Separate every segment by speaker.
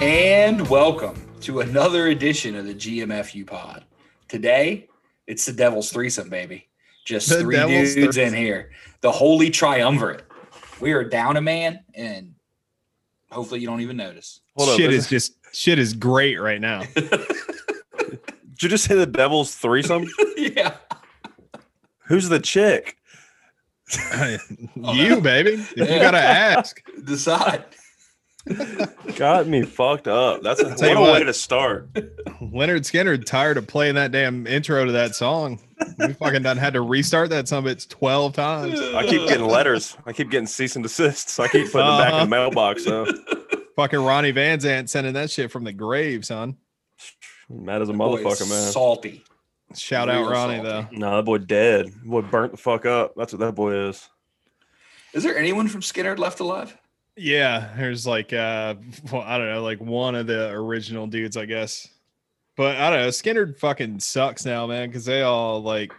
Speaker 1: And welcome to another edition of the GMFU pod. Today, it's the Devil's Threesome, baby. Just
Speaker 2: The
Speaker 1: three
Speaker 2: Devil's
Speaker 1: dudes in
Speaker 2: Threesome.
Speaker 1: here. The Holy Triumvirate. We are down a man, and hopefully, you don't even notice.
Speaker 3: Hold up.
Speaker 2: shit
Speaker 3: is-
Speaker 2: is just shit is great right now.
Speaker 3: Did you just say the devil's threesome?
Speaker 1: yeah.
Speaker 3: Who's the chick?
Speaker 2: you baby, if you gotta ask.
Speaker 1: Decide.
Speaker 3: Got me fucked up. That's a, what
Speaker 2: Tell you
Speaker 3: a
Speaker 2: what.
Speaker 3: way to start.
Speaker 2: Leonard Skinner tired of playing that damn intro to that song. We fucking done had to restart that some bitch twelve times.
Speaker 3: I keep getting letters. I keep getting cease and desists. I keep putting them back in the
Speaker 2: Uh-huh.
Speaker 3: mailbox. So
Speaker 2: Fucking Ronnie Van Zant sending that shit from the grave, son.
Speaker 3: mad as a
Speaker 1: Boy, it's
Speaker 3: motherfucker, man.
Speaker 1: Salty.
Speaker 2: Shout out
Speaker 1: Real
Speaker 2: Ronnie
Speaker 1: salty.
Speaker 2: though.
Speaker 3: No, that boy dead. That Boy burnt the fuck up. That's what that boy is.
Speaker 1: Is there anyone from Skinner left alive?
Speaker 2: Yeah, there's like uh well, I don't know, like one of the original dudes, I guess. But I don't know, Skinner fucking sucks now, man, because they all like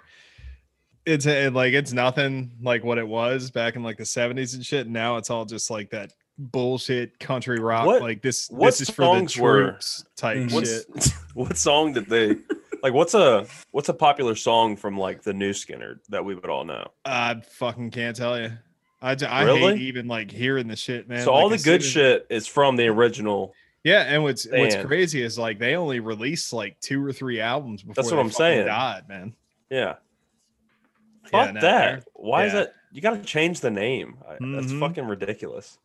Speaker 2: it's uh, like it's nothing like what it was back in like the 70s and shit. Now it's all just like that bullshit country rock,
Speaker 3: What-
Speaker 2: like this
Speaker 3: what
Speaker 2: this is for the
Speaker 3: songs were- Mm-hmm.
Speaker 2: troops type
Speaker 1: Mhm.
Speaker 2: shit.
Speaker 3: What's, what song did they like? What's a what's a popular song from like the new Skinner that we would all know?
Speaker 2: I fucking can't tell you. I, j- I hate
Speaker 3: Really?
Speaker 2: even like hearing the shit, man.
Speaker 3: so all
Speaker 2: Like,
Speaker 3: the
Speaker 2: as
Speaker 3: good
Speaker 2: soon as-
Speaker 3: shit is from the original.
Speaker 2: Yeah, and what's what's
Speaker 3: Band.
Speaker 2: crazy is like they only released like two or three albums before
Speaker 3: That's what
Speaker 2: they
Speaker 3: I'm
Speaker 2: fucking
Speaker 3: saying.
Speaker 2: Died, man.
Speaker 3: Yeah. Fuck
Speaker 2: Yeah, no, they're-
Speaker 3: that. Why is
Speaker 2: yeah.
Speaker 3: that? You got to change the name. I, That's
Speaker 2: Mhm.
Speaker 3: fucking ridiculous.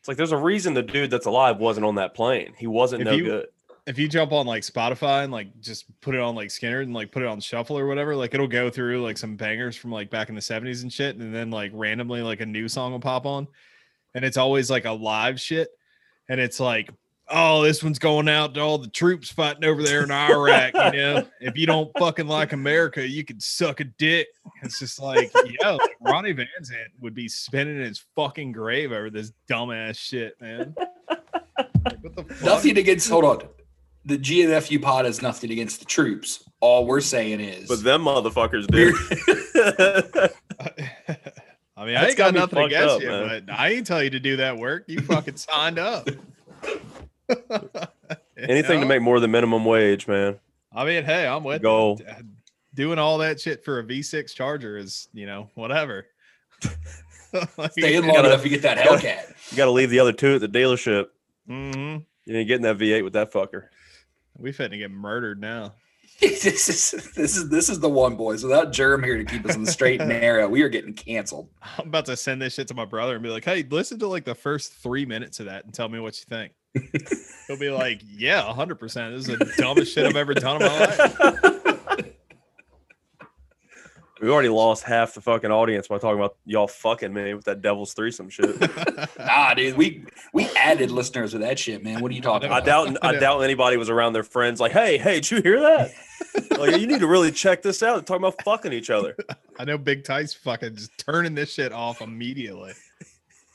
Speaker 3: It's like there's a reason the dude that's alive wasn't on that plane. He wasn't
Speaker 2: If
Speaker 3: no
Speaker 2: you-
Speaker 3: good.
Speaker 2: If you jump on like Spotify and like just put it on like Skinner and like put it on shuffle or whatever, like it'll go through like some bangers from like back in the 70s and shit, and then like randomly like a new song will pop on, and it's always like a live shit, and it's like. Oh, this one's going out to all the troops fighting over there in Iraq. You know, if you don't fucking like America, you can suck a dick. It's just like, yo, like Ronnie Van Zant would be spinning in his fucking grave over this dumbass shit, man. Like, what the fuck?
Speaker 1: Nothing against, hold on. The GMFU pod is nothing against the troops. All we're saying is.
Speaker 3: But them motherfuckers, dude.
Speaker 2: I mean, I
Speaker 3: That's
Speaker 2: ain't got
Speaker 3: got me
Speaker 2: nothing
Speaker 3: fucked
Speaker 2: against
Speaker 3: up,
Speaker 2: you,
Speaker 3: man.
Speaker 2: but I ain't tell you to do that work. You fucking signed up.
Speaker 3: Anything to make more than minimum wage, man.
Speaker 2: I mean, hey, I'm with you.
Speaker 3: Go.
Speaker 2: doing all that shit for a V6 Charger is, you know, whatever. Like,
Speaker 1: Stay in long
Speaker 3: Gotta-
Speaker 1: enough to get that
Speaker 3: gotta-
Speaker 1: Hellcat.
Speaker 3: You got to leave the other two at the dealership.
Speaker 2: mhm.
Speaker 3: You ain't getting that V8 with that fucker.
Speaker 2: We fitting to get murdered now.
Speaker 1: this is this is this is the one, boys. Without Germ here to keep us on the straight and narrow, we are getting canceled.
Speaker 2: I'm about to send this shit to my brother and be like, hey, listen to like the first three minutes of that and tell me what you think. He'll be like, yeah, 100%. This is the dumbest shit I've ever done in my life.
Speaker 3: We already lost half the fucking audience by talking about y'all fucking me with that devil's threesome shit.
Speaker 1: Nah, dude, we we added listeners with that shit, man. What are you talking
Speaker 3: I
Speaker 1: about?
Speaker 3: doubt I
Speaker 2: Yeah.
Speaker 3: doubt anybody was around their friends like, hey, hey, did you hear that? like, you need to really check this out. They're talking about fucking each other.
Speaker 2: I know Big Ty's fucking just turning this shit off immediately.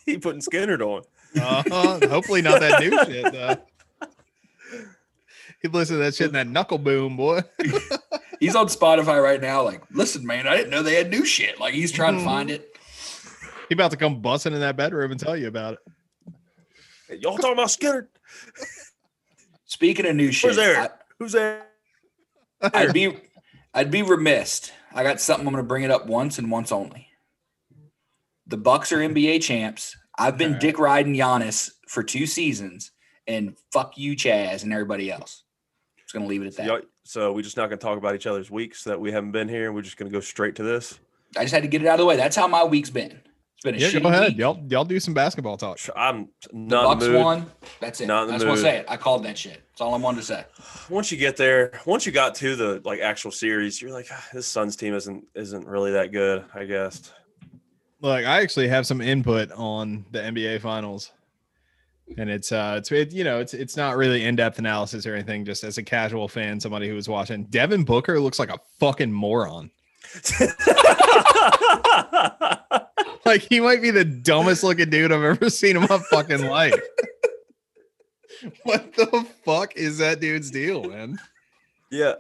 Speaker 3: He putting Skinner on.
Speaker 2: Uh-huh. Hopefully not that new shit though. He'd listen to that shit in that knuckle boom, boy.
Speaker 1: He's on Spotify right now. Like, listen, man, I didn't know they had new shit. Like, he's trying to find it.
Speaker 2: He about to come busting in that bedroom and tell you about it.
Speaker 3: Hey, y'all talking about Skinner?
Speaker 1: Speaking of new
Speaker 3: Where's
Speaker 1: shit, I,
Speaker 3: Eric? Who's there?
Speaker 1: I'd be I'd be remiss. I got something. I'm going to bring it up once and once only. The Bucks are NBA champs. I've been
Speaker 2: Alright.
Speaker 1: dick riding Giannis for two seasons, and fuck you, Chaz, and everybody else. Just going to leave it at that.
Speaker 3: Y'all, so we just not gonna talk about each other's weeks that we haven't been here. We're just gonna go straight to this.
Speaker 1: I just had to get it out of the way. That's how my week's been. It's been a
Speaker 2: Yeah,
Speaker 1: shitty
Speaker 2: go ahead.
Speaker 1: week.
Speaker 2: Y'all y'all do some basketball talk.
Speaker 3: I'm
Speaker 1: The
Speaker 3: not in
Speaker 1: Bucks
Speaker 3: the mood.
Speaker 1: won. That's it.
Speaker 3: Not in
Speaker 1: I
Speaker 3: the
Speaker 1: just want to
Speaker 3: mood.
Speaker 1: say it. I called that shit. That's all I wanted to say.
Speaker 3: Once you get there, once you got to the like actual series, you're like, "Ah, this Suns team isn't isn't really that good, I guess.
Speaker 2: Look, I actually have some input on the NBA finals. And it's uh it's it, you know, it's it's not really in-depth analysis or anything, just as a casual fan, somebody who was watching. Devin Booker looks like a fucking moron. Like he might be the dumbest looking dude I've ever seen in my fucking life. what the fuck is that dude's deal, man?
Speaker 3: Yeah,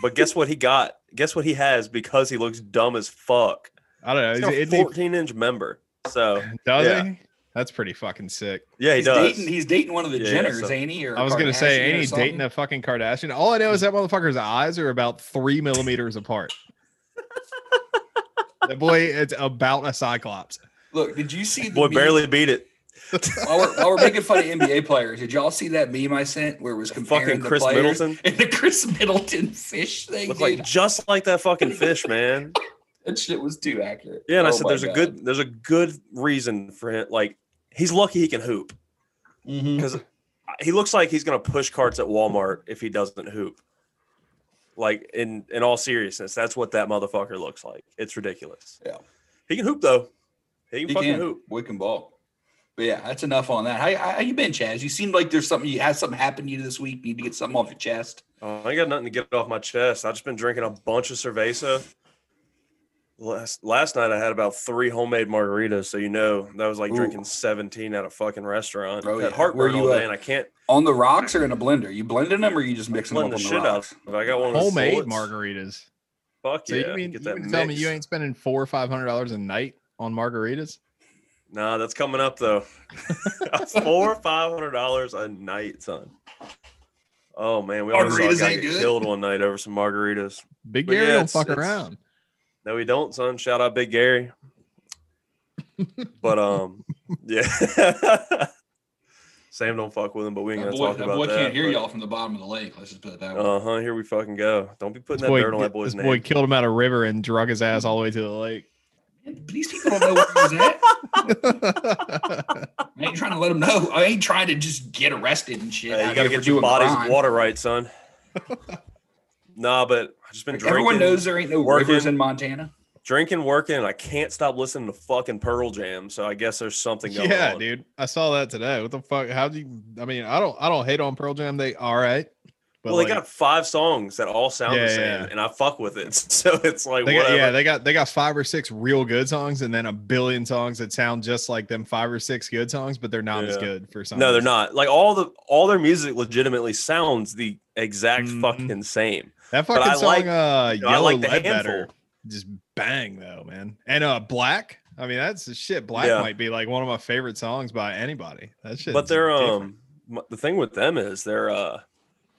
Speaker 3: but guess what he got? Guess what he has because he looks dumb as fuck.
Speaker 2: I don't
Speaker 3: He's
Speaker 2: know.
Speaker 3: got
Speaker 2: Uh, Is
Speaker 3: a
Speaker 2: it, is he-
Speaker 3: 14 inch member. So
Speaker 2: does
Speaker 3: yeah.
Speaker 2: he? That's pretty fucking sick.
Speaker 3: Yeah, he
Speaker 1: he's
Speaker 3: does.
Speaker 1: dating, he's dating one of the
Speaker 3: Yeah, yeah,
Speaker 1: Jenners,
Speaker 3: so-
Speaker 1: ain't he? Or
Speaker 2: I was gonna say,
Speaker 1: Kardashian or
Speaker 2: ain't he
Speaker 1: something?
Speaker 2: dating a fucking Kardashian? All I know is that motherfucker's eyes are about three millimeters apart. that boy, it's about a cyclops.
Speaker 1: Look, did you see the
Speaker 3: Boy,
Speaker 1: meme-
Speaker 3: barely beat it.
Speaker 1: while we're, while we're making fun of NBA players? Did y'all see that meme I sent where it was comparing
Speaker 3: Fucking
Speaker 1: the
Speaker 3: Chris
Speaker 1: players
Speaker 3: Middleton
Speaker 1: and the Chris Middleton fish thing?
Speaker 3: looked
Speaker 1: Dude,
Speaker 3: like just like that fucking fish, man.
Speaker 1: that shit was too accurate.
Speaker 3: Yeah, and I
Speaker 1: Oh
Speaker 3: said
Speaker 1: my
Speaker 3: there's a
Speaker 1: God.
Speaker 3: good there's a good reason for him. Like he's lucky he can hoop
Speaker 1: Mm-hmm.
Speaker 3: because he looks like he's gonna push carts at Walmart if he doesn't hoop. Like in in all seriousness, that's what that motherfucker looks like. It's ridiculous.
Speaker 1: Yeah.
Speaker 3: he can hoop though. He can
Speaker 1: He
Speaker 3: fucking
Speaker 1: can.
Speaker 3: hoop.
Speaker 1: We can ball. But yeah, that's enough on that. How, how, how you been, Chaz? You seem like there's something you had something happen to you this week. Need to get something off your chest.
Speaker 3: Uh, I ain't got nothing to get off my chest. I've just been drinking a bunch of cerveza. Last last night I had about three homemade margaritas, so you know that was like
Speaker 1: Ooh.
Speaker 3: drinking seventeen at a fucking restaurant.
Speaker 1: Oh,
Speaker 3: Had
Speaker 1: yeah.
Speaker 3: heartburn
Speaker 1: Were
Speaker 3: all
Speaker 1: you, uh,
Speaker 3: day, and I can't
Speaker 1: On the rocks or in a blender? You blending them or you just mixing them
Speaker 3: blend
Speaker 1: up
Speaker 3: the
Speaker 1: on the
Speaker 3: shit out.
Speaker 1: rocks?
Speaker 3: of it. I got one of those
Speaker 2: Homemade
Speaker 3: bullets.
Speaker 2: margaritas.
Speaker 3: Fuck
Speaker 2: So
Speaker 3: yeah!
Speaker 2: you mean you
Speaker 3: get that
Speaker 2: mean to tell me you
Speaker 3: mix.
Speaker 2: ain't spending four or five hundred dollars a night on margaritas?
Speaker 3: Nah, that's coming up though. Four or five hundred dollars a night, son. Oh man, we almost saw a
Speaker 1: Margaritas
Speaker 3: guy
Speaker 1: ain't
Speaker 3: get
Speaker 1: good.
Speaker 3: killed one night over some margaritas.
Speaker 2: Big
Speaker 3: But yeah,
Speaker 2: Gary don't
Speaker 3: it's-
Speaker 2: fuck
Speaker 3: it's-
Speaker 2: around.
Speaker 3: No, we don't, son. Shout out Big Gary. but um, yeah. Sam don't fuck with him, but we ain't
Speaker 1: That
Speaker 3: gonna
Speaker 1: boy,
Speaker 3: talk
Speaker 1: that
Speaker 3: about
Speaker 1: boy
Speaker 3: that.
Speaker 1: can't hear y'all from the bottom of the lake. Let's just put it that way.
Speaker 3: Uh huh. Here we fucking go. Don't be putting
Speaker 2: This
Speaker 3: that
Speaker 2: boy,
Speaker 3: dirt on that
Speaker 2: this
Speaker 3: boy's name.
Speaker 2: boy killed him out of river and drug his ass all the way to the lake.
Speaker 1: Man, These people don't know where he's at. I ain't trying to let them know. I ain't trying to just get arrested and shit.
Speaker 3: Hey,
Speaker 1: out
Speaker 3: you gotta
Speaker 1: here for
Speaker 3: get your
Speaker 1: doing
Speaker 3: body's
Speaker 1: crime.
Speaker 3: water right, son. nah, but I've just been
Speaker 1: Like,
Speaker 3: drinking.
Speaker 1: everyone knows there ain't no
Speaker 3: working.
Speaker 1: rivers in Montana.
Speaker 3: drinking, working, and I can't stop listening to fucking Pearl Jam. So I guess there's something going
Speaker 2: yeah,
Speaker 3: on.
Speaker 2: dude. I saw that today. What the fuck? How do you I mean, I don't I don't hate on Pearl Jam. They all right. But
Speaker 3: well,
Speaker 2: like,
Speaker 3: they got five songs that all sound
Speaker 2: Yeah,
Speaker 3: the same,
Speaker 2: yeah.
Speaker 3: and I fuck with it. So it's like,
Speaker 2: they got,
Speaker 3: whatever.
Speaker 2: yeah, they got they got five or six real good songs and then a billion songs that sound just like them five or six good songs, but they're not as
Speaker 3: Yeah.
Speaker 2: good for some.
Speaker 3: no, they're
Speaker 2: reason.
Speaker 3: not. Like all the all their music legitimately sounds the exact
Speaker 2: Mhm.
Speaker 3: fucking same.
Speaker 2: That
Speaker 3: But
Speaker 2: fucking
Speaker 3: I
Speaker 2: song
Speaker 3: like-
Speaker 2: uh
Speaker 3: you know, I
Speaker 2: Yellow
Speaker 3: like the
Speaker 2: Ledbetter
Speaker 3: handful.
Speaker 2: just bang though, man. And uh Black. I mean, that's the shit. Black
Speaker 3: Yeah.
Speaker 2: might be like one of my favorite songs by anybody. That shit.
Speaker 3: but they're um m- the thing with them is they're uh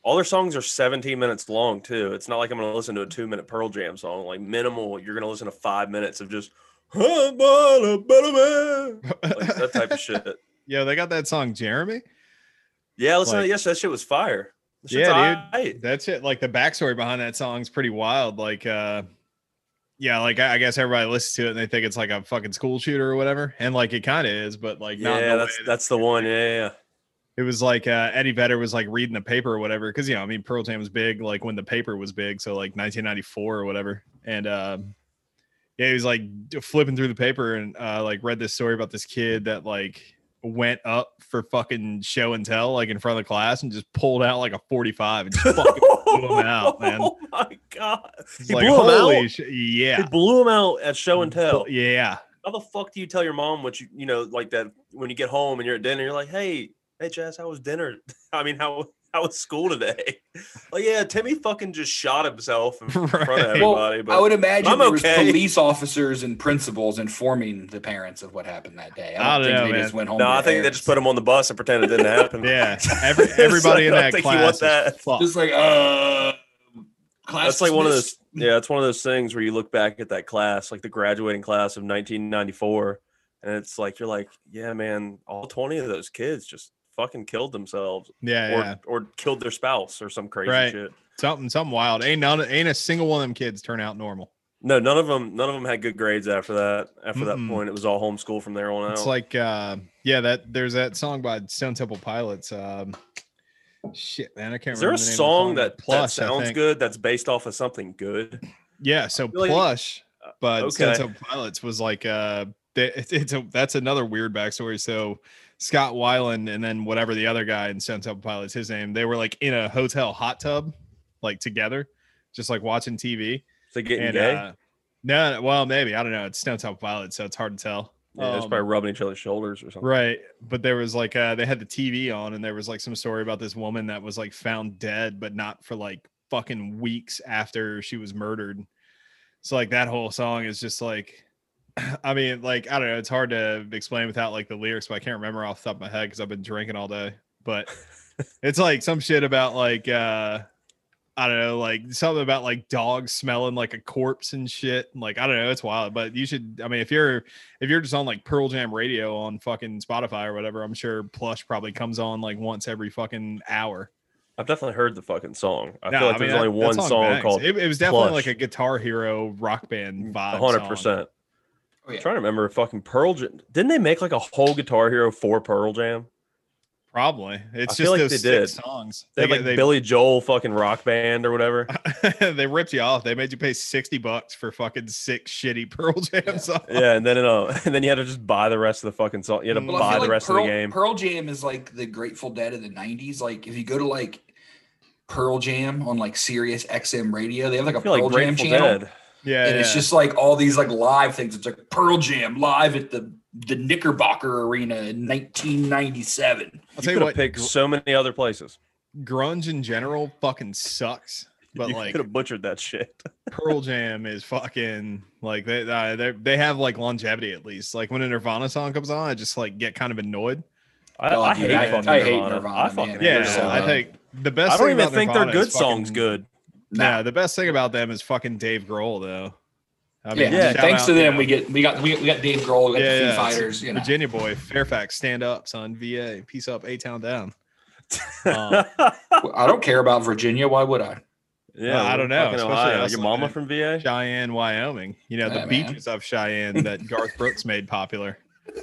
Speaker 3: all their songs are 17 minutes long too. It's not like I'm gonna listen to a two minute Pearl Jam song. Like minimal, you're gonna listen to five minutes of just "I'm on a better man," like that type of shit.
Speaker 2: Yo, they got that song Jeremy.
Speaker 3: Yeah, listen to
Speaker 2: Like-
Speaker 3: that. Yes, that shit was fire. That shit's
Speaker 2: Yeah,
Speaker 3: aight.
Speaker 2: That's it. Like the backstory behind that song is pretty wild. Like, uh, yeah, like I, I guess everybody listens to it and they think it's like a fucking school shooter or whatever, and like it kind of is, but like not. in
Speaker 3: Yeah,
Speaker 2: the
Speaker 3: that's
Speaker 2: way that-
Speaker 3: that's the one. Yeah, yeah, yeah.
Speaker 2: it was like uh, Eddie Vedder was like reading the paper or whatever, because you know, I mean, Pearl Jam was big like when the paper was big, so like 1994 or whatever, and um, yeah, he was like flipping through the paper and uh, like read this story about this kid that like went up for fucking show and tell like in front of the class and just pulled out like a 45 and just fucking blew him out, man.
Speaker 3: Oh my god,
Speaker 2: It's
Speaker 3: He
Speaker 2: like,
Speaker 3: blew 'em
Speaker 2: holy
Speaker 3: out?
Speaker 2: sh-
Speaker 3: he
Speaker 2: yeah. Mm,
Speaker 3: blew him out at show and tell.
Speaker 2: Bu- Yeah.
Speaker 3: How the fuck do you tell your mom what you you know like that when you get home and you're at dinner? You're like, hey, hey, Jazz, how was dinner? I mean, how how was school today? Like, yeah, Timmy fucking just shot himself in front
Speaker 2: Right.
Speaker 3: of
Speaker 1: Well,
Speaker 3: everybody.
Speaker 1: I
Speaker 3: but
Speaker 1: would imagine
Speaker 3: I'm
Speaker 1: there was
Speaker 3: okay.
Speaker 1: police officers and principals informing the parents of what happened that day.
Speaker 2: I
Speaker 1: I don't,
Speaker 2: don't
Speaker 1: think
Speaker 2: know,
Speaker 1: they just went home.
Speaker 3: no,
Speaker 1: to
Speaker 3: I
Speaker 1: their
Speaker 3: think they
Speaker 1: parents.
Speaker 3: just put him on the bus and pretend it didn't happen.
Speaker 2: Yeah. Every,
Speaker 3: So
Speaker 2: everybody in
Speaker 3: I
Speaker 2: that
Speaker 3: think you want
Speaker 2: class. is
Speaker 3: that.
Speaker 2: fucked.
Speaker 1: just like uh, class.
Speaker 3: That's like one of those.
Speaker 1: dismissed.
Speaker 3: Yeah, it's one of those things where you look back at that class, like the graduating class of 1994, and it's like you're like, yeah, man, all 20 of those kids just fucking killed themselves
Speaker 2: yeah.
Speaker 3: or
Speaker 2: yeah.
Speaker 3: or killed their spouse or some crazy
Speaker 2: Right.
Speaker 3: shit.
Speaker 2: Something, something wild. Ain't none, ain't a single one of them kids turn out normal.
Speaker 3: No, none of them. None of them had good grades after that. After
Speaker 2: Mm-mm.
Speaker 3: that point, it was all homeschool from there on out.
Speaker 2: It's like, uh, yeah, that there's that song by Stone Temple Pilots. Um, shit, man, I can't
Speaker 3: is there a
Speaker 2: remember. the name of the
Speaker 3: song
Speaker 2: but
Speaker 3: that,
Speaker 2: Plush,
Speaker 3: that
Speaker 2: I
Speaker 3: sounds
Speaker 2: think.
Speaker 3: good that's based off of something good?
Speaker 2: Yeah, so
Speaker 3: feel like- uh,
Speaker 2: plush, but Stone
Speaker 3: okay.
Speaker 2: Temple Pilots was like uh they, it's, it's a that's another weird backstory. So Scott Weiland and then whatever the other guy in Stone Temple Pilots, his name, they were like in a hotel hot tub, like together, just like watching TV.
Speaker 3: Is it getting
Speaker 2: and
Speaker 3: gay?
Speaker 2: uh no, no, well, maybe I don't know. It's Stone Temple Pilots, so it's hard to tell.
Speaker 3: yeah, it's
Speaker 2: Um,
Speaker 3: probably rubbing each other's shoulders or something.
Speaker 2: Right. But there was like uh they had the TV on and there was like some story about this woman that was like found dead but not for like fucking weeks after she was murdered. So like that whole song is just like I mean, like I don't know. It's hard to explain without like the lyrics, but I can't remember off the top of my head because I've been drinking all day. But it's like some shit about like uh I don't know, like something about like dogs smelling like a corpse and shit. Like I don't know, it's wild. But you should. I mean, if you're if you're just on like Pearl Jam radio on fucking Spotify or whatever, I'm sure Plush probably comes on like once every fucking hour.
Speaker 3: I've definitely heard the fucking song. I
Speaker 2: No,
Speaker 3: feel like
Speaker 2: I mean,
Speaker 3: there's only
Speaker 2: that- that
Speaker 3: one song,
Speaker 2: bangs.
Speaker 3: called
Speaker 2: It, it was definitely
Speaker 3: Plush. Mm,
Speaker 2: like a Guitar Hero rock band vibe.
Speaker 3: hundred
Speaker 2: song.
Speaker 3: percent.
Speaker 1: Oh, yeah.
Speaker 3: Trying to remember fucking Pearl Jam. Didn't they make like a whole Guitar Hero for Pearl Jam?
Speaker 2: Probably. It's
Speaker 3: I
Speaker 2: just
Speaker 3: feel like
Speaker 2: those
Speaker 3: they
Speaker 2: six
Speaker 3: did.
Speaker 2: songs.
Speaker 3: They,
Speaker 2: They
Speaker 3: had like
Speaker 2: get- they,
Speaker 3: Billy Joel fucking rock band or whatever.
Speaker 2: they ripped you off. They made you pay sixty bucks for fucking six shitty Pearl Jam
Speaker 1: Yeah.
Speaker 2: songs.
Speaker 3: yeah, and then uh, and then you had to just buy the rest of the fucking song. You had to
Speaker 2: Well, I
Speaker 3: buy
Speaker 2: feel
Speaker 3: the
Speaker 1: like
Speaker 3: rest
Speaker 1: Pearl,
Speaker 3: of the game.
Speaker 1: Pearl Jam is like the Grateful Dead of the '90s. Like if you go to like Pearl Jam on like Sirius XM radio, they have like a
Speaker 3: I feel like
Speaker 1: Pearl Jam
Speaker 3: Grateful
Speaker 1: channel,
Speaker 3: Dead.
Speaker 2: Yeah,
Speaker 1: and it's
Speaker 2: yeah.
Speaker 1: just like all these like live things. It's like Pearl Jam live at the the Knickerbocker Arena in 1997.
Speaker 2: I'll
Speaker 3: you
Speaker 2: tell
Speaker 3: could
Speaker 2: you
Speaker 3: have
Speaker 2: what,
Speaker 3: picked
Speaker 2: gr-
Speaker 3: so many other places.
Speaker 2: grunge in general fucking sucks. But
Speaker 3: you
Speaker 2: like
Speaker 3: could have butchered that shit.
Speaker 2: Pearl Jam is fucking like they uh, they they have like longevity at least. Like when a Nirvana song comes on, I just like get kind of annoyed.
Speaker 3: I,
Speaker 1: Oh,
Speaker 3: I
Speaker 1: dude,
Speaker 3: hate
Speaker 2: I-
Speaker 3: fucking
Speaker 2: I
Speaker 1: hate
Speaker 3: Nirvana.
Speaker 1: Nirvana,
Speaker 3: I
Speaker 1: man.
Speaker 3: fucking hate
Speaker 2: Yeah,
Speaker 1: so,
Speaker 3: Nirvana.
Speaker 2: I
Speaker 1: uh,
Speaker 2: think the best.
Speaker 3: I don't
Speaker 2: thing
Speaker 3: even
Speaker 2: about
Speaker 3: think their
Speaker 2: Nirvana
Speaker 3: good
Speaker 2: is fucking-
Speaker 3: song's good.
Speaker 2: Yeah, the best thing about them is fucking Dave Grohl though. I
Speaker 1: yeah,
Speaker 3: yeah,
Speaker 2: shout
Speaker 1: thanks
Speaker 2: out,
Speaker 1: to
Speaker 2: you
Speaker 1: them,
Speaker 2: know,
Speaker 1: we get we got we, we got Dave Grohl, we got
Speaker 2: Yeah,
Speaker 1: the Foo
Speaker 2: yeah, it's
Speaker 1: Fighters. You know,
Speaker 2: Virginia boy, Fairfax, stand up, son. VA, peace up, A town down. Um,
Speaker 3: yeah,
Speaker 1: I don't care about Virginia. Why would I?
Speaker 2: I don't know,
Speaker 3: fucking
Speaker 2: especially
Speaker 3: Ohio.
Speaker 2: us
Speaker 3: Your
Speaker 2: living
Speaker 3: mama
Speaker 2: in-
Speaker 3: from VA,
Speaker 2: Cheyenne, Wyoming. You know, the
Speaker 1: Yeah, man.
Speaker 2: beaches of Cheyenne that Garth Brooks made popular.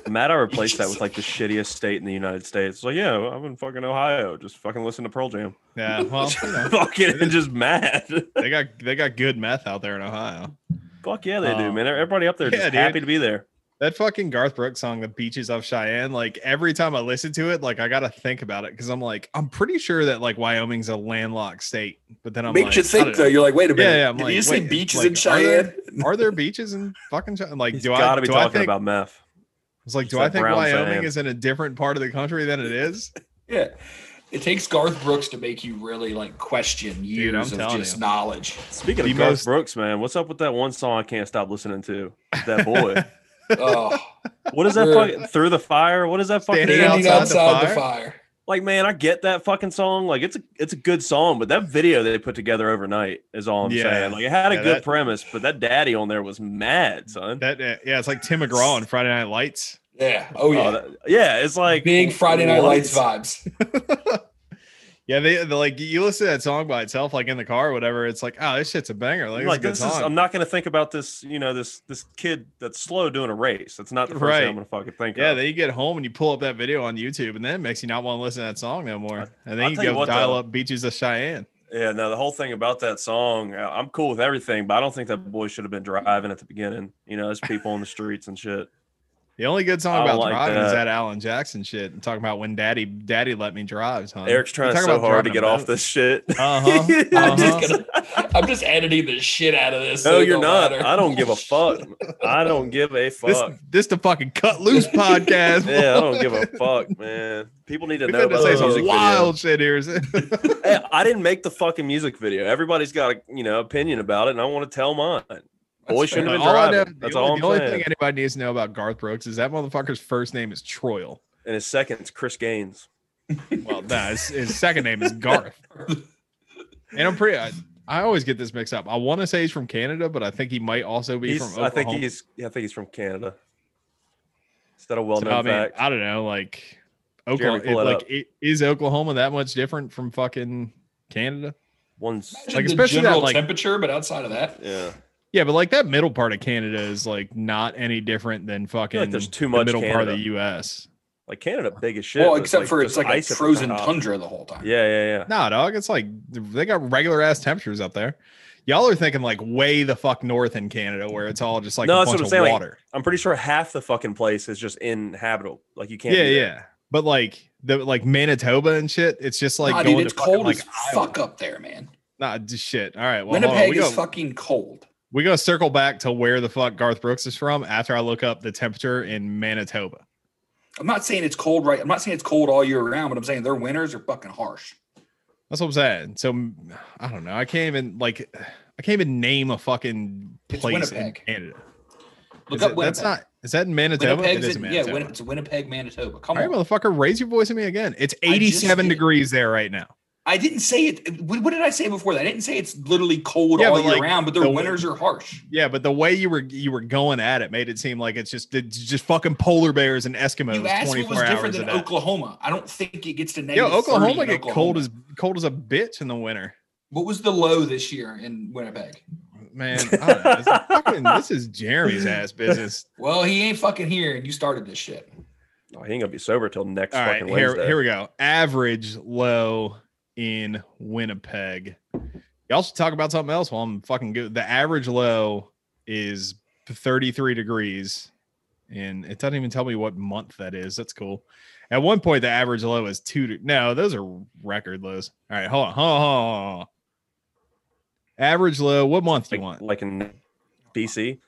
Speaker 3: Matt. I replaced that with like the shittiest state in the United States. Like, yeah, I'm in fucking Ohio. Just fucking listen to Pearl Jam.
Speaker 2: Yeah, well, you know,
Speaker 3: fucking and just mad.
Speaker 2: they got they got good meth out there in Ohio.
Speaker 3: Fuck yeah, they do,
Speaker 2: Um,
Speaker 3: man. Everybody up there
Speaker 2: yeah,
Speaker 3: just
Speaker 2: dude.
Speaker 3: happy to be there.
Speaker 2: That fucking Garth Brooks song, "The Beaches of Cheyenne," like every time I listen to it, like I gotta think about it because I'm like, I'm pretty sure that like Wyoming's a landlocked state, but then I'm
Speaker 1: Makes
Speaker 2: like,
Speaker 1: you
Speaker 2: I
Speaker 1: think
Speaker 2: don't
Speaker 1: though.
Speaker 2: know.
Speaker 1: You're like, wait a
Speaker 2: Yeah,
Speaker 1: minute.
Speaker 2: yeah, I'm
Speaker 1: did
Speaker 2: like,
Speaker 1: you see
Speaker 2: wait,
Speaker 1: beaches
Speaker 2: like,
Speaker 1: in
Speaker 2: are there-
Speaker 1: Cheyenne?
Speaker 2: Are there beaches in fucking Cheyenne? Like,
Speaker 3: He's
Speaker 2: do
Speaker 3: got
Speaker 2: I
Speaker 3: to be
Speaker 2: do I
Speaker 3: talking
Speaker 2: think-
Speaker 3: about meth.
Speaker 2: It's like,
Speaker 3: It's
Speaker 2: do
Speaker 3: that
Speaker 2: I think
Speaker 3: brown
Speaker 2: Wyoming
Speaker 3: sand.
Speaker 2: is in a different part of the country than it is?
Speaker 1: Yeah. It takes Garth Brooks to make you really like question years
Speaker 2: I'm
Speaker 1: of
Speaker 2: telling
Speaker 1: just
Speaker 2: you.
Speaker 1: knowledge.
Speaker 3: Speaking
Speaker 2: The
Speaker 3: of Garth
Speaker 2: most-
Speaker 3: Brooks, man, what's up with that one song I can't stop listening to? That boy.
Speaker 1: Oh,
Speaker 3: what is that
Speaker 1: Yeah.
Speaker 3: fucking through the fire? What is that fucking
Speaker 2: Standing
Speaker 1: standing
Speaker 2: outside
Speaker 1: outside,
Speaker 2: the
Speaker 1: the,
Speaker 2: fire?
Speaker 1: fire?
Speaker 3: like man i get that fucking song like it's a it's a good song but that video they put together overnight is all i'm
Speaker 2: Yeah.
Speaker 3: saying like it had a
Speaker 2: Yeah,
Speaker 3: good
Speaker 2: that-
Speaker 3: premise but that daddy on there was mad son
Speaker 2: That uh, yeah, it's like Tim McGraw on Friday Night Lights.
Speaker 1: Yeah. Oh
Speaker 3: Oh,
Speaker 1: yeah.
Speaker 3: that- yeah it's like
Speaker 1: Big Friday Night
Speaker 3: what?
Speaker 1: Lights vibes.
Speaker 2: Yeah, they they, like you listen to that song by itself, like in the car or whatever. It's like, oh, this shit's a banger. Like,
Speaker 3: I'm
Speaker 2: it's
Speaker 3: like
Speaker 2: a good
Speaker 3: this is
Speaker 2: song.
Speaker 3: i'm not gonna think about this you know this this kid that's slow doing a race that's not the first
Speaker 2: Right.
Speaker 3: thing i'm gonna fucking think
Speaker 2: yeah,
Speaker 3: of
Speaker 2: then you get home and you pull up that video on YouTube, and then it makes you not want to listen to that song no more. And then
Speaker 3: I'll
Speaker 2: you
Speaker 3: tell you
Speaker 2: go
Speaker 3: what,
Speaker 2: dial
Speaker 3: though.
Speaker 2: up Beaches of Cheyenne.
Speaker 3: yeah no the whole thing about that song I- i'm cool with everything but i don't think that boy should have been driving at the beginning you know there's people on the streets and shit
Speaker 2: The only good song
Speaker 3: I don't
Speaker 2: about
Speaker 3: like
Speaker 2: driving is
Speaker 3: that.
Speaker 2: that Alan Jackson shit. And talking about when Daddy Daddy let me drive. Son.
Speaker 3: eric's
Speaker 2: Uh, You
Speaker 3: trying
Speaker 2: talk
Speaker 3: so
Speaker 2: about
Speaker 3: hard to
Speaker 2: driving
Speaker 3: get
Speaker 2: a
Speaker 3: off
Speaker 2: boat.
Speaker 3: this shit
Speaker 2: Uh-huh.
Speaker 1: I'm
Speaker 2: Uh-huh.
Speaker 1: just gonna. I'm just editing the shit out of this. so
Speaker 3: No,
Speaker 1: it
Speaker 3: you're
Speaker 1: don't
Speaker 3: not.
Speaker 1: matter.
Speaker 3: I don't give a fuck. I don't give a
Speaker 2: This
Speaker 3: fuck.
Speaker 2: this the fucking cut loose podcast.
Speaker 3: yeah, I don't give a fuck, man. People need to
Speaker 2: We
Speaker 3: know
Speaker 2: had to
Speaker 3: about
Speaker 2: say
Speaker 3: the music
Speaker 2: some wild shit here. is it?
Speaker 3: video. Hey, I didn't make the fucking music video. Everybody's got a you know opinion about it, and I want to tell mine. Boy
Speaker 1: fair.
Speaker 3: shouldn't have been
Speaker 2: all I know,
Speaker 3: driving.
Speaker 2: the
Speaker 3: That's
Speaker 2: only,
Speaker 3: all I'm
Speaker 2: the only
Speaker 3: saying.
Speaker 2: thing anybody needs to know about Garth Brooks is that motherfucker's first name is Troil.
Speaker 3: And his second's Chris Gaines.
Speaker 2: Well, no, his, his second name is Garth. And I'm pretty. I, I always get this mixed up. I want to say he's from Canada, but I think he might also be
Speaker 3: He's,
Speaker 2: from Oklahoma.
Speaker 3: I think he's. Yeah, I think he's from Canada. Is that a
Speaker 2: So, I
Speaker 3: well-known
Speaker 2: mean,
Speaker 3: fact?
Speaker 2: I don't know. Like Oklahoma,
Speaker 3: pull
Speaker 2: it-
Speaker 3: that
Speaker 2: like
Speaker 3: up.
Speaker 2: it, is Oklahoma that much different from fucking Canada?
Speaker 3: One's.
Speaker 1: Imagine
Speaker 2: Like,
Speaker 1: the
Speaker 2: especially that,
Speaker 1: general
Speaker 2: like-
Speaker 1: temperature, but outside of that,
Speaker 3: Yeah.
Speaker 2: Yeah, but like that middle part of Canada is like not any different than fucking.
Speaker 3: like there's too
Speaker 2: the
Speaker 3: much
Speaker 2: middle part of
Speaker 3: Canada.
Speaker 2: the U.S.
Speaker 3: Like Canada, big as shit.
Speaker 1: well,
Speaker 3: but
Speaker 1: except for it's
Speaker 3: just
Speaker 1: like a
Speaker 3: ice at the
Speaker 1: frozen
Speaker 3: top.
Speaker 1: tundra the whole time.
Speaker 3: Yeah, yeah, yeah.
Speaker 2: Nah, dog. It's like they got regular ass temperatures up there. Y'all are thinking like way the fuck north in Canada where it's all just like
Speaker 3: No,
Speaker 2: a
Speaker 3: that's what
Speaker 2: bunch
Speaker 3: I'm
Speaker 2: of
Speaker 3: saying, like,
Speaker 2: water.
Speaker 3: I'm pretty sure half the fucking place is just inhabitable. Like you can't.
Speaker 2: yeah,
Speaker 3: be there.
Speaker 2: yeah. But like the like Manitoba and shit, it's just like
Speaker 1: Nah,
Speaker 2: going
Speaker 1: dude, it's
Speaker 2: to fucking,
Speaker 1: cold
Speaker 2: like
Speaker 1: as
Speaker 2: Iowa.
Speaker 1: fuck up there, man.
Speaker 2: Nah, just shit. All right, well, hold on.
Speaker 1: Winnipeg
Speaker 2: we go.
Speaker 1: is fucking cold.
Speaker 2: we go circle back to where the fuck Garth Brooks is from after I look up the temperature in Manitoba.
Speaker 1: I'm not saying it's cold, right? I'm not saying it's cold all year round, but I'm saying their winters are fucking harsh.
Speaker 2: That's what I'm saying. So m- I don't know. I can't even like I can't even name a fucking
Speaker 1: It's
Speaker 2: place in
Speaker 1: Winnipeg.
Speaker 2: Canada.
Speaker 1: Look
Speaker 2: Is
Speaker 1: up
Speaker 2: it-
Speaker 1: Winnipeg.
Speaker 2: that's not. Is that in Manitoba? It
Speaker 1: Winnipeg's
Speaker 2: is in
Speaker 1: in,
Speaker 2: Manitoba.
Speaker 1: yeah, Win, it's Winnipeg, Manitoba. Come
Speaker 2: All right,
Speaker 1: on.
Speaker 2: motherfucker, raise your voice at me again. It's
Speaker 1: I just
Speaker 2: 87
Speaker 1: did.
Speaker 2: degrees there right now.
Speaker 1: I didn't say it. What, what did I say before that? I didn't say it's literally cold
Speaker 2: Yeah,
Speaker 1: all
Speaker 2: but
Speaker 1: year
Speaker 2: like,
Speaker 1: round, but their
Speaker 2: the-
Speaker 1: winters are harsh.
Speaker 2: Yeah, but the way you were you were going at it made it seem like it's just it's just fucking polar bears and Eskimos
Speaker 1: You asked what
Speaker 2: 24
Speaker 1: was different
Speaker 2: hours a
Speaker 1: than
Speaker 2: day.
Speaker 1: Oklahoma. I don't think it gets to
Speaker 2: Yo,
Speaker 1: negative.
Speaker 2: Oklahoma
Speaker 1: 30 in
Speaker 2: get cold as cold as a bitch in the winter.
Speaker 1: What was the low this year in Winnipeg?
Speaker 2: Man, I don't know. It's fucking, this is Jeremy's ass business.
Speaker 1: Well, he ain't fucking here, and you started this shit.
Speaker 3: Oh, he ain't gonna be sober till next
Speaker 2: All right,
Speaker 3: fucking
Speaker 2: here,
Speaker 3: Wednesday.
Speaker 2: here we go. Average low in Winnipeg. Y'all should talk about something else while I'm fucking good. The average low is 33 degrees, and it doesn't even tell me what month that is. That's cool. At one point, the average low is two. De- no, those are record lows. All right, hold on, hold on, hold on, hold on. Average low. What month do you
Speaker 3: like,
Speaker 2: want?
Speaker 3: like in DC,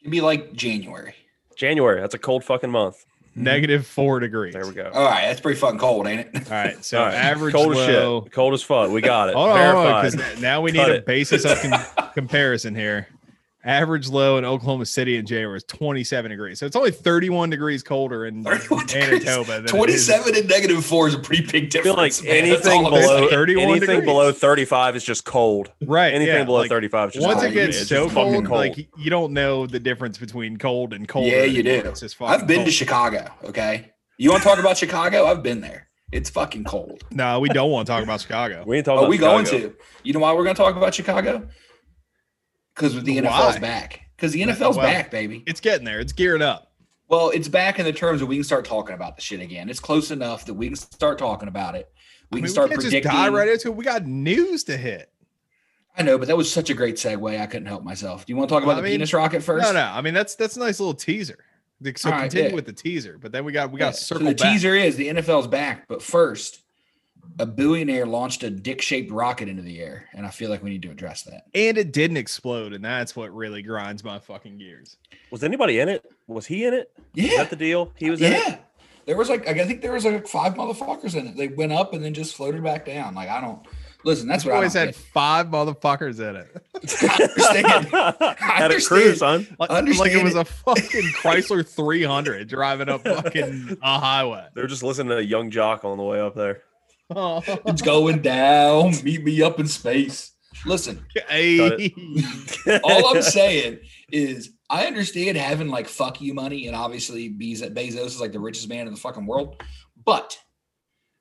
Speaker 1: It'd be like January.
Speaker 3: January. That's a cold fucking month.
Speaker 2: Negative four degrees.
Speaker 3: There we go.
Speaker 1: All right, that's pretty fucking cold, ain't it?
Speaker 2: All right, so
Speaker 3: All right.
Speaker 2: average
Speaker 3: cold
Speaker 2: low.
Speaker 3: as shit, cold as fuck. We got it.
Speaker 2: Hold on, hold on,
Speaker 3: Verified.
Speaker 2: 'cause n- now we need
Speaker 3: Cut
Speaker 2: a
Speaker 3: it.
Speaker 2: basis of com- comparison here. Average low in Oklahoma City in January is 27 degrees. So it's only 31 degrees colder in
Speaker 1: 31 degrees.
Speaker 2: Manitoba. than it is-
Speaker 1: Twenty-seven and negative four is a pretty big
Speaker 3: I feel like
Speaker 1: difference. man. That's
Speaker 3: anything
Speaker 1: all I'm
Speaker 3: below
Speaker 1: saying.
Speaker 2: 31
Speaker 3: anything
Speaker 2: degrees.
Speaker 3: below thirty five is just cold.
Speaker 2: Right.
Speaker 3: Anything
Speaker 2: yeah,
Speaker 3: below
Speaker 2: like,
Speaker 3: thirty five is just
Speaker 2: Once
Speaker 3: cold.
Speaker 2: it gets
Speaker 3: It's
Speaker 2: so
Speaker 3: just fucking
Speaker 2: cold, like you don't know the difference between cold and cold.
Speaker 1: Yeah, you do.
Speaker 2: It's just fucking
Speaker 1: I've been
Speaker 2: cold.
Speaker 1: to Chicago. Okay, you want to talk about Chicago? I've been there. It's fucking cold.
Speaker 2: No, we don't want to talk about Chicago.
Speaker 3: we ain't talking.
Speaker 1: Are
Speaker 3: about
Speaker 1: we going
Speaker 3: Chicago.
Speaker 1: to? You know why we're going to talk about Chicago? Because the NFL's
Speaker 2: Why?
Speaker 1: back. Because the NFL's
Speaker 2: Well-
Speaker 1: back, baby.
Speaker 2: It's getting there. It's gearing up.
Speaker 1: Well, it's back in the terms that we can start talking about the shit again. It's close enough that we can start talking about it. We
Speaker 2: I
Speaker 1: can
Speaker 2: mean,
Speaker 1: start
Speaker 2: we can't just
Speaker 1: predicting.
Speaker 2: dive right into it. We got news to hit.
Speaker 1: I know, but that was such a great segue. I couldn't help myself. Do you want to talk about
Speaker 2: I
Speaker 1: the
Speaker 2: mean,
Speaker 1: penis rocket first?
Speaker 2: No, no. I mean, that's that's a nice little teaser. Like, So
Speaker 1: All right,
Speaker 2: continue
Speaker 1: yeah.
Speaker 2: with the teaser, but then we got we got
Speaker 1: Yeah.
Speaker 2: circle
Speaker 1: so the
Speaker 2: back.
Speaker 1: teaser is the NFL's back, but first, a billionaire launched a dick-shaped rocket into the air, and I feel like we need to address that.
Speaker 2: and it didn't explode, and that's what really grinds my fucking gears.
Speaker 3: Was anybody in it? Was he in it? Is
Speaker 1: Yeah,
Speaker 3: that the deal? He was in it.
Speaker 1: yeah. There was like I think there was like five motherfuckers in it. They went up and then just floated back down. Like I don't listen. That's
Speaker 2: This
Speaker 1: what I
Speaker 2: boy's
Speaker 1: don't
Speaker 2: had five motherfuckers in it,
Speaker 1: get.
Speaker 3: Had
Speaker 1: I understand.
Speaker 3: a
Speaker 1: understand.
Speaker 3: cruise, son.
Speaker 2: like,
Speaker 1: Understand
Speaker 2: like it was a fucking Chrysler 300 driving up fucking a highway.
Speaker 3: They were just listening to a young jock on the way up there.
Speaker 2: Oh,
Speaker 1: It's going down. Meet me up in space. Listen,
Speaker 2: hey.
Speaker 1: all I'm saying is I understand having like fuck you money, and obviously Bez- Bezos is like the richest man in the fucking world. But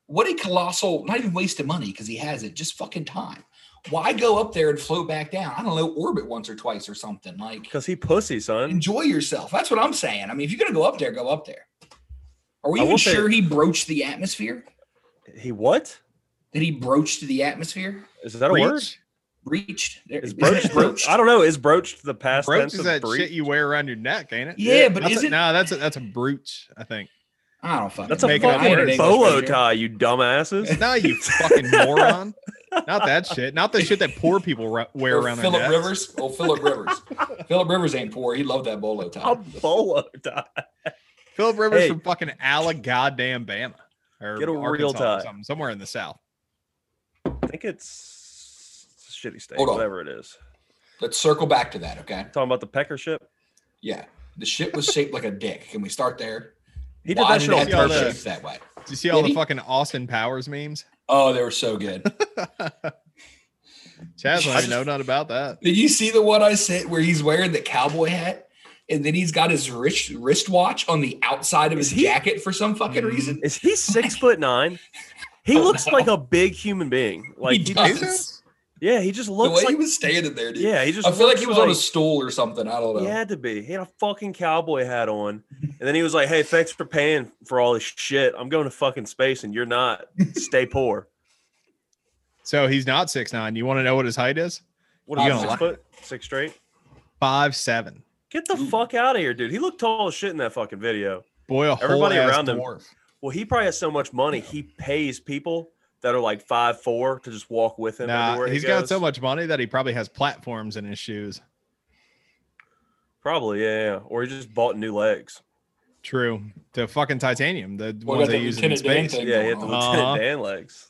Speaker 1: what a colossal, not even waste of money because he has it, just fucking time. Why go up there and float back down? I don't know, orbit once or twice or something. Like
Speaker 3: Because he pussy, son.
Speaker 1: enjoy yourself. That's what I'm saying. I mean, if you're gonna go up there, go up there. Are we
Speaker 3: I
Speaker 1: even
Speaker 3: will say-
Speaker 1: sure he broached the atmosphere?
Speaker 3: He what?
Speaker 1: That he broached the atmosphere?
Speaker 3: Is that a word?
Speaker 2: Breech?
Speaker 1: Breached? There-
Speaker 3: Is
Speaker 1: isn't
Speaker 3: broached?
Speaker 1: it
Speaker 3: I don't know. Is broached the past
Speaker 2: Brooch
Speaker 3: tense
Speaker 2: is
Speaker 3: of
Speaker 2: that
Speaker 3: breach?
Speaker 2: shit you wear around your neck, ain't it?
Speaker 1: Yeah, but
Speaker 2: that's
Speaker 1: is
Speaker 2: a,
Speaker 1: it-
Speaker 2: no, that's a that's a brooch, I think.
Speaker 1: I don't fucking.
Speaker 3: That's a
Speaker 1: know.
Speaker 2: Make it up
Speaker 1: I ain't an
Speaker 3: fucking
Speaker 2: words.
Speaker 1: English
Speaker 3: bolo
Speaker 1: major.
Speaker 3: tie, you dumbasses.
Speaker 2: No, you fucking moron. Not that shit. Not the shit that poor people ru- wear
Speaker 1: Or
Speaker 2: around their
Speaker 1: Philip
Speaker 2: necks.
Speaker 1: Rivers. Oh, Philip Rivers. Philip Rivers ain't poor. He loved that bolo
Speaker 3: A
Speaker 1: tie.
Speaker 3: bolo tie.
Speaker 2: Philip Rivers
Speaker 3: Hey.
Speaker 2: from fucking Ala goddamn Bama. Or
Speaker 3: Get a real
Speaker 2: Arkansas or
Speaker 3: tie.
Speaker 2: something, somewhere in the south.
Speaker 3: I think it's shitty state,
Speaker 1: Hold on.
Speaker 3: whatever it is.
Speaker 1: Let's circle back to that. Okay.
Speaker 3: Talking about the pecker ship.
Speaker 1: Yeah. The shit was shaped like a dick. Can we start there?
Speaker 3: He did
Speaker 1: Why
Speaker 3: that
Speaker 1: did
Speaker 3: shit on
Speaker 1: that
Speaker 2: y'all
Speaker 1: thing
Speaker 2: know?
Speaker 3: purpose.
Speaker 1: shaped that way?
Speaker 2: Do you see all
Speaker 1: Did
Speaker 2: the
Speaker 1: he?
Speaker 2: fucking Austin Powers memes?
Speaker 1: Oh, they were so good.
Speaker 2: Chaz,
Speaker 1: I
Speaker 2: let me
Speaker 1: just-
Speaker 2: know not about that.
Speaker 1: Did you see the one I sent where he's wearing the cowboy hat and then he's got his wrist wristwatch on the outside of
Speaker 3: Is
Speaker 1: his
Speaker 3: he- Mm-hmm.
Speaker 1: jacket for some fucking
Speaker 2: Mhm.
Speaker 1: reason?
Speaker 3: Is he six foot nine? He
Speaker 1: don't
Speaker 3: looks
Speaker 1: know.
Speaker 3: like a big human being. Like he
Speaker 1: Oh, does.
Speaker 3: just,
Speaker 2: Jesus.
Speaker 3: yeah, he just
Speaker 1: The
Speaker 3: looks
Speaker 1: way
Speaker 3: like
Speaker 1: he was standing there, dude.
Speaker 3: yeah, he just.
Speaker 1: I feel like
Speaker 3: looks
Speaker 1: he was on a stool or something. I don't know.
Speaker 3: He had to be. He had a fucking cowboy hat on, and then he was like, "Hey, thanks for paying for all this shit. I'm going to fucking space, and you're not. Stay poor."
Speaker 2: So he's not six nine. You want to know what his height is?
Speaker 3: What are you
Speaker 1: You gonna
Speaker 3: six
Speaker 1: lie.
Speaker 3: foot? Six straight?
Speaker 2: Five seven.
Speaker 3: Get the
Speaker 1: Ooh.
Speaker 3: fuck out of here, dude. He looked tall as shit in that fucking video.
Speaker 2: Boy, a
Speaker 3: Everybody
Speaker 2: whole
Speaker 3: around
Speaker 2: ass
Speaker 3: him.
Speaker 2: dwarf.
Speaker 3: Well, he probably has so much money, he pays people that are like five four to just walk with him
Speaker 2: Nah,
Speaker 3: everywhere.
Speaker 2: he's
Speaker 3: He's
Speaker 2: got so much money that he probably has platforms in his shoes.
Speaker 3: Probably, yeah, yeah. Or he just bought new legs.
Speaker 2: True. To fucking titanium, the
Speaker 1: What
Speaker 2: ones
Speaker 1: about
Speaker 2: they
Speaker 1: the
Speaker 2: use in
Speaker 1: Lieutenant Dan
Speaker 2: space.
Speaker 1: thing?
Speaker 2: Uh-huh.
Speaker 3: Yeah, he had the
Speaker 1: going
Speaker 2: on.
Speaker 3: Lieutenant
Speaker 2: Uh-huh.
Speaker 3: Dan legs.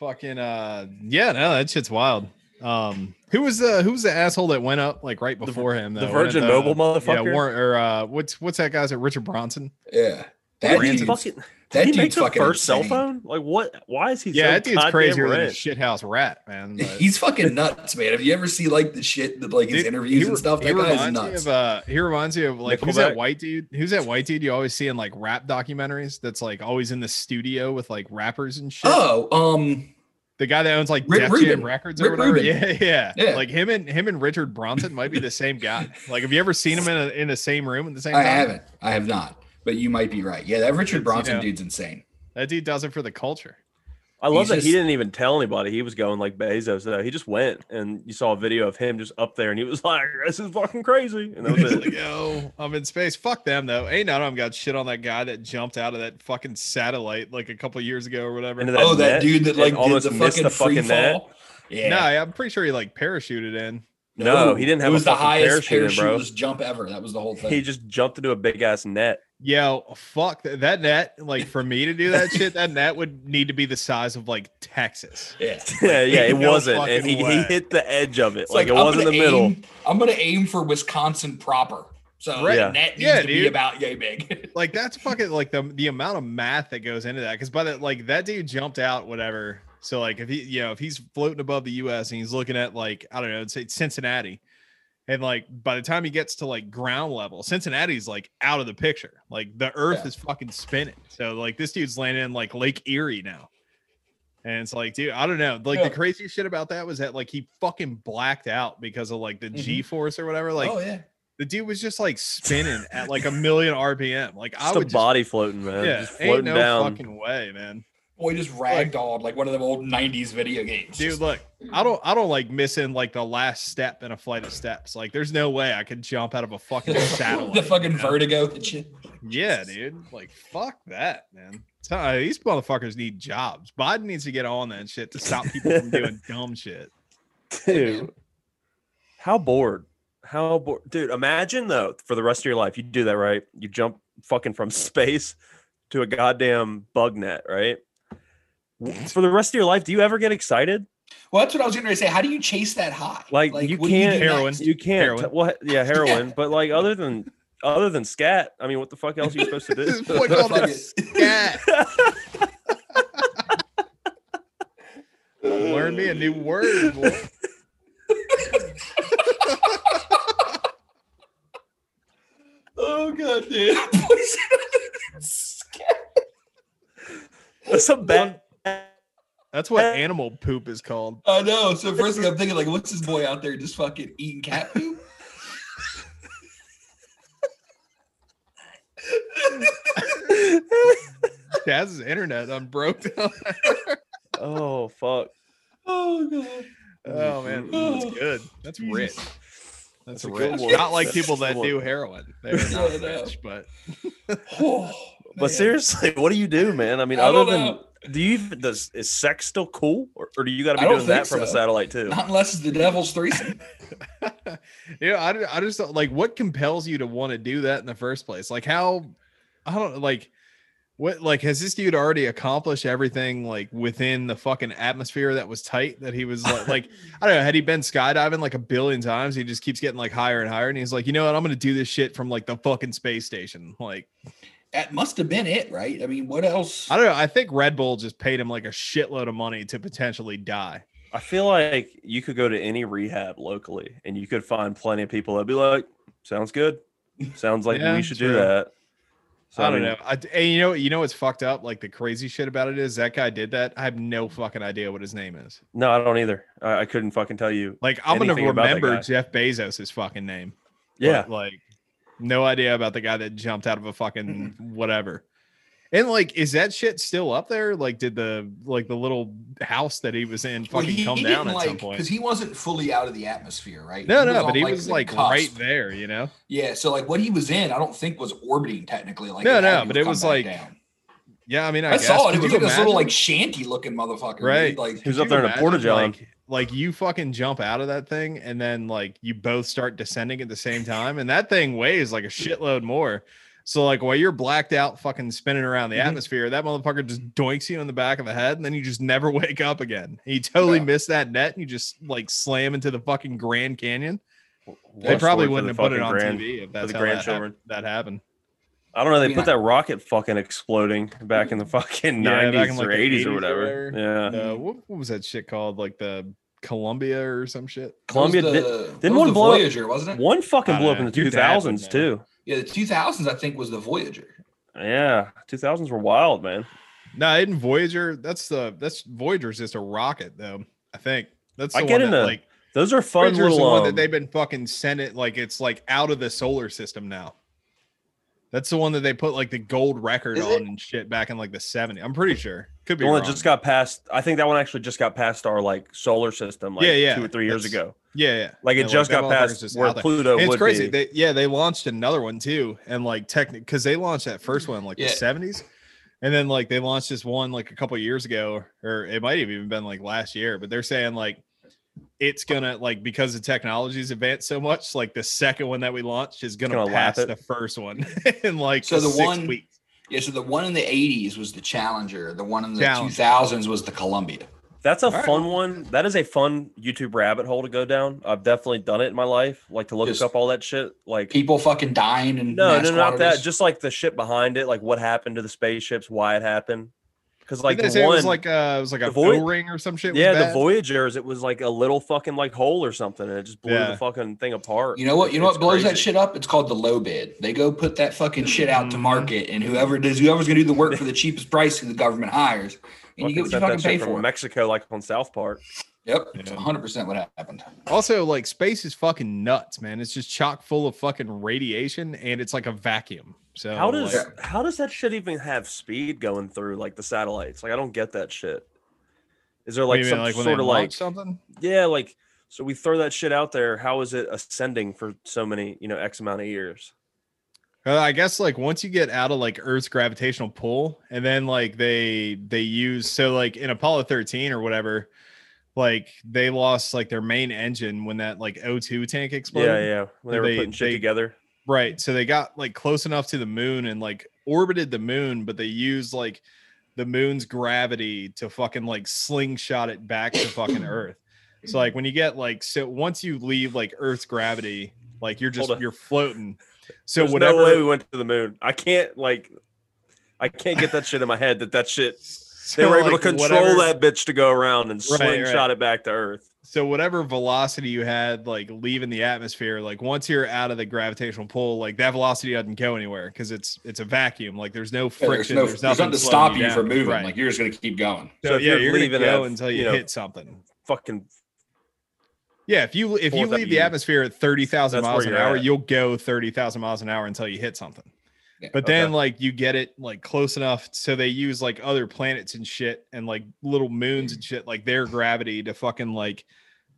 Speaker 2: Fucking uh yeah, no, that shit's wild. Um, who was the who was the asshole that went up like right before him?
Speaker 3: The
Speaker 2: though?
Speaker 3: Virgin
Speaker 2: And, uh,
Speaker 3: Mobile motherfucker.
Speaker 2: Yeah, Warren or uh, what's what's that guy's at Richard Bronson?
Speaker 1: Yeah. That
Speaker 3: Did he
Speaker 1: dude's,
Speaker 3: fucking- did
Speaker 1: that
Speaker 3: he
Speaker 1: dude's
Speaker 3: make the
Speaker 1: fucking
Speaker 3: first cell
Speaker 1: insane.
Speaker 3: phone? Like what? Why is he?
Speaker 2: Yeah,
Speaker 3: so
Speaker 2: that dude's
Speaker 3: goddamn
Speaker 2: crazier than a
Speaker 3: rich?
Speaker 2: shithouse rat, man. but-
Speaker 1: He's fucking nuts, man. Have you ever seen like the shit that like his
Speaker 2: Dude,
Speaker 1: interviews
Speaker 2: he re-
Speaker 1: and stuff?
Speaker 2: he
Speaker 1: That guy's
Speaker 2: reminds me
Speaker 1: nuts.
Speaker 2: Of, uh, he reminds you of like
Speaker 3: Nickelback.
Speaker 2: who's that white dude? Who's that white dude you always see in like rap documentaries? That's like always in the studio with like rappers and shit.
Speaker 1: oh, um,
Speaker 2: The guy that owns like
Speaker 1: Rick
Speaker 2: Def
Speaker 1: Rubin.
Speaker 2: Jam Records or
Speaker 1: Rick
Speaker 2: whatever.
Speaker 1: Rubin.
Speaker 2: Yeah, yeah,
Speaker 1: Yeah.
Speaker 2: Like him and him and Richard Bronson might be the same guy. Like, have you ever seen him in a, in the same room at the same
Speaker 1: I
Speaker 2: time?
Speaker 1: haven't. I have not. But you might be right. Yeah, that Richard Bronson
Speaker 2: know.
Speaker 1: dude's insane.
Speaker 2: That dude does it for the culture.
Speaker 3: I love
Speaker 1: He's
Speaker 3: that
Speaker 1: just-
Speaker 3: he didn't even tell anybody he was going like Bezos. Though he just went, and you saw a video of him just up there, and he was like, "This is fucking crazy," and that was
Speaker 2: He's
Speaker 3: it.
Speaker 2: like, yo, I'm in space. Fuck them though. Ain't none of them got shit on that guy that jumped out of that fucking satellite like a couple years ago or whatever.
Speaker 3: Into
Speaker 2: No,
Speaker 3: That
Speaker 1: oh, that
Speaker 3: net
Speaker 1: dude that
Speaker 3: and
Speaker 1: like did
Speaker 3: almost
Speaker 1: the
Speaker 3: missed
Speaker 1: fucking
Speaker 3: the
Speaker 1: free
Speaker 3: fucking net.
Speaker 1: fall. Yeah.
Speaker 2: I'm pretty sure he like parachuted in.
Speaker 3: No, he didn't have
Speaker 1: It
Speaker 3: a
Speaker 1: was the
Speaker 3: fucking
Speaker 1: highest
Speaker 3: parachute in, bro.
Speaker 1: parachuteless jump ever. That was the whole thing.
Speaker 3: He just jumped into a big ass net.
Speaker 2: Yo, fuck th- that net. Like for me to do that shit, that net would need to be the size of like Texas.
Speaker 1: yeah. It's
Speaker 3: yeah, yeah, it
Speaker 2: no
Speaker 3: wasn't, and
Speaker 2: fucking
Speaker 3: he, he
Speaker 2: way.
Speaker 3: hit the edge of it, like,
Speaker 1: like,
Speaker 3: it
Speaker 1: I'm
Speaker 3: wasn't the
Speaker 1: gonna
Speaker 3: middle.
Speaker 1: aim- I'm gonna aim for Wisconsin proper. So
Speaker 3: Right.
Speaker 1: right.
Speaker 3: Yeah.
Speaker 1: net needs
Speaker 2: Yeah,
Speaker 1: to be
Speaker 2: dude.
Speaker 1: about yay big.
Speaker 2: Like that's fucking like the the amount of math that goes into that. Because by the like that dude jumped out, whatever. So like if he you know if he's floating above the U.S. and he's looking at like I don't know, say Cincinnati, and like by the time he gets to like ground level, Cincinnati's like out of the picture. Like the Earth
Speaker 1: Yeah.
Speaker 2: is fucking spinning. So like this dude's landing in like Lake Erie now. And it's like, dude, I don't know. Like
Speaker 1: Yeah.
Speaker 2: the craziest shit about that was that like he fucking blacked out because of like the
Speaker 1: Mhm.
Speaker 2: G force or whatever. Like
Speaker 1: oh yeah.
Speaker 2: the dude was just like spinning at like a million RPM. Like I
Speaker 3: Just a
Speaker 2: would just,
Speaker 3: body floating, man.
Speaker 2: yeah,
Speaker 3: just
Speaker 2: ain't
Speaker 3: floating
Speaker 2: no
Speaker 3: down.
Speaker 2: fucking way, man.
Speaker 1: Boy just ragdolled like one of them old '90s video games.
Speaker 2: Dude, look, I don't, I don't like missing like the last step in a flight of steps. Like there's no way I could jump out of a fucking satellite.
Speaker 1: the fucking
Speaker 2: you know?
Speaker 1: vertigo and shit.
Speaker 2: Yeah, dude. Like fuck that, man. So, uh, these motherfuckers need jobs. Biden needs to get on that shit to stop people from doing dumb shit.
Speaker 3: Dude, how bored? How bored, dude? Imagine though, for the rest of your life, you do that, right? You jump fucking from space to a goddamn bug net, right? W- For the rest of your life, do you ever get excited?
Speaker 1: Well, that's what I was going to say. How do you chase that high?
Speaker 3: Like, you
Speaker 1: what do
Speaker 3: can't-
Speaker 1: do
Speaker 2: Heroin.
Speaker 1: next?
Speaker 3: You can't.
Speaker 2: Heroin.
Speaker 3: T- well, he- yeah, heroin. But like, other than other than scat, I mean, what the fuck else are you supposed to
Speaker 2: This
Speaker 3: do?
Speaker 2: boy called
Speaker 1: Fuck
Speaker 2: it
Speaker 1: it.
Speaker 2: scat. Learn me a new word. Boy.
Speaker 1: Oh god, dude! Poison scat.
Speaker 3: That's a bad.
Speaker 2: That's what animal poop is called.
Speaker 1: I know. So first thing I'm thinking, like, what's this boy out there just fucking eating cat poop?
Speaker 2: Chaz's internet on broke down.
Speaker 3: Oh fuck.
Speaker 1: Oh god.
Speaker 2: Oh man, that's good. That's rich. That's,
Speaker 3: That's a good
Speaker 2: rich.
Speaker 3: one.
Speaker 2: Not like
Speaker 3: That's
Speaker 2: people
Speaker 3: a good
Speaker 2: that do
Speaker 3: one.
Speaker 2: heroin. They're not
Speaker 1: I know.
Speaker 2: rich, but
Speaker 1: Oh, man.
Speaker 3: But seriously, what do you do, man? I mean,
Speaker 1: I
Speaker 3: other
Speaker 1: don't
Speaker 3: than
Speaker 1: know.
Speaker 3: do you even does is sex still cool, or, or do you got to
Speaker 1: I
Speaker 3: be
Speaker 1: don't
Speaker 3: doing that
Speaker 1: think
Speaker 3: from a
Speaker 1: so.
Speaker 3: satellite too?
Speaker 1: not unless it's the devil's threesome.
Speaker 2: yeah, I, don't- I just don't- like what compels you to want to do that in the first place. Like how I don't like what like has this dude already accomplished everything like within the fucking atmosphere that was tight that he was like, like I don't know had he been skydiving like a billion times he just keeps getting like higher and higher and he's like you know what I'm gonna do this shit from like the fucking space station like
Speaker 1: That must have been it, right? I mean, what else?
Speaker 2: I don't know I think Red Bull just paid him like a shitload of money to potentially die
Speaker 3: I feel like you could go to any rehab locally, and you could find plenty of people that'd be like, "Sounds good. Sounds like
Speaker 2: Yeah,
Speaker 3: we should
Speaker 2: true.
Speaker 3: do that." So
Speaker 2: I don't
Speaker 3: mean,
Speaker 2: know I, and you know you know what's fucked up like the crazy shit about it is that guy did that I have no fucking idea what his name is.
Speaker 3: No, I don't either. I, I couldn't fucking tell you.
Speaker 2: Like I'm
Speaker 3: anything
Speaker 2: gonna
Speaker 3: about that
Speaker 2: remember
Speaker 3: guy.
Speaker 2: Jeff Bezos' fucking name.
Speaker 3: Yeah,
Speaker 2: But, like no idea about the guy that jumped out of a fucking whatever. And like, is that shit still up there? Like, did the like the little house that he was in
Speaker 1: Well,
Speaker 2: fucking
Speaker 1: he,
Speaker 2: come
Speaker 1: he
Speaker 2: down
Speaker 1: didn't
Speaker 2: at
Speaker 1: like
Speaker 2: some
Speaker 1: because
Speaker 2: point?
Speaker 1: he wasn't fully out of the atmosphere, right?
Speaker 2: No, no,
Speaker 1: on,
Speaker 2: but he was
Speaker 1: the
Speaker 2: like
Speaker 1: cusp.
Speaker 2: right there, you know.
Speaker 1: Yeah, so like what he was in, I don't think was orbiting technically. Like
Speaker 2: No,
Speaker 1: it had
Speaker 2: no,
Speaker 1: to have
Speaker 2: but it
Speaker 1: come
Speaker 2: was
Speaker 1: back
Speaker 2: like-
Speaker 1: down.
Speaker 2: Yeah, I mean, I,
Speaker 1: I
Speaker 2: guess.
Speaker 1: saw it. It
Speaker 2: Could
Speaker 1: was
Speaker 2: you
Speaker 1: like this little
Speaker 2: imagine?
Speaker 1: like shanty looking motherfucker, dude.
Speaker 2: Right.
Speaker 1: Like
Speaker 3: he was
Speaker 2: Could
Speaker 3: up
Speaker 2: you
Speaker 3: there in a
Speaker 2: imagine,
Speaker 3: porta john.
Speaker 2: Like, like you fucking jump out of that thing, and then like you both start descending at the same time, and that thing weighs like a shitload more. So like while you're blacked out, fucking spinning around
Speaker 3: Mm-hmm.
Speaker 2: the atmosphere, that motherfucker just doinks you in the back of the head, and then you just never wake up again. And you totally
Speaker 1: Yeah.
Speaker 2: miss that net, and you just like slam into the fucking Grand Canyon.
Speaker 3: What
Speaker 2: They
Speaker 3: a story
Speaker 2: probably
Speaker 3: for
Speaker 2: wouldn't have
Speaker 3: the
Speaker 2: put it
Speaker 3: fucking
Speaker 2: on
Speaker 3: grand-
Speaker 2: TV if that's
Speaker 3: the
Speaker 2: how that happened.
Speaker 3: grandchildren.
Speaker 2: That happened.
Speaker 3: I don't know. They
Speaker 1: Yeah.
Speaker 3: put that rocket fucking exploding back in the fucking
Speaker 2: Yeah, back
Speaker 3: nineties
Speaker 2: in, like,
Speaker 3: or
Speaker 2: the
Speaker 3: eighties
Speaker 2: 80s or
Speaker 3: or whatever.
Speaker 2: whatever.
Speaker 3: Yeah,
Speaker 2: Uh, what, what was that shit called? Like the Columbia or some shit.
Speaker 3: Columbia
Speaker 1: That was
Speaker 3: did,
Speaker 1: the- that
Speaker 3: didn't
Speaker 1: was
Speaker 3: one
Speaker 1: the
Speaker 3: blow up-
Speaker 1: Voyager, wasn't it?
Speaker 3: one fucking
Speaker 2: I
Speaker 3: blew up
Speaker 2: don't
Speaker 3: in the
Speaker 2: know.
Speaker 3: two
Speaker 2: Your dad would
Speaker 3: thousands
Speaker 2: know.
Speaker 3: too.
Speaker 1: Yeah, the 2000s I think was the Voyager.
Speaker 3: Yeah, two thousands were wild, man.
Speaker 2: No, nah, in Voyager, that's the that's Voyager's just a rocket though. I think that's the
Speaker 3: I
Speaker 2: one
Speaker 3: get
Speaker 2: that,
Speaker 3: into
Speaker 2: like
Speaker 3: Those are fun
Speaker 2: Voyager's
Speaker 3: little.
Speaker 2: the one that
Speaker 3: um,
Speaker 2: they've been fucking sent it like it's like out of the solar system now. That's the one that they put like the gold record
Speaker 1: Is
Speaker 2: on
Speaker 1: it?
Speaker 2: and shit back in like the 70s. I'm pretty sure. Could be
Speaker 3: the one
Speaker 2: wrong.
Speaker 3: that just got past. I think that one actually just got past our like solar system, like
Speaker 2: Yeah, yeah,
Speaker 3: two or three years
Speaker 2: that's-
Speaker 3: ago.
Speaker 2: yeah, yeah.
Speaker 3: Like it
Speaker 2: Yeah,
Speaker 3: just
Speaker 2: that
Speaker 3: got
Speaker 2: motherfucker's
Speaker 3: past
Speaker 2: just
Speaker 3: where
Speaker 2: out there.
Speaker 3: Pluto
Speaker 2: It's
Speaker 3: would
Speaker 2: crazy.
Speaker 3: be.
Speaker 2: They, yeah, they launched another one too, and like technic because they launched that first one in, like
Speaker 1: Yeah.
Speaker 2: the seventies, and then like they launched this one like a couple years ago, or it might have even been like last year. But they're saying like it's gonna like because the technology's advanced so much, like the second one that we launched is gonna,
Speaker 3: Gonna lap
Speaker 2: pass
Speaker 3: it.
Speaker 2: the first one in like
Speaker 1: So the
Speaker 2: six
Speaker 1: one-
Speaker 2: weeks.
Speaker 1: Yeah, so the one in the 80s was the Challenger. The one in the
Speaker 2: Challenger.
Speaker 1: 2000s was the Columbia.
Speaker 3: That's a
Speaker 2: right.
Speaker 3: fun one. That is a fun YouTube rabbit hole to go down. I've definitely done it in my life, like to look
Speaker 1: Just
Speaker 3: up all that shit. Like
Speaker 1: People fucking dying and
Speaker 3: no, no, not that. Just like the shit behind it, like what happened to the spaceships, why it happened. Because like
Speaker 2: Didn't they
Speaker 3: the
Speaker 2: say
Speaker 3: one,
Speaker 2: it was like uh, it was like a
Speaker 3: the Voy-
Speaker 2: ring or some shit. was
Speaker 3: yeah, the
Speaker 2: bad?
Speaker 3: Voyagers, it was like a little fucking like hole or something, and it just blew
Speaker 2: Yeah.
Speaker 3: the fucking thing apart.
Speaker 1: you know what? You know
Speaker 3: It's
Speaker 1: what blows that
Speaker 3: crazy.
Speaker 1: shit up? It's called the low bid. They go put that fucking shit out to
Speaker 2: Mhm.
Speaker 1: market, and whoever does, whoever's gonna do the work for the cheapest price, who the government hires, and you
Speaker 3: Fucking
Speaker 1: get what you
Speaker 3: sent
Speaker 1: fucking
Speaker 3: that
Speaker 1: pay
Speaker 3: shit from
Speaker 1: for. it.
Speaker 3: Mexico, like on South Park.
Speaker 1: Yep, it's
Speaker 2: Yeah.
Speaker 1: 100 percent what happened.
Speaker 2: Also, like space is fucking nuts, man. It's just chock full of fucking radiation, and it's like a vacuum. So
Speaker 3: How does
Speaker 2: like,
Speaker 3: how does that shit even have speed going through like the satellites? Like I don't get that shit. Is there
Speaker 2: what do
Speaker 3: like
Speaker 2: you
Speaker 3: some
Speaker 2: mean, when
Speaker 3: sort
Speaker 2: they
Speaker 3: of
Speaker 2: launch
Speaker 3: like
Speaker 2: something?
Speaker 3: yeah, like so we throw that shit out there. How is it ascending for so many you know x amount of years?
Speaker 2: Uh, I guess like once you get out of like Earth's gravitational pull, and then like they they use so like in Apollo 13 or whatever, like they lost like their main engine when that like O2 tank exploded.
Speaker 3: yeah, yeah. When they were
Speaker 2: they-
Speaker 3: putting shit
Speaker 2: they-
Speaker 3: together,
Speaker 2: Right. So they got like close enough to the moon and like orbited the moon, but they used like the moon's gravity to fucking like slingshot it back to fucking Earth. So like when you get like so once you leave like Earth's gravity, like you're just
Speaker 3: Hold on.
Speaker 2: you're floating. So
Speaker 3: there's
Speaker 2: whatever
Speaker 3: no way we went to the moon. I can't like, I can't get that shit in my head that that shit. They
Speaker 2: so,
Speaker 3: were able
Speaker 2: like,
Speaker 3: to control
Speaker 2: whatever-
Speaker 3: that bitch to go around and
Speaker 2: Right, right.
Speaker 3: slingshot it back to Earth.
Speaker 2: so whatever velocity you had like leaving the atmosphere like once you're out of the gravitational pull like that velocity doesn't go anywhere because it's it's a vacuum like there's no
Speaker 1: Yeah,
Speaker 2: friction
Speaker 1: there's, no,
Speaker 2: there's,
Speaker 1: there's nothing to
Speaker 2: slowing
Speaker 1: stop you
Speaker 2: down.
Speaker 1: from moving.
Speaker 2: Right.
Speaker 1: Like you're just gonna keep going.
Speaker 2: so,
Speaker 3: So if
Speaker 2: yeah
Speaker 3: you're
Speaker 2: you're, gonna
Speaker 3: leaving
Speaker 2: go
Speaker 3: at,
Speaker 2: until you,
Speaker 3: you know,
Speaker 2: hit something
Speaker 3: Fucking
Speaker 2: yeah if you if you
Speaker 3: Fourth
Speaker 2: leave the
Speaker 3: avenue.
Speaker 2: atmosphere at 30,000
Speaker 3: That's where
Speaker 2: miles an
Speaker 3: you're
Speaker 2: hour
Speaker 3: at.
Speaker 2: you'll go 30,000 miles an hour until you hit something
Speaker 1: Yeah,
Speaker 2: but then
Speaker 3: okay.
Speaker 2: like you get it like close enough so they use like other planets and shit and like little moons and shit like their gravity to fucking like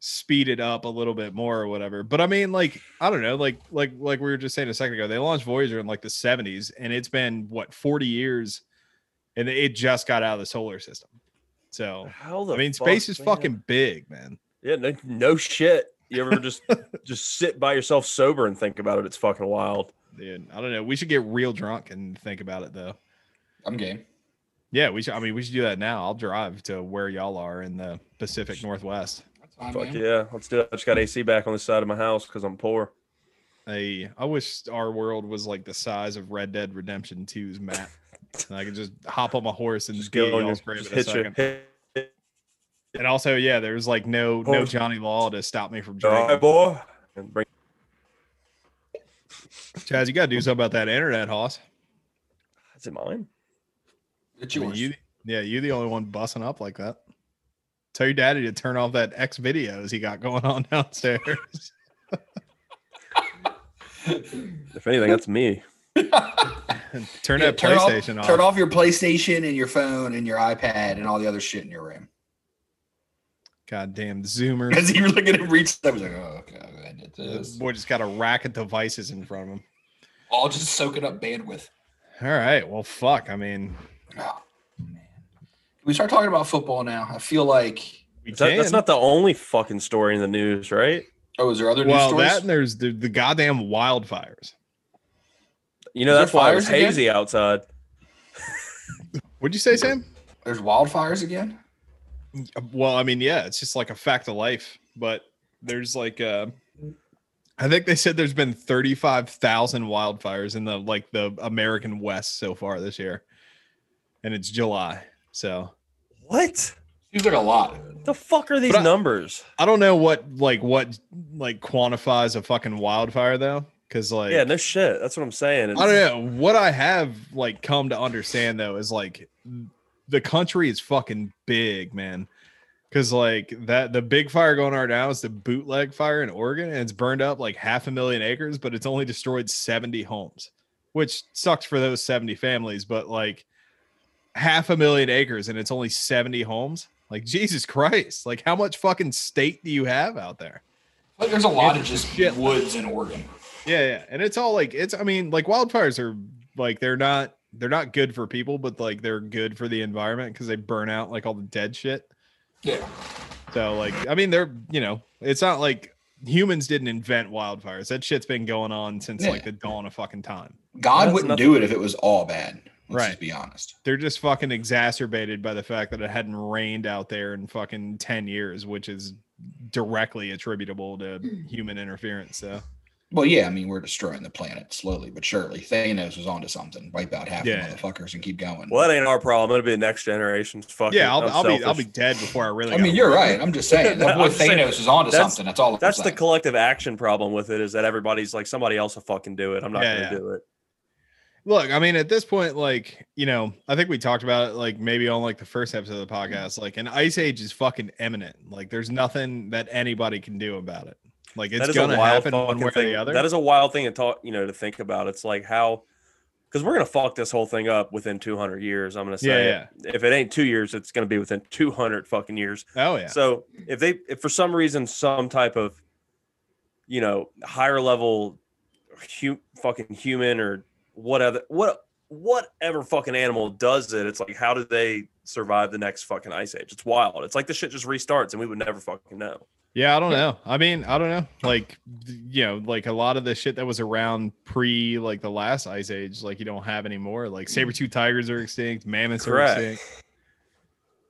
Speaker 2: speed it up a little bit more or whatever. But I mean, like, I don't know, like, like, like we were just saying a second ago, they launched Voyager in like the 70s, and it's been what 40 years, and it just got out of the solar system. So
Speaker 3: how the
Speaker 2: Oh, I mean,
Speaker 3: fuck,
Speaker 2: space is
Speaker 3: man?
Speaker 2: fucking big, man.
Speaker 3: Yeah, no, no shit. You ever just just sit by yourself sober and think about it? It's fucking wild.
Speaker 2: Dude, I don't know. We should get real drunk and think about it though.
Speaker 1: I'm game.
Speaker 2: Yeah, we should. I mean, we should do that now. I'll drive to where y'all are in the Pacific Northwest.
Speaker 1: That's fine,
Speaker 3: Fuck
Speaker 1: man.
Speaker 3: yeah, let's do it. I just got AC back on the side of my house because I'm poor.
Speaker 2: I I wish our world was like the size of Red Dead Redemption 2's map. and I could just hop on my horse and
Speaker 3: Just
Speaker 2: be
Speaker 3: go on your,
Speaker 2: y'all's grave
Speaker 3: just
Speaker 2: in a
Speaker 3: hit your
Speaker 2: second.
Speaker 3: hit,
Speaker 2: And also, yeah, there was like no no
Speaker 3: Horse.
Speaker 2: Johnny Law to stop me from
Speaker 3: Oh. all right,
Speaker 2: drinking.
Speaker 3: boy. And bring,
Speaker 2: Chaz, you gotta do something about that internet, Hoss.
Speaker 3: is it mine?
Speaker 1: It's
Speaker 2: I mean,
Speaker 1: yours.
Speaker 2: you, yeah, you the only one busting up like that. Tell your daddy to turn off that X videos he got going on downstairs.
Speaker 3: If anything, that's me.
Speaker 2: turn
Speaker 1: Yeah,
Speaker 2: that PlayStation
Speaker 1: off,
Speaker 2: off.
Speaker 1: Turn off your PlayStation and your phone and your iPad and all the other shit in your room.
Speaker 2: Goddamn Zoomer.
Speaker 1: Because he was looking at reach, I was like, oh, okay, I did this.
Speaker 2: boy just got a rack of devices in front of him.
Speaker 1: All just soaking up bandwidth.
Speaker 2: All right. Well, fuck. I mean,
Speaker 1: Oh, man. Can we start talking about football now? I feel like.
Speaker 2: we
Speaker 3: Is that- that's
Speaker 2: can.
Speaker 3: not the only fucking story in the news, right?
Speaker 1: Oh, is there other
Speaker 2: well,
Speaker 1: news
Speaker 2: that
Speaker 1: stories?
Speaker 2: and there's the, the goddamn wildfires.
Speaker 3: You know
Speaker 1: Is there
Speaker 3: that's why it was
Speaker 1: fires again?
Speaker 3: hazy outside.
Speaker 2: What'd you say, Sam?
Speaker 1: There's wildfires again.
Speaker 2: Well, I mean, yeah, it's just like a fact of life. But there's like, uh, I think they said there's been 35,000 wildfires in the like the American West so far this year, and it's July. So
Speaker 3: What
Speaker 1: Seems like a lot.
Speaker 3: the fuck are these
Speaker 2: But I-
Speaker 3: numbers?
Speaker 2: I don't know what like what like quantifies a fucking wildfire though, because like
Speaker 3: yeah, no shit. That's what I'm saying.
Speaker 2: I don't know what I have like come to understand though is like the country is fucking big, man. Cause like that the big fire going on right now is the bootleg fire in Oregon, and it's burned up like half a million acres, but it's only destroyed 70 homes, which sucks for those 70 families, but like half a million acres and it's only 70 homes. Like Jesus Christ, like how much fucking state do you have out there?
Speaker 1: Like there's a lot of just
Speaker 2: Shit.
Speaker 1: woods in Oregon.
Speaker 2: Yeah, yeah. And it's all like it's I mean, like wildfires are like they're not they're not good for people, but like they're good for the environment because they burn out like all the dead shit.
Speaker 1: Yeah.
Speaker 2: So like I mean they're you know, it's not like humans didn't invent wildfires. That shit's been going on since
Speaker 1: Yeah.
Speaker 2: like the dawn of fucking time.
Speaker 1: God
Speaker 3: That's
Speaker 1: wouldn't
Speaker 3: nothing.
Speaker 1: do it if it was all bad. Let's
Speaker 2: Right.
Speaker 1: just be honest.
Speaker 2: They're just fucking exacerbated by the fact that it hadn't rained out there in fucking 10 years, which is directly attributable to
Speaker 1: Mm.
Speaker 2: human interference. So
Speaker 1: Well, yeah, I mean, we're destroying the planet slowly but surely. Thanos was onto something. Wipe out half
Speaker 2: Yeah.
Speaker 1: the motherfuckers and keep going.
Speaker 3: Well, that ain't our problem. It'll be the next generation's fucking.
Speaker 2: yeah, I'll, I'll be I'll be dead before I really
Speaker 1: I
Speaker 2: got
Speaker 1: mean, you're right. I'm just saying. That boy
Speaker 3: I'm saying-
Speaker 1: Thanos is onto
Speaker 3: that's-
Speaker 1: something. That's all. I'm
Speaker 3: That's the
Speaker 1: saying.
Speaker 3: collective action problem with it is that everybody's like somebody else will fucking do it. I'm not
Speaker 2: Yeah,
Speaker 3: gonna
Speaker 2: yeah.
Speaker 3: do it.
Speaker 2: look i mean at this point like you know i think we talked about it like maybe on like the first episode of the
Speaker 3: Mm-hmm.
Speaker 2: podcast like an ice age is fucking imminent like there's nothing that anybody can do about it like
Speaker 3: that
Speaker 2: it's
Speaker 3: is a
Speaker 2: gonna
Speaker 3: wild
Speaker 2: happen one
Speaker 3: fucking
Speaker 2: way or
Speaker 3: thing.
Speaker 2: the other
Speaker 3: That is a wild thing to talk, you know, to think about. It's like how because we're gonna fuck this whole thing up within 200 years. I'm gonna say
Speaker 2: yeah
Speaker 3: it.
Speaker 2: yeah
Speaker 3: if it ain't two years, it's gonna be within 200 fucking years.
Speaker 2: oh yeah
Speaker 3: So if they, if for some reason, some type of, you know, higher level, hu- fucking human or whatever, what whatever fucking animal does it, it's like how do they survive the next fucking ice age? It's wild. It's like the shit just restarts and we would never fucking know.
Speaker 2: yeah i don't know i mean i don't know like th- you know like a lot of the shit that was around pre like the last ice age like you don't have anymore like saber-tooth tigers are extinct mammoths
Speaker 3: Mm-hmm. Correct.
Speaker 2: are extinct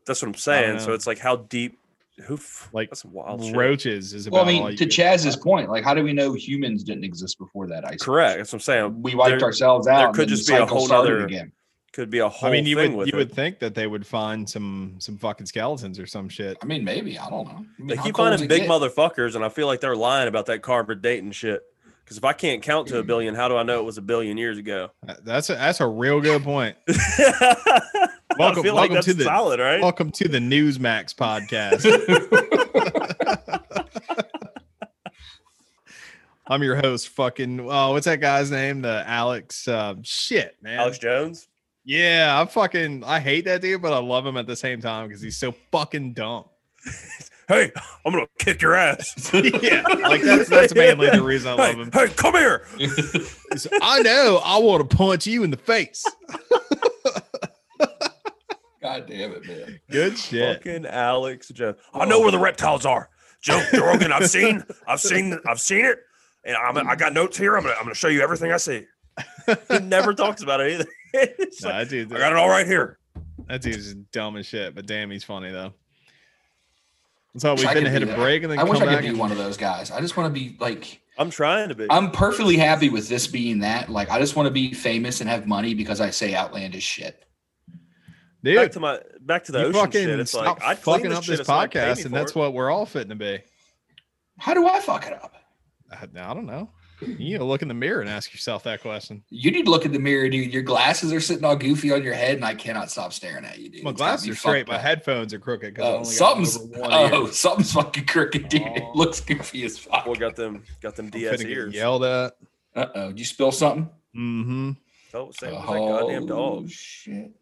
Speaker 3: That's what I'm saying. So
Speaker 2: know.
Speaker 3: it's like how deep, who f-
Speaker 2: Like,
Speaker 3: that's some wild shit.
Speaker 2: roaches is about
Speaker 1: Well, I
Speaker 2: all you
Speaker 1: mean, to
Speaker 2: can-
Speaker 1: Chaz's point, like, how do we know humans didn't exist before that ice?
Speaker 3: Correct. That's what I'm saying.
Speaker 1: We wiped
Speaker 3: There-
Speaker 1: ourselves out.
Speaker 3: there
Speaker 1: and
Speaker 3: could
Speaker 1: then the
Speaker 3: just be a
Speaker 1: cycle
Speaker 3: whole
Speaker 1: started
Speaker 3: nother-
Speaker 1: again.
Speaker 3: Could be a whole
Speaker 2: i mean you
Speaker 3: thing
Speaker 2: would
Speaker 3: with
Speaker 2: you
Speaker 3: it.
Speaker 2: would think that they would find some some fucking skeletons or some shit
Speaker 1: I mean, maybe I don't know. I mean,
Speaker 3: They
Speaker 1: how
Speaker 3: keep
Speaker 1: cold does
Speaker 3: finding big
Speaker 1: it get?
Speaker 3: motherfuckers, and I feel like they're lying about that Carver Dayton shit. Because if I can't count
Speaker 1: Mm.
Speaker 3: to a billion, how do I know it was a billion years ago?
Speaker 2: Uh, That's a, that's a real good point.
Speaker 3: I
Speaker 2: Welcome-
Speaker 3: feel
Speaker 2: welcome
Speaker 3: like
Speaker 2: to
Speaker 3: that's
Speaker 2: the-
Speaker 3: solid, right?
Speaker 2: Welcome to the Newsmax podcast. I'm your host, fucking. Oh, what's that guy's name? The Alex. Uh, shit, man.
Speaker 3: Alex Jones.
Speaker 2: Yeah, I fucking. I hate that dude, but I love him at the same time because he's so fucking dumb.
Speaker 3: Hey, I'm gonna kick your ass.
Speaker 2: Yeah, like that's that's mainly the reason I love
Speaker 3: hey,
Speaker 2: him.
Speaker 3: hey, come here.
Speaker 2: He's, I know. I want to punch you in the face.
Speaker 1: God damn it, man!
Speaker 2: Good shit.
Speaker 3: Fucking Alex Jones. I
Speaker 1: Oh.
Speaker 3: know where the reptiles are. Joe Rogan, I've seen, I've seen, I've seen it, and I'm, I got notes here. I'm gonna, I'm gonna show you everything I see. He never talks about it either. It's
Speaker 2: Nah,
Speaker 3: like,
Speaker 2: that dude.
Speaker 3: I got it all right here.
Speaker 2: That dude's just dumb as shit, but damn, he's funny though. So we've
Speaker 1: I
Speaker 2: been to
Speaker 1: could
Speaker 2: hit
Speaker 1: do that.
Speaker 2: a break and then
Speaker 1: I
Speaker 2: come
Speaker 1: wish I
Speaker 2: back.
Speaker 1: could be one of those guys. I just want to be like.
Speaker 3: I'm trying to be.
Speaker 1: I'm perfectly happy with this being that. Like, I just want to be famous and have money because I say outlandish shit.
Speaker 3: back
Speaker 2: Dude,
Speaker 3: to my back to the
Speaker 2: you
Speaker 3: ocean
Speaker 2: fucking
Speaker 3: shit. It's
Speaker 2: stop
Speaker 3: like I clean
Speaker 2: fucking
Speaker 3: this
Speaker 2: up
Speaker 3: shit,
Speaker 2: this
Speaker 3: it's not like, pay me
Speaker 2: podcast, and
Speaker 3: for
Speaker 2: that's
Speaker 3: it.
Speaker 2: what we're all fitting to be.
Speaker 1: How do I fuck it up?
Speaker 2: I, I don't know. You need to look in the mirror and ask yourself that question.
Speaker 1: You need to look in the mirror, dude. Your glasses are sitting all goofy on your head, and I cannot stop staring at you, dude.
Speaker 2: My
Speaker 1: It's got
Speaker 2: glasses
Speaker 1: me
Speaker 2: are straight.
Speaker 1: fucked
Speaker 2: My
Speaker 1: up.
Speaker 2: headphones are crooked because I
Speaker 1: Oh,
Speaker 2: only got
Speaker 1: something's
Speaker 2: over one
Speaker 1: oh,
Speaker 2: ear.
Speaker 1: something's fucking crooked, dude.
Speaker 2: Oh.
Speaker 1: It looks goofy as fuck.
Speaker 3: Boy got them got them
Speaker 2: I'm
Speaker 3: DS
Speaker 2: finna get
Speaker 3: ears.
Speaker 2: yelled at.
Speaker 1: Uh oh, did you spill something?
Speaker 2: Mm-hmm.
Speaker 3: Oh, same with that
Speaker 1: oh,
Speaker 3: goddamn dog.
Speaker 1: Shit.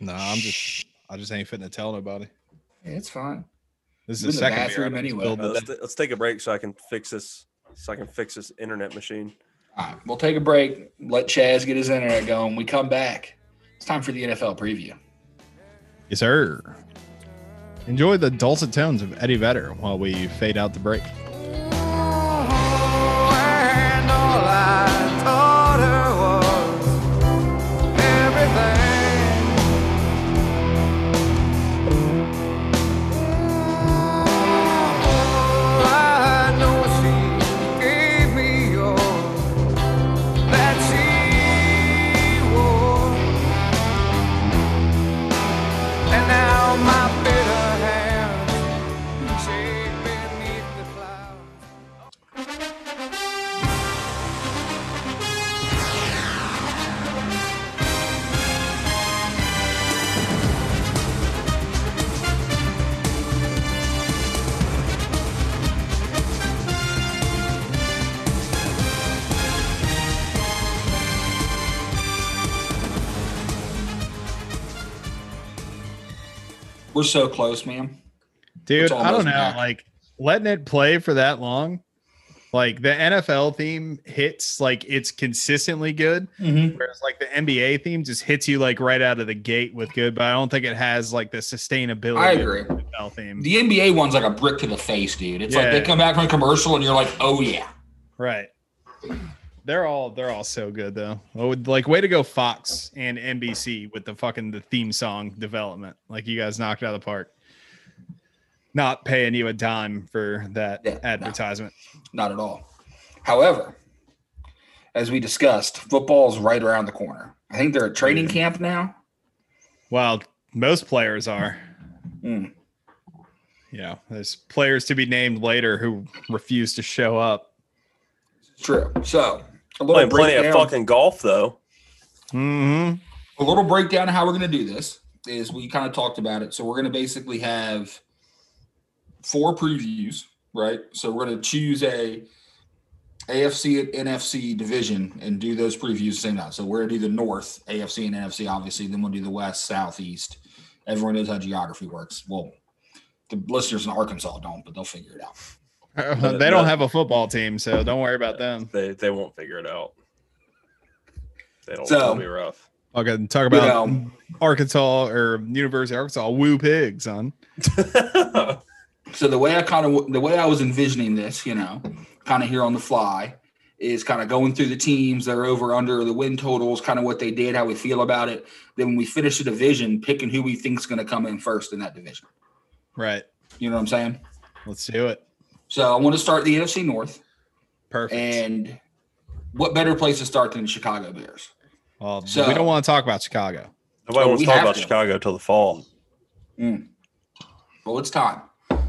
Speaker 2: No, I'm just, I just ain't fitting to tell nobody.
Speaker 1: Yeah, it's fine.
Speaker 2: This is
Speaker 1: In
Speaker 2: the
Speaker 1: the
Speaker 2: second beer
Speaker 1: bathroom
Speaker 2: I've
Speaker 1: anyway.
Speaker 2: spilled
Speaker 3: Uh, let's,
Speaker 2: today.
Speaker 3: t- let's take a break so I can fix this. So I can fix this internet machine.
Speaker 1: All right, we'll take a break. Let Chaz get his internet going. We come back. It's time for the NFL preview.
Speaker 2: Yes, sir. Enjoy the dulcet tones of Eddie Vedder while we fade out the break.
Speaker 4: And all I taught her was Oh,
Speaker 1: We're so close, man.
Speaker 2: dude.
Speaker 1: It's
Speaker 2: I don't
Speaker 1: almost
Speaker 2: know,
Speaker 1: back.
Speaker 2: like letting it play for that long. Like the NFL theme hits, like it's consistently good, whereas like the NBA theme just hits you like right out of the gate with good. But I don't think it has like the sustainability.
Speaker 1: I
Speaker 2: of
Speaker 1: agree.
Speaker 2: the NFL theme,
Speaker 1: The NBA one's like a brick to the face, dude. It's like they
Speaker 2: Yeah.
Speaker 1: come back from a commercial and you're like, oh yeah.
Speaker 2: right? They're all they're all so good though. Oh, like way to go, Fox and NBC with the fucking the theme song development. Like you guys knocked it out of the park. Not paying you a dime for that
Speaker 1: Yeah, no.
Speaker 2: advertisement.
Speaker 1: Not at all. However, as we discussed, football's right around the corner. I think they're at training camp now.
Speaker 2: Well, most players are.
Speaker 1: Mm.
Speaker 2: You know, there's players to be named later who refuse to show up.
Speaker 1: True. So a little
Speaker 3: Playing plenty of
Speaker 1: breakdown-
Speaker 3: fucking golf though.
Speaker 2: hmm
Speaker 1: a little breakdown of how we're going to do this is we kind of talked about it. So we're going to basically have four previews, right? So we're going to choose a AFC and NFC division and do those previews the same time. So we're going to do the North AFC and NFC, obviously. Then we'll do the West, Southeast. Everyone knows how geography works. Well, the listeners in Arkansas don't, but they'll figure it out.
Speaker 2: they don't have a football team, so don't worry about them.
Speaker 3: They they won't figure it out. They don't.
Speaker 1: So-
Speaker 3: it'll be rough.
Speaker 2: Okay, talk
Speaker 1: You
Speaker 2: about
Speaker 1: know,
Speaker 2: Arkansas or University of Arkansas. Woo pigs, son.
Speaker 1: so the way I kind of the way I was envisioning this, you know, kind of here on the fly, is kind of going through the teams, their over under, the win totals, kind of what they did, how we feel about it. Then when we finish a division, picking who we think's going to come in first in that division.
Speaker 2: Right.
Speaker 1: You know what I'm saying?
Speaker 2: Let's do it.
Speaker 1: So I want to start the NFC North,
Speaker 2: Perfect.
Speaker 1: and what better place to start than the Chicago Bears?
Speaker 2: well,
Speaker 1: so-
Speaker 2: we don't want to talk about Chicago.
Speaker 3: Nobody wants
Speaker 1: we
Speaker 3: to talk
Speaker 1: have
Speaker 3: about
Speaker 1: to.
Speaker 3: Chicago till the fall.
Speaker 1: Well, it's time.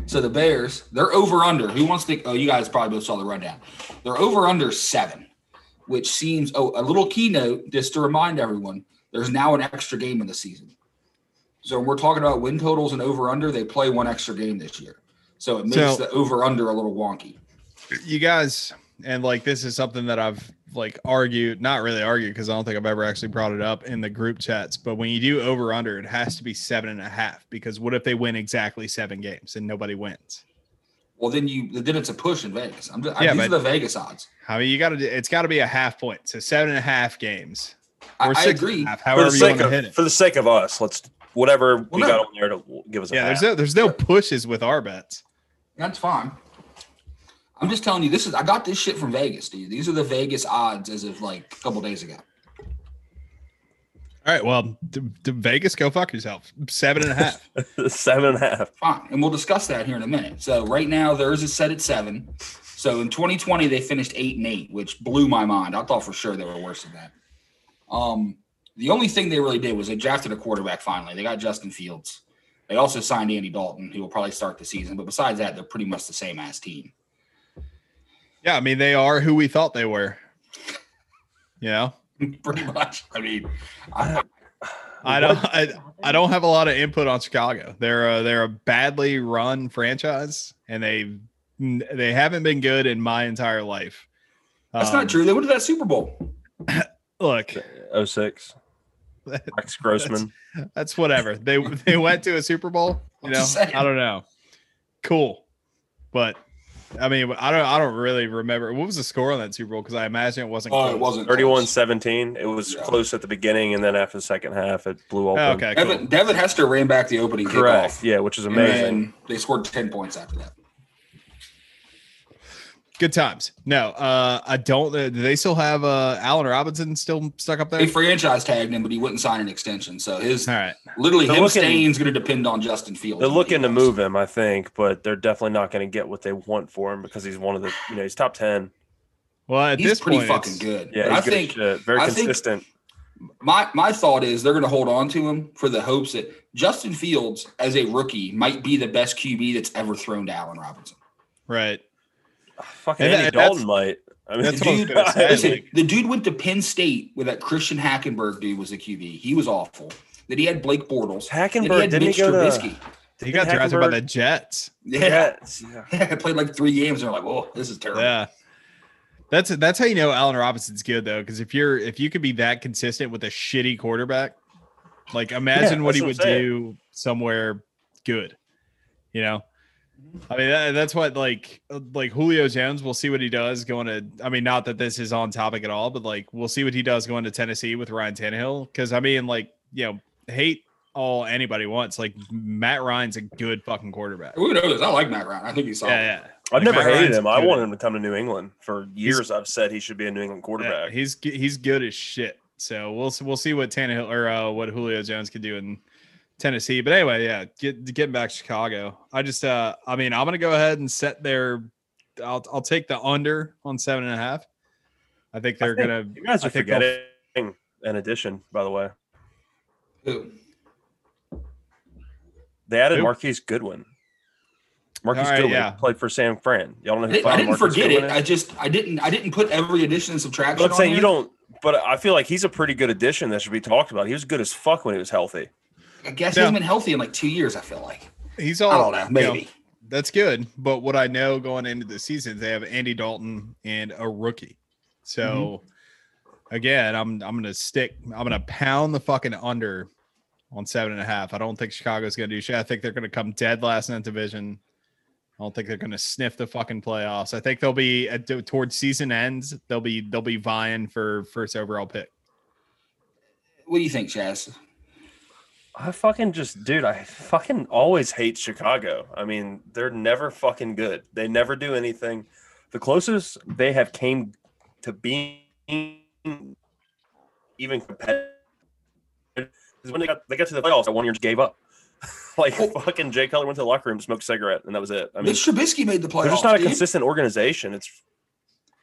Speaker 1: So the Bears, they're over under. Who wants to? Oh, you guys probably both saw the rundown. They're over under seven, which seems. Oh, a little keynote just to remind everyone: there's now an extra game in the season. So when we're talking about win totals and over under. They play one extra game this year, so it makes
Speaker 2: So-
Speaker 1: the over under a little wonky.
Speaker 2: you guys and like this is something that i've like argued not really argued because i don't think i've ever actually brought it up in the group chats but when you do over under it has to be seven and a half because what if they win exactly seven games and nobody wins
Speaker 1: Well, then you then it's a push in Vegas. I'm just,
Speaker 2: Yeah,
Speaker 1: these
Speaker 2: but-
Speaker 1: are the Vegas odds.
Speaker 2: i mean you gotta do- it's gotta be a half point so seven and a half games
Speaker 1: I, I
Speaker 2: six and a
Speaker 1: agree.
Speaker 2: half,
Speaker 3: For the
Speaker 2: however you want
Speaker 3: sake
Speaker 2: to
Speaker 3: of
Speaker 2: hit it
Speaker 3: for the sake of us, let's whatever we
Speaker 1: no.
Speaker 3: got on there to give us. A
Speaker 2: yeah there's
Speaker 3: half.
Speaker 2: no there's no pushes with our bets
Speaker 1: That's fine. I'm just telling you, this is I got this shit from Vegas, dude. These are the Vegas odds as of like a couple days ago.
Speaker 2: all right well d- d- vegas go fuck yourself seven and a half
Speaker 3: seven and a half.
Speaker 1: Fine. And we'll discuss that here in a minute. So right now theirs is set at seven. So in 2020, they finished eight and eight, which blew my mind. I thought for sure they were worse than that. Um, the only thing they really did was they drafted a quarterback finally. They got Justin Fields. They also signed Andy Dalton, who will probably start the season. But besides that, they're pretty much the same ass team.
Speaker 2: yeah i mean they are who we thought they were you know
Speaker 1: pretty much. I mean, I,
Speaker 2: I don't. I, I don't have a lot of input on Chicago. They're a, they're a badly run franchise, and they they haven't been good in my entire life.
Speaker 1: that's
Speaker 2: Um,
Speaker 1: not true. They went to that Super Bowl.
Speaker 2: Look,
Speaker 3: 06. Max Grossman.
Speaker 2: that's whatever. They they went to a Super Bowl. You
Speaker 1: I'm
Speaker 2: know,
Speaker 1: just saying.
Speaker 2: I don't know. Cool, but I mean, I don't. I don't really remember what was the score on that Super Bowl because I imagine it wasn't.
Speaker 1: Oh, it
Speaker 2: close.
Speaker 1: wasn't. close.
Speaker 3: 31 17. It was
Speaker 1: Yeah.
Speaker 3: close at the beginning, and then after the second half, it blew open.
Speaker 2: Oh, okay, cool.
Speaker 1: Devin, Devin Hester ran back the opening
Speaker 3: Correct.
Speaker 1: kickoff.
Speaker 3: Yeah, which is
Speaker 1: And
Speaker 3: amazing.
Speaker 1: then they scored 10 points after that.
Speaker 2: good times. No, uh, I don't. Uh, do they still have uh, Allen Robinson still stuck up there?
Speaker 1: They franchise tagged him, but he wouldn't sign an extension. So his
Speaker 2: All right.
Speaker 1: literally
Speaker 3: They're
Speaker 1: him
Speaker 3: looking-
Speaker 1: staying is going to depend on Justin Fields.
Speaker 3: They're looking to
Speaker 1: Yeah.
Speaker 3: move him, I think, but they're definitely not going to get what they want for him because he's one of the, you know, he's top 10.
Speaker 2: Well, at
Speaker 1: He's
Speaker 2: this
Speaker 1: pretty
Speaker 2: point,
Speaker 1: fucking
Speaker 2: it's-
Speaker 1: good.
Speaker 3: Yeah, he's
Speaker 1: But I
Speaker 3: good as
Speaker 1: think
Speaker 3: shit. Very
Speaker 1: I think-
Speaker 3: consistent.
Speaker 1: my my thought is they're going to hold on to him for the hopes that Justin Fields, as a rookie, might be the best QB that's ever thrown to Allen Robinson.
Speaker 2: Right.
Speaker 3: Fucking
Speaker 2: and
Speaker 3: Andy
Speaker 2: that- that's-
Speaker 3: Dalton might. I mean,
Speaker 2: That's what I was
Speaker 1: dude,
Speaker 2: gonna say.
Speaker 1: Listen,
Speaker 2: like-
Speaker 1: the dude went to Penn State with that Christian Hackenberg dude was a QB. He was awful. That he had Blake Bortles. That
Speaker 3: Hackenberg, didn't he go to-
Speaker 2: He got drafted by
Speaker 3: Hackenberg-
Speaker 2: the Jets.
Speaker 1: Yeah.
Speaker 3: Yeah.
Speaker 1: played like three games. And they're like, oh, this is terrible.
Speaker 2: Yeah. That's that's how you know Allen Robinson's good though, because if you're if you could be that consistent with a shitty quarterback, like imagine what
Speaker 3: that's
Speaker 2: he
Speaker 3: what I'm
Speaker 2: would
Speaker 3: saying.
Speaker 2: do somewhere good. You know,
Speaker 3: Mm-hmm.
Speaker 2: I mean that, that's what like like Julio Jones. We'll see what he does going to. I mean, not that this is on topic at all, but like we'll see what he does going to Tennessee with Ryan Tannehill. Because I mean, like you know, hate all anybody wants. Like Matt Ryan's a good fucking quarterback.
Speaker 1: We know this. I like Matt Ryan. I think he's
Speaker 2: Yeah,
Speaker 1: solid.
Speaker 2: yeah.
Speaker 3: I've
Speaker 2: Like,
Speaker 3: never
Speaker 2: Matt
Speaker 3: hated
Speaker 2: Ryan's
Speaker 3: him. I
Speaker 2: good.
Speaker 3: wanted him to come to New England for years. I've said he should be a New England
Speaker 2: yeah
Speaker 3: quarterback.
Speaker 2: he's g- he's good as shit. So we'll s- we'll see what Tannehill or uh, what Julio Jones can do in Tennessee. But anyway, yeah, get getting back to Chicago. I just uh, I mean, I'm gonna go ahead and set their. I'll I'll take the under on seven and a half. I think they're
Speaker 3: think-
Speaker 2: gonna.
Speaker 3: You guys
Speaker 2: I
Speaker 3: are
Speaker 2: think they'll-
Speaker 3: forgetting an addition, by the way.
Speaker 1: Who?
Speaker 3: They added
Speaker 2: Who?
Speaker 3: Marquise Goodwin. Marquise
Speaker 2: All right,
Speaker 3: Goodwin
Speaker 2: yeah.
Speaker 3: played for San Fran. Y'all don't know
Speaker 1: I
Speaker 3: who
Speaker 1: didn't, I
Speaker 3: fired
Speaker 1: didn't
Speaker 3: Marquise
Speaker 1: forget it.
Speaker 3: Goodwin is?
Speaker 1: I just I didn't I didn't put every addition and subtraction.
Speaker 3: But I'm
Speaker 1: on
Speaker 3: saying you
Speaker 1: there.
Speaker 3: don't. But I feel like he's a pretty good addition that should be talked about. He was good as fuck when he was healthy.
Speaker 1: I guess
Speaker 2: Yeah.
Speaker 1: he's been healthy in like two years. I feel like
Speaker 2: He's
Speaker 1: I
Speaker 2: all
Speaker 1: don't know.
Speaker 2: you know,
Speaker 1: Maybe
Speaker 2: That's good. But what I know going into the season, they have Andy Dalton and a rookie. So again, I'm I'm gonna stick. I'm gonna pound the fucking under on seven and a half. I don't think Chicago's gonna do shit. I think they're gonna come dead last in that division. I don't think they're gonna sniff the fucking playoffs. I think they'll be at, towards season ends. They'll be they'll be vying for first overall pick.
Speaker 1: What do you think, Chaz?
Speaker 3: I fucking just, dude, I fucking always hate Chicago. I mean, they're never fucking good. They never do anything. The closest they have came to being even competitive is when they got they got to the playoffs. That one year just gave up. like
Speaker 1: Oh.
Speaker 3: fucking Jay Cutler went to the locker room, smoked a cigarette, and that was it. I mean,
Speaker 1: Mitch Trubisky made the playoffs.
Speaker 3: they're just not a
Speaker 1: dude.
Speaker 3: consistent organization. It's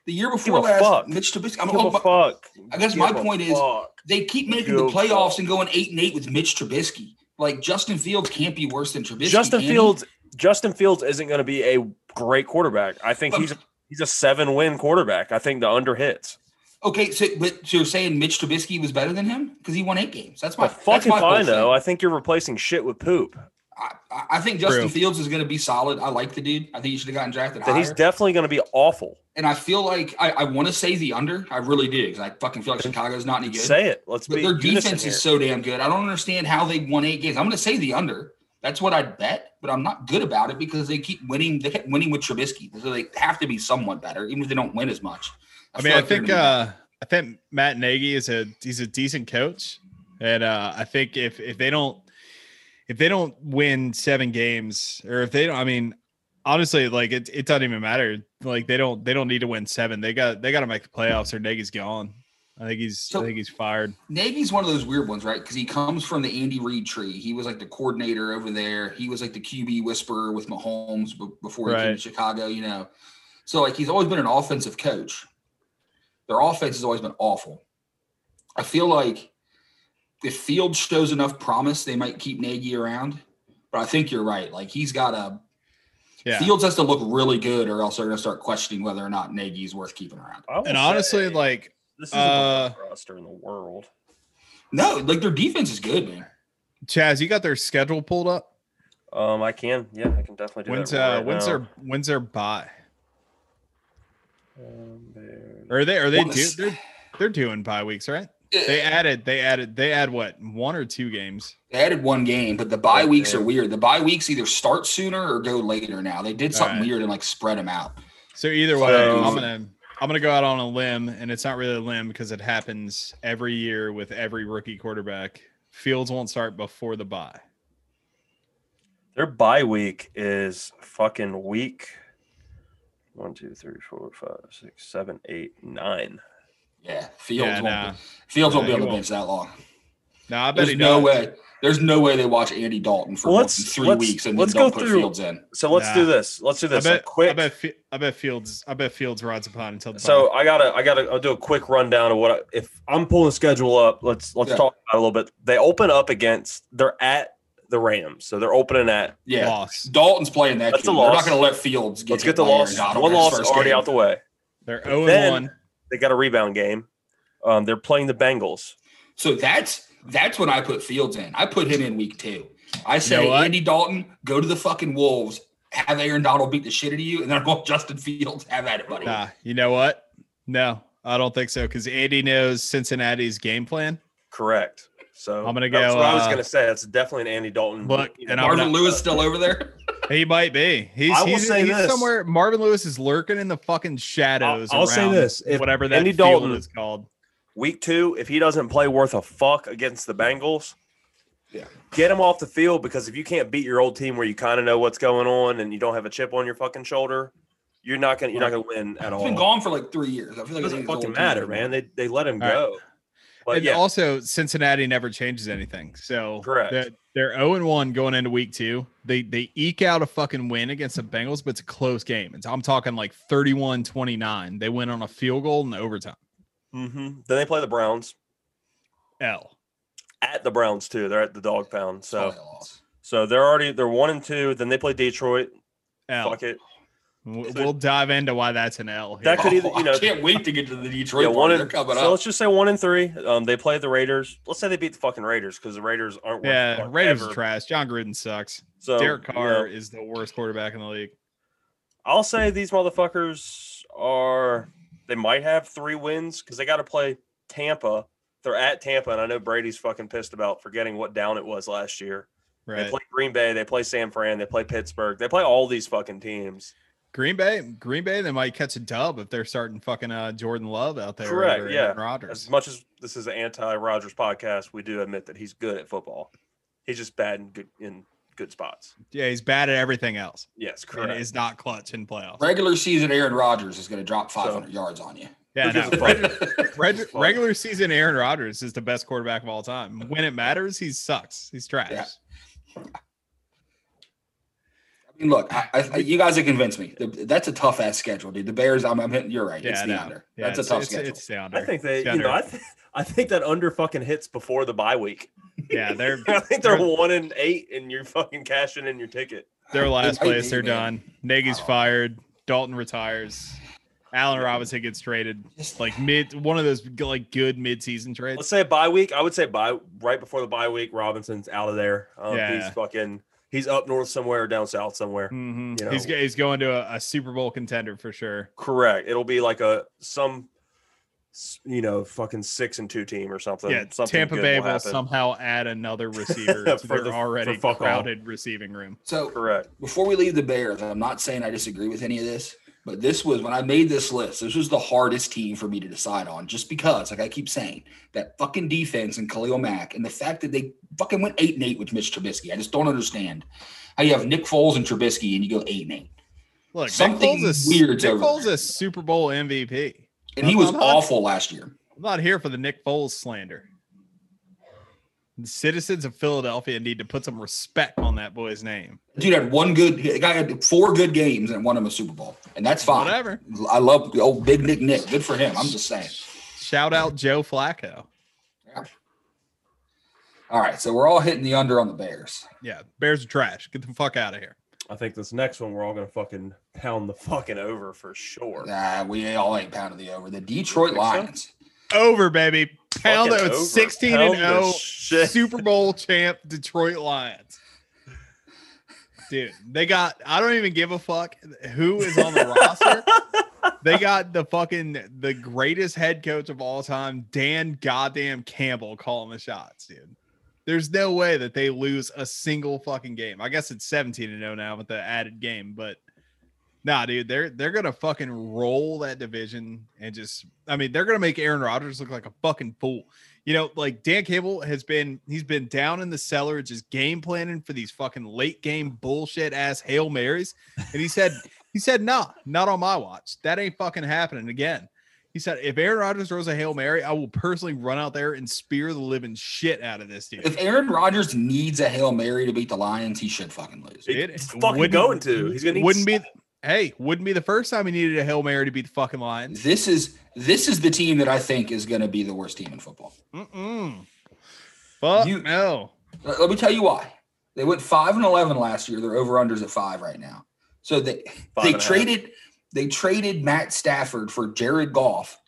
Speaker 1: the year
Speaker 3: give
Speaker 1: before
Speaker 3: a
Speaker 1: last,
Speaker 3: fuck.
Speaker 1: Mitch Trubisky. I'm,
Speaker 3: give
Speaker 1: oh,
Speaker 3: a
Speaker 1: but
Speaker 3: fuck.
Speaker 1: I guess my
Speaker 3: Give a
Speaker 1: point is-
Speaker 3: fuck.
Speaker 1: they keep making
Speaker 3: Give
Speaker 1: the
Speaker 3: a
Speaker 1: playoffs
Speaker 3: fuck.
Speaker 1: and going eight and eight with Mitch Trubisky. Like Justin Fields can't be worse than Trubisky.
Speaker 3: Justin
Speaker 1: can he?
Speaker 3: Fields. Justin Fields isn't going to be a great quarterback. I think
Speaker 1: But-
Speaker 3: he's he's a seven win quarterback. I think the under hits.
Speaker 1: Okay, so but so you're saying Mitch Trubisky was better than him because he won eight games. That's my
Speaker 3: But fucking
Speaker 1: that's my whole
Speaker 3: fine
Speaker 1: thing.
Speaker 3: though. I think you're replacing shit with poop.
Speaker 1: I, I- I think Justin
Speaker 2: True.
Speaker 1: Fields is going to be solid. I like the dude. I think he should have gotten drafted
Speaker 3: That
Speaker 1: higher.
Speaker 3: he's definitely going to be awful.
Speaker 1: and I feel like I, I want to say the under. I really do because I fucking feel like Chicago's not any good.
Speaker 3: Say it. Let's
Speaker 1: but
Speaker 3: be
Speaker 1: their
Speaker 3: unison
Speaker 1: defense
Speaker 3: here.
Speaker 1: is so damn good. I don't understand how they won eight games. I'm going to say the under. That's what I'd bet, but I'm not good about it because they keep winning. They kept winning with Trubisky, so they have to be somewhat better, even if they don't win as much.
Speaker 2: I
Speaker 1: feel
Speaker 2: mean, I
Speaker 1: like they're
Speaker 2: think
Speaker 1: gonna be-
Speaker 2: uh, I think Matt Nagy is a he's a decent coach, and uh, I think if if they don't if they don't win seven games, or if they don't, I mean, honestly, like it it doesn't even matter. Like they don't they don't need to win seven. They got they got to make the playoffs, or Nagy's gone. I think he's
Speaker 1: So-
Speaker 2: I think he's fired.
Speaker 1: Nagy's one of those weird ones, right? Because he comes from the Andy Reid tree. He was like the coordinator over there. He was like the QB whisperer with Mahomes b- before he came to
Speaker 2: Right.
Speaker 1: Chicago, you know. So like he's always been an offensive coach. Their offense has always been awful. I feel like if Fields shows enough promise, they might keep Nagy around. But I think you're right. Like he's got a
Speaker 2: Yeah,
Speaker 1: Fields has to look really good, or else they're going to start questioning whether or not Nagy's worth keeping around.
Speaker 3: I will
Speaker 2: and
Speaker 3: say,
Speaker 2: honestly, like
Speaker 3: this isn't
Speaker 2: uh,
Speaker 3: the worst roster in the world.
Speaker 1: No, like their defense is good, man.
Speaker 2: Chaz, you got their schedule pulled up.
Speaker 3: Um, I can. Yeah, I can definitely do
Speaker 2: When's
Speaker 3: that.
Speaker 2: uh
Speaker 3: right
Speaker 2: when's
Speaker 3: now.
Speaker 2: their when's their bye?
Speaker 3: Um, they're-
Speaker 2: Or are they are they
Speaker 1: Well,
Speaker 2: do
Speaker 1: this-
Speaker 2: they're they're doing bye weeks, right? They added they added they add what one or two games.
Speaker 1: They added one game, but the bye weeks
Speaker 3: Yeah.
Speaker 1: are weird. The bye weeks either start sooner or go later now. They did something
Speaker 2: Alright.
Speaker 1: weird and like spread them out.
Speaker 2: So either way,
Speaker 3: So-
Speaker 2: I'm gonna I'm gonna go out on a limb, and it's not really a limb because it happens every year with every rookie quarterback. Fields won't start before the bye.
Speaker 3: Their bye week is fucking week one, two, three, four, five, six, seven, eight, nine.
Speaker 1: Yeah. Fields
Speaker 2: yeah,
Speaker 1: won't
Speaker 2: nah.
Speaker 1: be, Fields won't
Speaker 2: Nah,
Speaker 1: be on
Speaker 2: he
Speaker 1: the
Speaker 2: won't.
Speaker 1: bench that long.
Speaker 2: Nah, I bet
Speaker 1: There's
Speaker 2: he
Speaker 1: no
Speaker 2: does.
Speaker 1: way. There's no way they watch Andy Dalton for
Speaker 3: Well,
Speaker 1: more
Speaker 3: let's-
Speaker 1: than three
Speaker 3: let's-
Speaker 1: weeks and
Speaker 3: let's
Speaker 1: then don't
Speaker 3: go
Speaker 1: put
Speaker 3: through-
Speaker 1: Fields in.
Speaker 3: So let's
Speaker 2: Nah.
Speaker 3: do this. Let's do
Speaker 2: I
Speaker 3: this. a
Speaker 2: bet,
Speaker 3: quick.
Speaker 2: I bet, Fi- I bet Fields, I bet Fields rides upon until the
Speaker 3: so
Speaker 2: bye.
Speaker 3: I gotta, I gotta, I'll do a quick rundown of what I, if I'm pulling the schedule up. Let's let's
Speaker 1: Yeah.
Speaker 3: talk about it a little bit. They open up against. They're at the Rams, so they're opening at.
Speaker 1: Yeah.
Speaker 2: loss.
Speaker 1: Dalton's playing that.
Speaker 3: That's
Speaker 1: game.
Speaker 3: a
Speaker 1: They're
Speaker 3: loss.
Speaker 1: not going to let Fields get.
Speaker 3: Let's
Speaker 1: hit
Speaker 3: get the
Speaker 1: by Aaron
Speaker 3: loss.
Speaker 1: Donald
Speaker 3: One
Speaker 1: in his
Speaker 3: loss
Speaker 1: first
Speaker 3: already
Speaker 1: game.
Speaker 3: out the way.
Speaker 2: They're 0
Speaker 3: Then-
Speaker 2: one.
Speaker 3: They got a rebound game. Um, they're playing the Bengals.
Speaker 1: So that's that's when I put Fields in. I put him in week two. I say
Speaker 2: what?
Speaker 1: Andy Dalton, go to the fucking Wolves. Have Aaron Donald beat the shit out of you, and then I want Justin Fields. Have at it, buddy.
Speaker 2: Nah, you know what? No, I don't think so because Andy knows Cincinnati's game plan.
Speaker 3: Correct. So
Speaker 2: I'm gonna
Speaker 3: That's
Speaker 2: go,
Speaker 3: what I was
Speaker 2: uh,
Speaker 3: gonna say. That's definitely an Andy Dalton
Speaker 2: Look,
Speaker 3: you know,
Speaker 2: and I'm
Speaker 3: Marvin
Speaker 1: Marvin Lewis still over there.
Speaker 2: He might be. He's,
Speaker 3: I will
Speaker 2: he's,
Speaker 3: say
Speaker 2: he's
Speaker 3: this.
Speaker 2: somewhere. Marvin Lewis is lurking in the fucking shadows.
Speaker 4: I'll say
Speaker 2: around
Speaker 4: this, if
Speaker 2: whatever that
Speaker 3: Andy
Speaker 2: field
Speaker 3: Dalton-
Speaker 2: is called.
Speaker 3: Week two, if he doesn't play worth a fuck against the Bengals,
Speaker 1: Yeah.
Speaker 3: get him off the field because if you can't beat your old team where you kind of know what's going on and you don't have a chip on your fucking shoulder, you're not gonna you're not gonna win at
Speaker 1: He's
Speaker 3: all.
Speaker 1: been
Speaker 3: It
Speaker 1: gone for like three years. I feel like
Speaker 3: doesn't
Speaker 1: it's old
Speaker 3: fucking
Speaker 1: team
Speaker 3: matter,
Speaker 1: anymore.
Speaker 3: man. They they let him
Speaker 2: All right.
Speaker 3: go. But
Speaker 2: and
Speaker 3: yeah,
Speaker 2: also, Cincinnati never changes anything. So
Speaker 3: Correct.
Speaker 2: They're, they're 0 and 1 going into week two. They they eke out a fucking win against the Bengals, but it's a close game. And I'm talking like 31 29. They win on a field goal in overtime.
Speaker 3: mhm. then they play the Browns
Speaker 2: L.
Speaker 3: at the Browns too. They're at the dog pound. So
Speaker 1: Probably a loss.
Speaker 3: so they're already they're one and two. Then they play Detroit.
Speaker 2: L.
Speaker 3: Fuck it.
Speaker 2: W- We'll dive into why that's an L. Here.
Speaker 3: That could either- you know-
Speaker 1: Oh, I can't wait to get to the Detroit.
Speaker 3: Yeah, one
Speaker 1: one They're
Speaker 3: and
Speaker 1: coming
Speaker 3: so
Speaker 1: up.
Speaker 3: let's just say one and three. Um, they play the Raiders. Let's say they beat the fucking Raiders because the Raiders aren't. worth
Speaker 2: yeah,
Speaker 3: fuck
Speaker 2: Raiders
Speaker 3: ever.
Speaker 2: are trash. John Gruden sucks.
Speaker 3: So
Speaker 2: Derek Carr
Speaker 3: yeah.
Speaker 2: is the worst quarterback in the league.
Speaker 3: I'll say these motherfuckers are. They might have three wins because they got to play Tampa. They're at Tampa, and I know Brady's fucking pissed about forgetting what down it was last year. They
Speaker 2: Right.
Speaker 3: play Green Bay. They play San Fran. They play Pittsburgh. They play all these fucking teams.
Speaker 2: Green Bay, Green Bay, they might catch a dub if they're starting fucking uh, Jordan Love out there.
Speaker 3: Correct,
Speaker 2: over
Speaker 3: yeah.
Speaker 2: Aaron
Speaker 3: As
Speaker 2: Rodgers.
Speaker 3: much as this is an anti-Rogers podcast, we do admit that he's good at football. He's just bad in good in good spots.
Speaker 2: Yeah, he's bad at everything else.
Speaker 3: Yes,
Speaker 2: And
Speaker 3: correct.
Speaker 2: is not clutch in playoffs.
Speaker 1: Regular season Aaron Rodgers is going to drop 500 yards on you.
Speaker 2: Yeah,
Speaker 3: Who gives
Speaker 2: no,
Speaker 3: a fuck?
Speaker 2: reg- reg-
Speaker 3: Fuck.
Speaker 2: regular season Aaron Rodgers is the best quarterback of all time. When it matters, he sucks. He's trash.
Speaker 1: Yeah. I mean, look, I, I, I- you guys have convinced me. The- That's a tough ass schedule, dude. The Bears, I'm, I'm hitting, you're right.
Speaker 2: Yeah,
Speaker 1: it's
Speaker 2: I
Speaker 1: the
Speaker 2: know.
Speaker 1: under.
Speaker 2: Yeah,
Speaker 1: That's a
Speaker 2: it's-
Speaker 1: tough
Speaker 2: it's,
Speaker 1: schedule.
Speaker 2: It's the under.
Speaker 3: I think they,
Speaker 2: It's the
Speaker 3: you know, I,
Speaker 2: under.
Speaker 3: th- I think that under fucking hits before the bye week.
Speaker 2: yeah, they're
Speaker 3: I think they're one and eight, and you're fucking cashing in your ticket.
Speaker 2: they're last
Speaker 1: It might
Speaker 2: place.
Speaker 1: be,
Speaker 2: They're
Speaker 1: man. Oh.
Speaker 2: done. Nagy's
Speaker 1: I don't know.
Speaker 2: fired. Dalton retires. Allen Robinson gets traded.
Speaker 1: Just-
Speaker 2: Like mid, one of those g- like good mid-season trades.
Speaker 3: Let's say bye week. I would say bye right before the bye week. Robinson's out of there. Um,
Speaker 2: Yeah.
Speaker 3: He's fucking. He's up north somewhere or down south somewhere.
Speaker 2: Mhm.
Speaker 3: You
Speaker 2: He's
Speaker 3: know.
Speaker 2: go- he's going to a, a Super Bowl contender for sure.
Speaker 3: Correct. It'll be like a some, s- you know, fucking six and two team or something.
Speaker 2: yeah,
Speaker 3: something
Speaker 2: Tampa
Speaker 3: good
Speaker 2: Bay
Speaker 3: will
Speaker 2: will
Speaker 3: happen.
Speaker 2: somehow add another receiver to
Speaker 3: For
Speaker 2: their
Speaker 3: the- for
Speaker 2: already
Speaker 3: fuck all.
Speaker 2: crowded receiving room.
Speaker 1: so
Speaker 3: Correct.
Speaker 1: before we leave the Bears, I'm not saying I disagree with any of this, but this was when I made this list. This was the hardest team for me to decide on, just because, like I keep saying, that fucking defense and Khalil Mack, and the fact that they fucking went eight and eight with Mitch Trubisky. I just don't understand how you have Nick Foles and Trubisky, and you go eight and eight,
Speaker 2: Look,
Speaker 1: Something
Speaker 2: Nick Foles is,
Speaker 1: weird's
Speaker 2: Nick
Speaker 1: over
Speaker 2: Foles
Speaker 1: there.
Speaker 2: is Super Bowl MVP.
Speaker 1: and he was
Speaker 2: Uh-huh.
Speaker 1: awful last year.
Speaker 2: I'm not here for the Nick Foles slander. The citizens of Philadelphia need to put some respect on that boy's name.
Speaker 1: Dude had one good, the guy had four good games and won him a Super Bowl, and that's fine.
Speaker 2: Whatever.
Speaker 1: I love the old Big Nick Nick. Good for him. I'm just saying.
Speaker 2: Shout out Joe Flacco.
Speaker 1: All right, so we're all hitting the under on the Bears.
Speaker 2: Yeah, Bears are trash. Get the fuck out of here.
Speaker 3: I think this next one we're all gonna fucking pound the fucking over for sure.
Speaker 1: Nah, we all ain't pounding the over. The Detroit
Speaker 3: think so?
Speaker 1: Lions.
Speaker 2: Over, baby. Pound
Speaker 3: Fucking
Speaker 2: it
Speaker 3: over.
Speaker 2: 16
Speaker 3: Pound
Speaker 2: and oh.
Speaker 3: the
Speaker 2: 0
Speaker 3: shit.
Speaker 2: Super Bowl champ Detroit Lions. Dude, they got I don't even give a fuck who is on the roster. They got the fucking the greatest head coach of all time, Dan goddamn Campbell calling the shots, dude. There's no way that they lose a single fucking game. I guess it's 17 and 0 now with the added game, but Nah, dude, they're they're gonna fucking roll that division and just I mean, they're gonna make Aaron Rodgers look like a fucking fool. You know, like Dan Cable has been he's been down in the cellar just game planning for these fucking late game bullshit ass Hail Marys. And he said he said, nah, not on my watch. That ain't fucking happening again. He said, if Aaron Rodgers throws a Hail Mary, I will personally run out there and spear the living shit out of this dude.
Speaker 1: If Aaron Rodgers needs a Hail Mary to beat the Lions, he should fucking lose.
Speaker 3: He-
Speaker 2: It
Speaker 3: He's fucking
Speaker 2: wouldn't-
Speaker 3: going to. He's gonna.
Speaker 2: Wouldn't be hey, wouldn't be the first time he needed a Hail Mary to beat the fucking Lions.
Speaker 1: This is this is the team that I think is going to be the worst team in football.
Speaker 2: Mm-mm. Fuck
Speaker 1: You-
Speaker 2: no.
Speaker 1: Let let me tell you why. They went five and eleven last year. They're over unders at five right now. So they
Speaker 3: Five
Speaker 1: they
Speaker 3: and a half.
Speaker 1: traded they traded Matt Stafford for Jared Goff.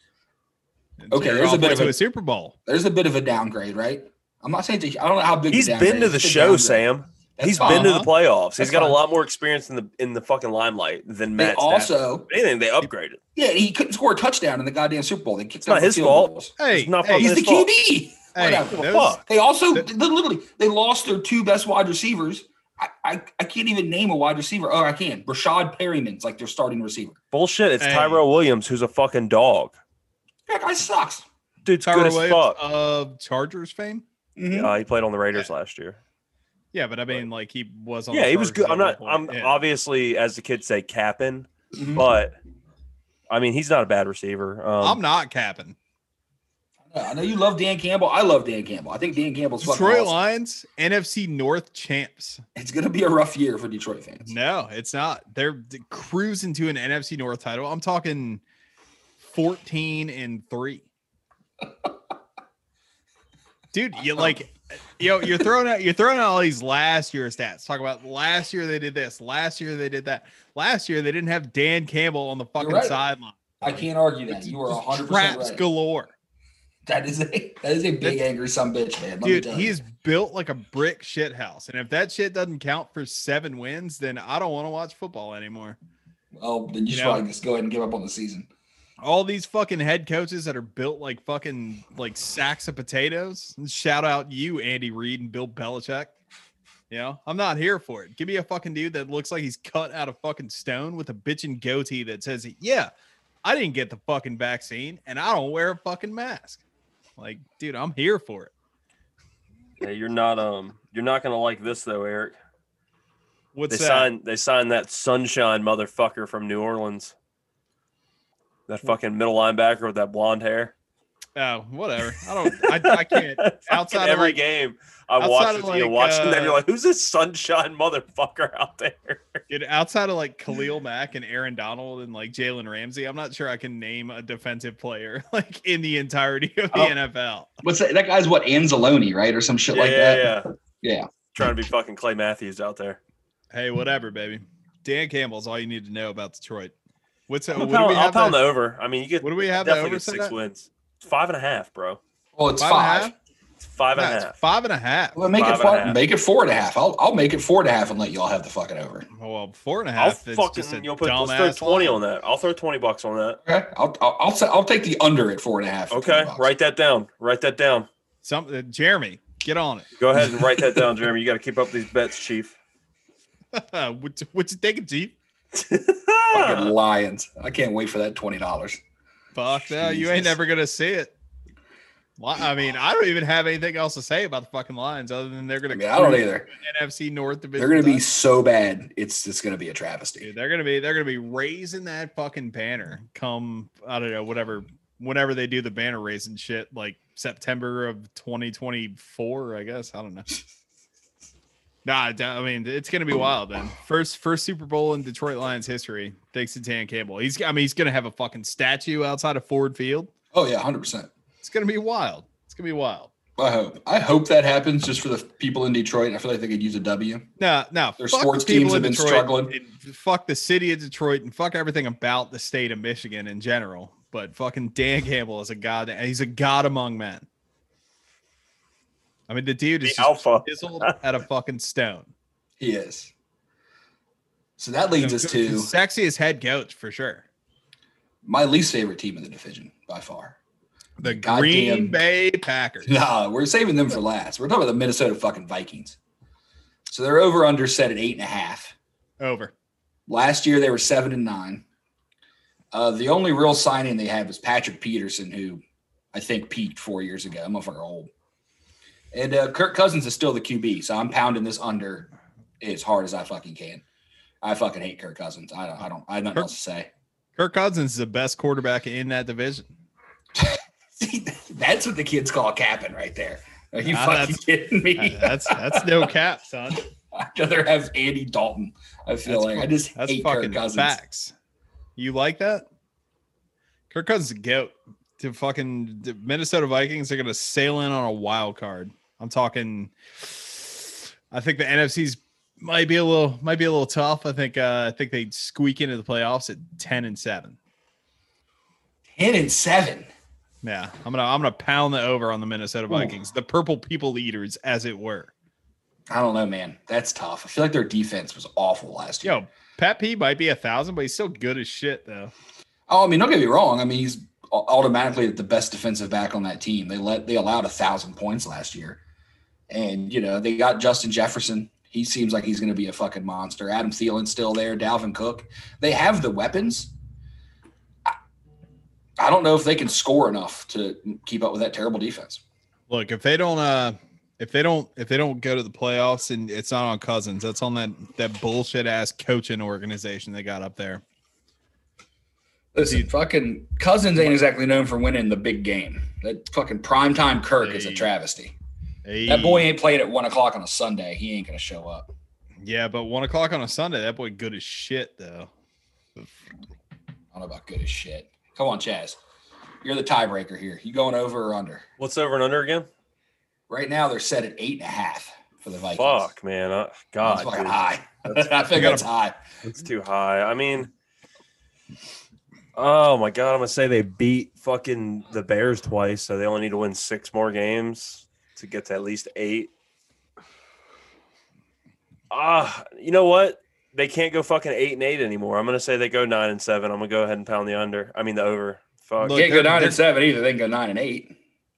Speaker 2: And
Speaker 1: Okay,
Speaker 2: Jared
Speaker 1: there's a
Speaker 2: Goff
Speaker 1: bit
Speaker 2: went
Speaker 1: of
Speaker 2: to
Speaker 1: a-
Speaker 2: a Super Bowl.
Speaker 1: There's a bit of a downgrade, right? I'm not saying it's a- I don't know how big.
Speaker 3: He's
Speaker 1: the downgrade
Speaker 3: been to
Speaker 1: is.
Speaker 3: the
Speaker 1: It's a
Speaker 3: show,
Speaker 1: downgrade.
Speaker 3: Sam.
Speaker 1: That's
Speaker 3: He's
Speaker 1: fine.
Speaker 3: been to the
Speaker 2: Uh-huh.
Speaker 3: playoffs.
Speaker 1: That's
Speaker 3: He's got a
Speaker 1: fine.
Speaker 3: lot more experience in the in the fucking limelight than
Speaker 1: They
Speaker 3: Matt. Stafford.
Speaker 1: also
Speaker 3: If anything, they upgraded.
Speaker 1: yeah he couldn't score a touchdown in the goddamn Super Bowl. They kicked
Speaker 3: not
Speaker 1: out the
Speaker 3: his
Speaker 1: field
Speaker 3: fault.
Speaker 1: goals.
Speaker 2: Hey,
Speaker 3: It's not
Speaker 2: hey,
Speaker 3: fucking
Speaker 1: He's the
Speaker 3: his fault.
Speaker 1: QB.
Speaker 2: Hey,
Speaker 1: Whatever.
Speaker 2: those-
Speaker 3: Fuck.
Speaker 1: They also they literally they lost their two best wide receivers. I, I, I can't even name a wide receiver. Oh, I can. Rashad Perryman's like their starting receiver.
Speaker 3: Bullshit. It's
Speaker 2: Hey.
Speaker 3: Tyrell Williams, who's a fucking dog.
Speaker 1: That guy sucks.
Speaker 3: Dude's
Speaker 2: Tyrell
Speaker 3: good as
Speaker 2: Williams
Speaker 3: fuck.
Speaker 2: of Chargers fame.
Speaker 1: Mhm.
Speaker 3: Uh, he played on the Raiders last year.
Speaker 2: Yeah, but I mean, like he was on.
Speaker 3: yeah,
Speaker 2: the
Speaker 3: he was good.
Speaker 2: Chargers at
Speaker 3: I'm
Speaker 2: one
Speaker 3: not.
Speaker 2: point.
Speaker 3: I'm
Speaker 2: Yeah.
Speaker 3: obviously, as the kids say, capping.
Speaker 1: Mhm.
Speaker 3: But I mean, he's not a bad receiver. Um,
Speaker 2: I'm not capping.
Speaker 1: I know you love Dan Campbell. I love Dan Campbell. I think Dan Campbell's fucking
Speaker 2: Detroit
Speaker 1: awesome.
Speaker 2: Lions, NFC North champs.
Speaker 1: It's gonna be a rough year for Detroit fans.
Speaker 2: No, it's not. They're d- cruising to an NFC North title. I'm talking 14 and three. Dude, you
Speaker 1: Uh-huh.
Speaker 2: like, yo, you're throwing out, you're throwing out all these last year stats. Talk about last year they did this, last year they did that, last year they didn't have Dan Campbell on the fucking
Speaker 1: right.
Speaker 2: sideline.
Speaker 1: I can't argue that. You are
Speaker 2: Just
Speaker 1: 100
Speaker 2: traps
Speaker 1: percent right.
Speaker 2: galore.
Speaker 1: That is a that is a big
Speaker 2: That's-
Speaker 1: angry some bitch, man. Let me
Speaker 2: Dude,
Speaker 1: tell
Speaker 2: he
Speaker 1: you.
Speaker 2: is built like a brick shit house. And if that shit doesn't count for seven wins, then I don't want to watch football anymore.
Speaker 1: Oh, then you
Speaker 2: you
Speaker 1: should
Speaker 2: know-
Speaker 1: probably just go ahead and give up on the season.
Speaker 2: All these fucking head coaches that are built like fucking like sacks of potatoes. Shout out you, Andy Reid and Bill Belichick. You know, I'm not here for it. Give me a fucking dude that looks like he's cut out of fucking stone with a bitchin' goatee that says, Yeah, I didn't get the fucking vaccine and I don't wear a fucking mask. Like, dude, I'm here for it.
Speaker 3: yeah, you're not. Um, you're not gonna like this though, Eric.
Speaker 2: What's
Speaker 3: they
Speaker 2: that?
Speaker 3: signed. They signed that sunshine motherfucker from New Orleans. That fucking middle linebacker with that blonde hair.
Speaker 2: Oh, whatever. I don't. I, I can't. Outside
Speaker 3: Outside
Speaker 2: of,
Speaker 3: every
Speaker 2: like-
Speaker 3: game, I
Speaker 2: outside
Speaker 3: watched
Speaker 2: of,
Speaker 3: it. you
Speaker 2: like,
Speaker 3: watch them,
Speaker 2: uh,
Speaker 3: and you're like, "Who's this sunshine motherfucker out there?"
Speaker 2: Dude, outside of like Khalil Mack and Aaron Donald and like Jalen Ramsey, I'm not sure I can name a defensive player like in the entirety of the
Speaker 1: Oh.
Speaker 2: NFL.
Speaker 1: What's that? That guy's what Anzalone, right, or some shit like
Speaker 3: yeah,
Speaker 1: that.
Speaker 3: yeah,
Speaker 1: Yeah.
Speaker 3: trying to be fucking Clay Matthews out there.
Speaker 2: Hey, whatever, baby. Dan Campbell's all you need to know about Detroit. What's that?
Speaker 3: I'll
Speaker 2: What do
Speaker 3: pound,
Speaker 2: we
Speaker 3: I'll
Speaker 2: have?
Speaker 3: pound the
Speaker 2: That,
Speaker 3: over. I mean, you get
Speaker 2: what do we have? That
Speaker 3: definitely
Speaker 2: over
Speaker 3: get
Speaker 2: six
Speaker 3: six wins. It's five and a half, bro.
Speaker 1: Well, it's
Speaker 2: Five and a
Speaker 1: five.
Speaker 2: half?
Speaker 3: It's five and a half.
Speaker 2: It's five and a half.
Speaker 1: Well, make
Speaker 3: Five
Speaker 1: it
Speaker 3: and a
Speaker 1: four,
Speaker 3: half.
Speaker 1: make it four and a half. I'll I'll make it four and a half and let y'all have the fucking over.
Speaker 2: Well, four and a
Speaker 3: I'll
Speaker 2: half. It's just a
Speaker 3: fucking you'll put
Speaker 2: dumbass
Speaker 3: let's throw twenty
Speaker 2: line.
Speaker 3: on that. I'll throw twenty bucks on that.
Speaker 1: Okay, I'll I'll I'll, say, I'll take the under at four and a half. at
Speaker 3: Okay,
Speaker 1: 20 bucks.
Speaker 3: write that down. Write that down.
Speaker 2: Some, uh, Jeremy, get on
Speaker 3: Go ahead and write that down, Jeremy. You got to keep up these bets, Chief.
Speaker 2: it. what, what you thinking, Chief?
Speaker 1: Fucking Lions. I can't wait for that twenty dollars.
Speaker 2: Fuck no, you ain't
Speaker 1: Jesus.
Speaker 2: never gonna see it. Li- I mean, I don't even have anything else to say about the fucking Lions other than they're gonna.
Speaker 1: I mean, I don't
Speaker 2: cruise
Speaker 1: either.
Speaker 2: the NFC North division.
Speaker 1: They're gonna be
Speaker 2: title.
Speaker 1: so bad. It's just gonna be a travesty.
Speaker 2: Dude, they're gonna be. They're gonna be raising that fucking banner. Come, I don't know, whatever. Whenever they do the banner raising shit, like September of 2024, I guess. I don't know. Nah, I don't- I mean it's gonna be wild. Then first first Super Bowl in Detroit Lions history, thanks to Dan Campbell. He's I mean he's gonna have a fucking statue outside of Ford Field.
Speaker 1: Oh yeah, hundred percent.
Speaker 2: It's gonna be wild. It's gonna be wild.
Speaker 1: I hope. I hope that happens just for the people in Detroit. I feel like they could use a W.
Speaker 2: No, no.
Speaker 1: Their
Speaker 2: fuck
Speaker 1: sports
Speaker 2: the people
Speaker 1: teams
Speaker 2: in
Speaker 1: have been
Speaker 2: Detroit
Speaker 1: struggling.
Speaker 2: and fuck the city of Detroit and fuck everything about the state of Michigan in general. But fucking Dan Campbell is a god. He's a god among men. I mean, the dude
Speaker 3: The
Speaker 2: is just
Speaker 3: alpha.
Speaker 2: chiseled out of fucking stone.
Speaker 1: He is. So that leads us to
Speaker 2: sexiest head coach for sure.
Speaker 1: my least favorite team in the division by far.
Speaker 2: The
Speaker 1: Goddamn-
Speaker 2: Green Bay Packers.
Speaker 1: Nah, we're saving them for last. We're talking about the Minnesota fucking Vikings. So they're over under set at eight and a half.
Speaker 2: Over.
Speaker 1: Last year they were seven and nine. Uh, the only real signing they had was Patrick Peterson, who I think peaked four years ago. I'm fucking old. And uh, Kirk Cousins is still the QB, so I'm pounding this under as hard as I fucking can. I fucking hate Kirk Cousins. I don't. I don't. I have nothing else to say.
Speaker 2: Kirk Cousins is the best quarterback in that division.
Speaker 1: See, that's what the kids call capping right there. Are you
Speaker 2: Nah,
Speaker 1: fucking
Speaker 2: that's-
Speaker 1: kidding me?
Speaker 2: That's that's no cap, son.
Speaker 1: I'd rather have Andy Dalton. I feel
Speaker 2: That's
Speaker 1: like I
Speaker 2: fuck-
Speaker 1: just
Speaker 2: That's
Speaker 1: hate Kirk
Speaker 2: fucking
Speaker 1: Cousins.
Speaker 2: facts. You like that? Kirk Cousins is a goat. To fucking the Minnesota Vikings are gonna sail in on a wild card. I'm talking. I think the NFC's might be a little might be a little tough. I think uh, I think they squeak into the playoffs at ten and seven.
Speaker 1: Ten and seven.
Speaker 2: Yeah, I'm gonna I'm gonna pound the over on the Minnesota Vikings, the purple people eaters, as it were.
Speaker 1: I don't know, man. That's tough. I feel like their defense was awful last year.
Speaker 2: Yo, Pat P might be a thousand, but he's still good as shit though.
Speaker 1: Oh, I mean, don't get me wrong. I mean, he's au- automatically at the best defensive back on that team. They let they allowed a thousand points last year, and you know they got Justin Jefferson. He seems like he's going to be a fucking monster. Adam Thielen's still there. Dalvin Cook. They have the weapons. I- I don't know if they can score enough to keep up with that terrible defense.
Speaker 2: Look, if they don't, uh, if they don't, if they don't go to the playoffs, and it's not on Cousins, that's on that that bullshit ass coaching organization they got up there.
Speaker 1: Listen, fucking Cousins ain't exactly known for winning the big game. That fucking primetime Kirk is a
Speaker 2: Hey.
Speaker 1: travesty.
Speaker 2: Hey.
Speaker 1: That boy ain't played at one o'clock on a Sunday. He ain't gonna show up.
Speaker 2: Yeah, but one o'clock on a Sunday, that boy good as shit though.
Speaker 1: I don't know about good as shit. Come on, Chaz. You're the tiebreaker here. You going over or under?
Speaker 3: What's over and under again?
Speaker 1: Right now they're set at eight and a half for the Vikings.
Speaker 3: Fuck, man. Uh,
Speaker 1: that's
Speaker 3: God,
Speaker 1: fucking
Speaker 3: dude.
Speaker 1: high.
Speaker 3: That's-
Speaker 1: I
Speaker 2: you
Speaker 1: think
Speaker 2: gotta-
Speaker 1: that's high.
Speaker 3: That's too high. I mean, oh my god, I'm gonna say they beat fucking the Bears twice, so they only need to win six more games to get to at least eight. Ah, you know what? They can't go fucking eight and eight anymore. I'm gonna say they go nine and seven. I'm gonna go ahead and pound the under. I mean the over. Fuck.
Speaker 2: Look,
Speaker 1: Can't go
Speaker 2: they're-
Speaker 1: nine
Speaker 2: they're-
Speaker 1: and seven either. They can go nine and eight.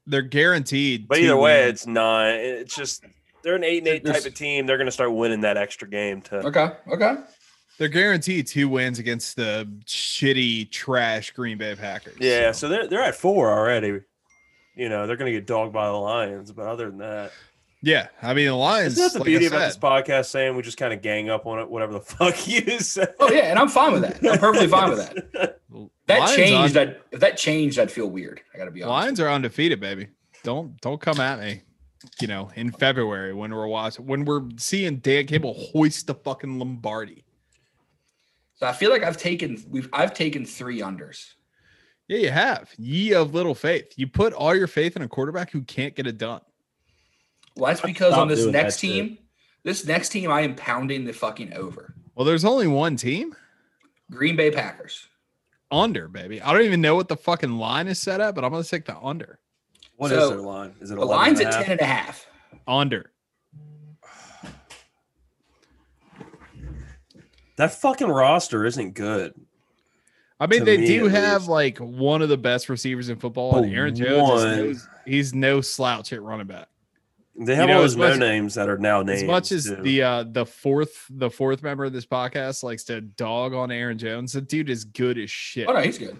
Speaker 2: They're guaranteed.
Speaker 3: but
Speaker 2: two
Speaker 3: either way,
Speaker 2: wins.
Speaker 3: it's nine. It's just they're an eight and eight
Speaker 1: There's-
Speaker 3: type of team. They're gonna start winning that extra game to.
Speaker 1: Okay, okay.
Speaker 2: they're guaranteed two wins against the shitty trash Green Bay Packers.
Speaker 3: Yeah, so they're they're at four already. You know they're gonna get dogged by the Lions, but other than that.
Speaker 2: yeah. I mean, the Lions.
Speaker 3: Isn't that the
Speaker 2: like I
Speaker 3: beauty about this
Speaker 2: said,
Speaker 3: podcast? Saying we just kind of gang up on it, whatever the fuck you said.
Speaker 1: Oh yeah, and I'm fine with that. I'm perfectly fine with that. That
Speaker 2: Lions
Speaker 1: changed.
Speaker 2: un-
Speaker 1: That if that changed, I'd feel weird. I gotta be honest.
Speaker 2: Lions are undefeated, baby. Don't don't come at me. You know, in February when we're watching, when we're seeing Dan Cable hoist the fucking Lombardi.
Speaker 1: So I feel like I've taken we've I've taken three unders.
Speaker 2: Yeah, you have. Ye of little faith. You put all your faith in a quarterback who can't get it done.
Speaker 1: Well, that's because
Speaker 3: Stop
Speaker 1: on this
Speaker 3: doing
Speaker 1: next
Speaker 3: that shit.
Speaker 1: team, this next team, I am pounding the fucking over.
Speaker 2: Well, there's only one team
Speaker 1: Green Bay Packers.
Speaker 2: under, baby. I don't even know what the fucking line is set at, but I'm gonna take the under.
Speaker 3: What
Speaker 1: So,
Speaker 3: is their line? Is it
Speaker 1: The
Speaker 3: 11
Speaker 1: line's
Speaker 3: and
Speaker 1: at
Speaker 3: a half?
Speaker 1: 10 and a half.
Speaker 2: Under.
Speaker 3: That fucking roster isn't good.
Speaker 2: I mean,
Speaker 3: To
Speaker 2: they
Speaker 3: me,
Speaker 2: do
Speaker 3: at
Speaker 2: have
Speaker 3: least.
Speaker 2: like one of the best receivers in football, and
Speaker 3: But
Speaker 2: Aaron Jones.
Speaker 3: one-
Speaker 2: Is no, he's no slouch at running back.
Speaker 3: They have
Speaker 2: You know,
Speaker 3: all
Speaker 2: as
Speaker 3: those no
Speaker 2: much-
Speaker 3: names that are now names.
Speaker 2: as much as
Speaker 3: too.
Speaker 2: the uh the fourth the fourth member of this podcast likes to dog on Aaron Jones, the dude is good as shit.
Speaker 1: Oh, no, he's good.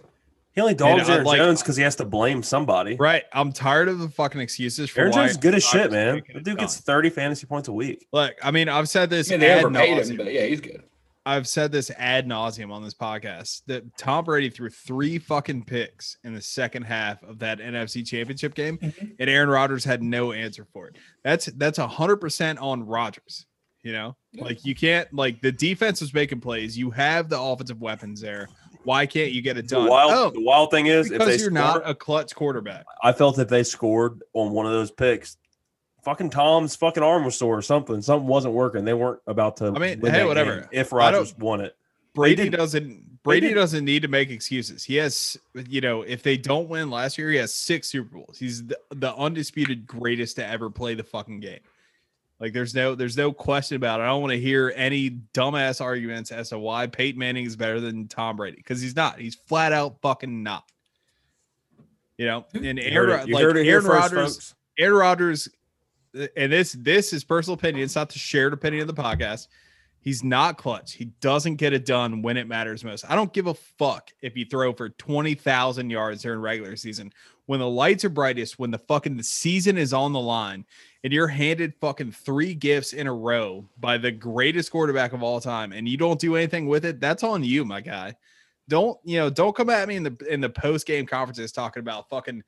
Speaker 3: he only dogs
Speaker 2: I
Speaker 3: Aaron
Speaker 2: like-
Speaker 3: Jones because he has to blame somebody.
Speaker 2: Right. I'm tired of the fucking excuses for
Speaker 3: Aaron
Speaker 2: why
Speaker 3: Jones is good as shit,
Speaker 2: Rodgers
Speaker 3: man.
Speaker 2: can't get
Speaker 3: The
Speaker 2: it
Speaker 3: dude
Speaker 2: done.
Speaker 3: gets 30 fantasy points a week.
Speaker 2: look, I mean, I've said this
Speaker 1: I mean, they
Speaker 2: ad
Speaker 1: overpaid him,
Speaker 2: nauseam.
Speaker 1: but yeah, he's good.
Speaker 2: I've said this ad nauseum on this podcast that Tom Brady threw three fucking picks in the second half of that NFC Championship game, and Aaron Rodgers had no answer for it. That's that's hundred percent on Rodgers. You know,
Speaker 1: Yeah.
Speaker 2: like you can't like the defense was making plays. You have the offensive weapons there. Why can't you get it
Speaker 3: The
Speaker 2: done?
Speaker 3: wild,
Speaker 2: oh,
Speaker 3: the wild thing is, if
Speaker 2: because
Speaker 3: they
Speaker 2: you're
Speaker 3: score,
Speaker 2: not a clutch quarterback.
Speaker 3: I felt if they scored on one of those picks, fucking Tom's fucking arm was sore or something. Something wasn't working. They weren't about to.
Speaker 2: I mean,
Speaker 3: win
Speaker 2: hey,
Speaker 3: that
Speaker 2: whatever.
Speaker 3: game If
Speaker 2: I don't-
Speaker 3: Rodgers won it,
Speaker 2: Brady
Speaker 3: didn't-
Speaker 2: doesn't. Brady
Speaker 3: didn't-
Speaker 2: doesn't need to make excuses. He has, you know, if they don't win last year, he has six Super Bowls. He's the, the undisputed greatest to ever play the fucking game. Like there's no there's no question about it. I don't want to hear any dumbass arguments as to why Peyton Manning is better than Tom Brady because he's not. He's flat out fucking not. You know, and
Speaker 3: You heard
Speaker 2: Aaron,
Speaker 3: it- you
Speaker 2: like
Speaker 3: heard it here
Speaker 2: Aaron
Speaker 3: first,
Speaker 2: Rodgers,
Speaker 3: folks.
Speaker 2: Aaron Rodgers, and this this is personal opinion. It's not the shared opinion of the podcast. He's not clutch. He doesn't get it done when it matters most. I don't give a fuck if you throw for twenty thousand yards during regular season. When the lights are brightest, when the fucking the season is on the line, and you're handed fucking three gifts in a row by the greatest quarterback of all time, and you don't do anything with it, that's on you, my guy. Don't you know? Don't come at me in the in the post game conferences talking about fucking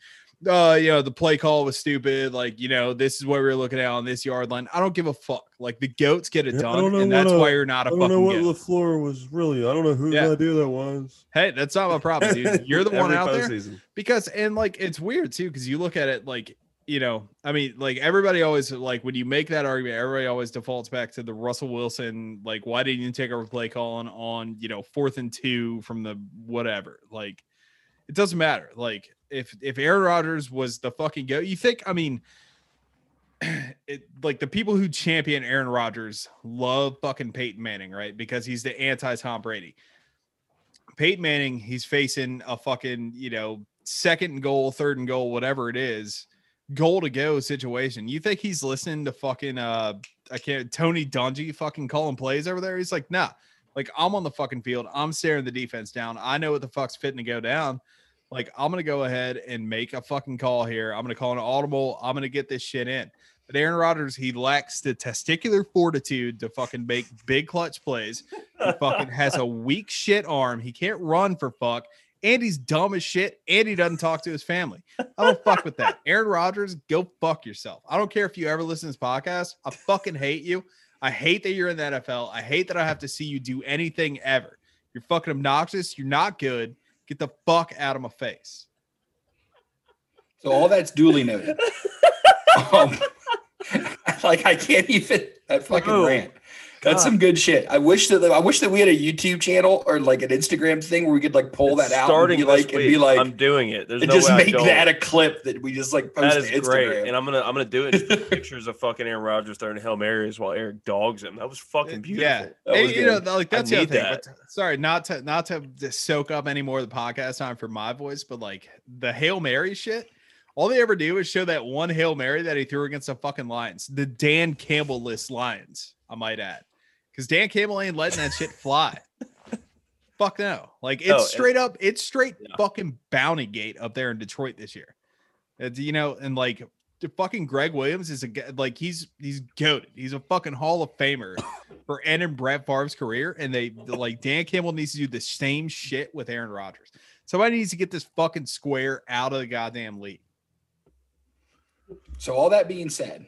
Speaker 2: uh, you know, the play call was stupid. Like, you know, this is what we were looking at on this yard line. I don't give a fuck. Like, the goats get it
Speaker 3: Yeah, I
Speaker 2: done,
Speaker 3: don't know
Speaker 2: and that's
Speaker 3: what, uh,
Speaker 2: why you're not a fucking goat.
Speaker 3: Lafleur was really. I don't know whose
Speaker 2: Yeah.
Speaker 3: idea that was.
Speaker 2: hey, that's not my problem, dude. You're the one
Speaker 3: Every
Speaker 2: out there
Speaker 3: postseason.
Speaker 2: because, and like, it's weird too because you look at it like, you know, I mean, like everybody always like when you make that argument, everybody always defaults back to the Russell Wilson. Like, why didn't you take over play calling on you know fourth and two from the whatever? Like, it doesn't matter. Like if if Aaron Rodgers was the fucking go, you think? I mean, it, like the people who champion Aaron Rodgers love fucking Peyton Manning, right? Because he's the anti Tom Brady. Peyton Manning, he's facing a fucking you know second and goal, third and goal, whatever it is, goal to go situation. You think he's listening to fucking uh I can't Tony Dungy fucking calling plays over there? He's like, nah, like I'm on the fucking field. I'm staring the defense down. I know what the fuck's fitting to go down. Like I'm gonna go ahead and make a fucking call here. I'm gonna call an audible. I'm gonna get this shit in. But Aaron Rodgers, he lacks the testicular fortitude to fucking make big clutch plays. He fucking has a weak shit arm. He can't run for fuck. And he's dumb as shit. And he doesn't talk to his family. I don't fuck with that. Aaron Rodgers, go fuck yourself. I don't care if you ever listen to this podcast. I fucking hate you. I hate that you're in the NFL. I hate that I have to see you do anything ever. You're fucking obnoxious. You're not good. Get the fuck out of my face.
Speaker 1: So all that's duly noted. um, like I can't even that fucking
Speaker 3: Oh,
Speaker 1: rant. That's
Speaker 3: God.
Speaker 1: some good shit. I wish that I wish that we had a YouTube channel or like an Instagram thing where we could like pull
Speaker 3: It's
Speaker 1: that out
Speaker 3: starting
Speaker 1: and be like
Speaker 3: this
Speaker 1: and be
Speaker 3: week.
Speaker 1: like
Speaker 3: I'm doing it. There's
Speaker 1: and
Speaker 3: no
Speaker 1: just
Speaker 3: way I
Speaker 1: make
Speaker 3: don't.
Speaker 1: that a clip that we just like post
Speaker 3: that
Speaker 1: to
Speaker 3: is
Speaker 1: Instagram.
Speaker 3: great, and I'm gonna I'm gonna do it. Just put pictures of fucking Aaron Rodgers throwing hail marys while Eric dogs him. That was fucking beautiful.
Speaker 2: Yeah,
Speaker 1: That
Speaker 2: And,
Speaker 1: was
Speaker 2: you know,
Speaker 1: good.
Speaker 2: like
Speaker 3: I
Speaker 2: that's the other
Speaker 3: need
Speaker 2: thing.
Speaker 3: that.
Speaker 2: But sorry, not to not to just soak up any more of the podcast time for my voice, but like the hail mary shit. All they ever do is show that one hail mary that he threw against the fucking Lions, the Dan Campbell list Lions. I might add, because Dan Campbell ain't letting that shit fly. Fuck no! Like it's
Speaker 3: No, and-
Speaker 2: straight up, it's straight
Speaker 3: Oh, Yeah.
Speaker 2: fucking bounty gate up there in Detroit this year. It's, you know, and like the fucking Greg Williams is a g- like he's he's goaded. He's a fucking Hall of Famer for Ed and Brett Favre's career, and they like Dan Campbell needs to do the same shit with Aaron Rodgers. Somebody needs to get this fucking square out of the goddamn league.
Speaker 1: So all that being said,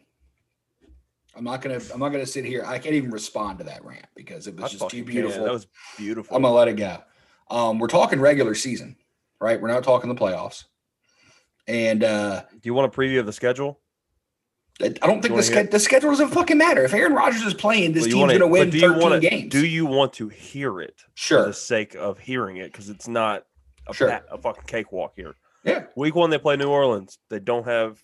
Speaker 1: I'm not gonna I'm not gonna sit here. I can't even respond to that rant because it
Speaker 3: I
Speaker 1: was just
Speaker 3: fucking
Speaker 1: too
Speaker 3: can.
Speaker 1: beautiful.
Speaker 3: That was beautiful.
Speaker 1: I'm gonna let it go. Um, we're talking regular season, right? We're not talking the playoffs. And uh,
Speaker 3: do you want a preview of the schedule?
Speaker 1: I I don't think
Speaker 3: wanna
Speaker 1: the,
Speaker 3: hear
Speaker 1: ske- the schedule doesn't fucking matter. If Aaron Rodgers is playing, this
Speaker 3: Well, you
Speaker 1: team's
Speaker 3: want it-
Speaker 1: gonna win
Speaker 3: but do you
Speaker 1: 13
Speaker 3: want it-
Speaker 1: games.
Speaker 3: Do you want to hear it for
Speaker 1: sure.
Speaker 3: the sake of hearing it? Because it's not a,
Speaker 1: Sure.
Speaker 3: pat- a fucking cakewalk here.
Speaker 1: Yeah.
Speaker 3: Week one they play New Orleans. They don't have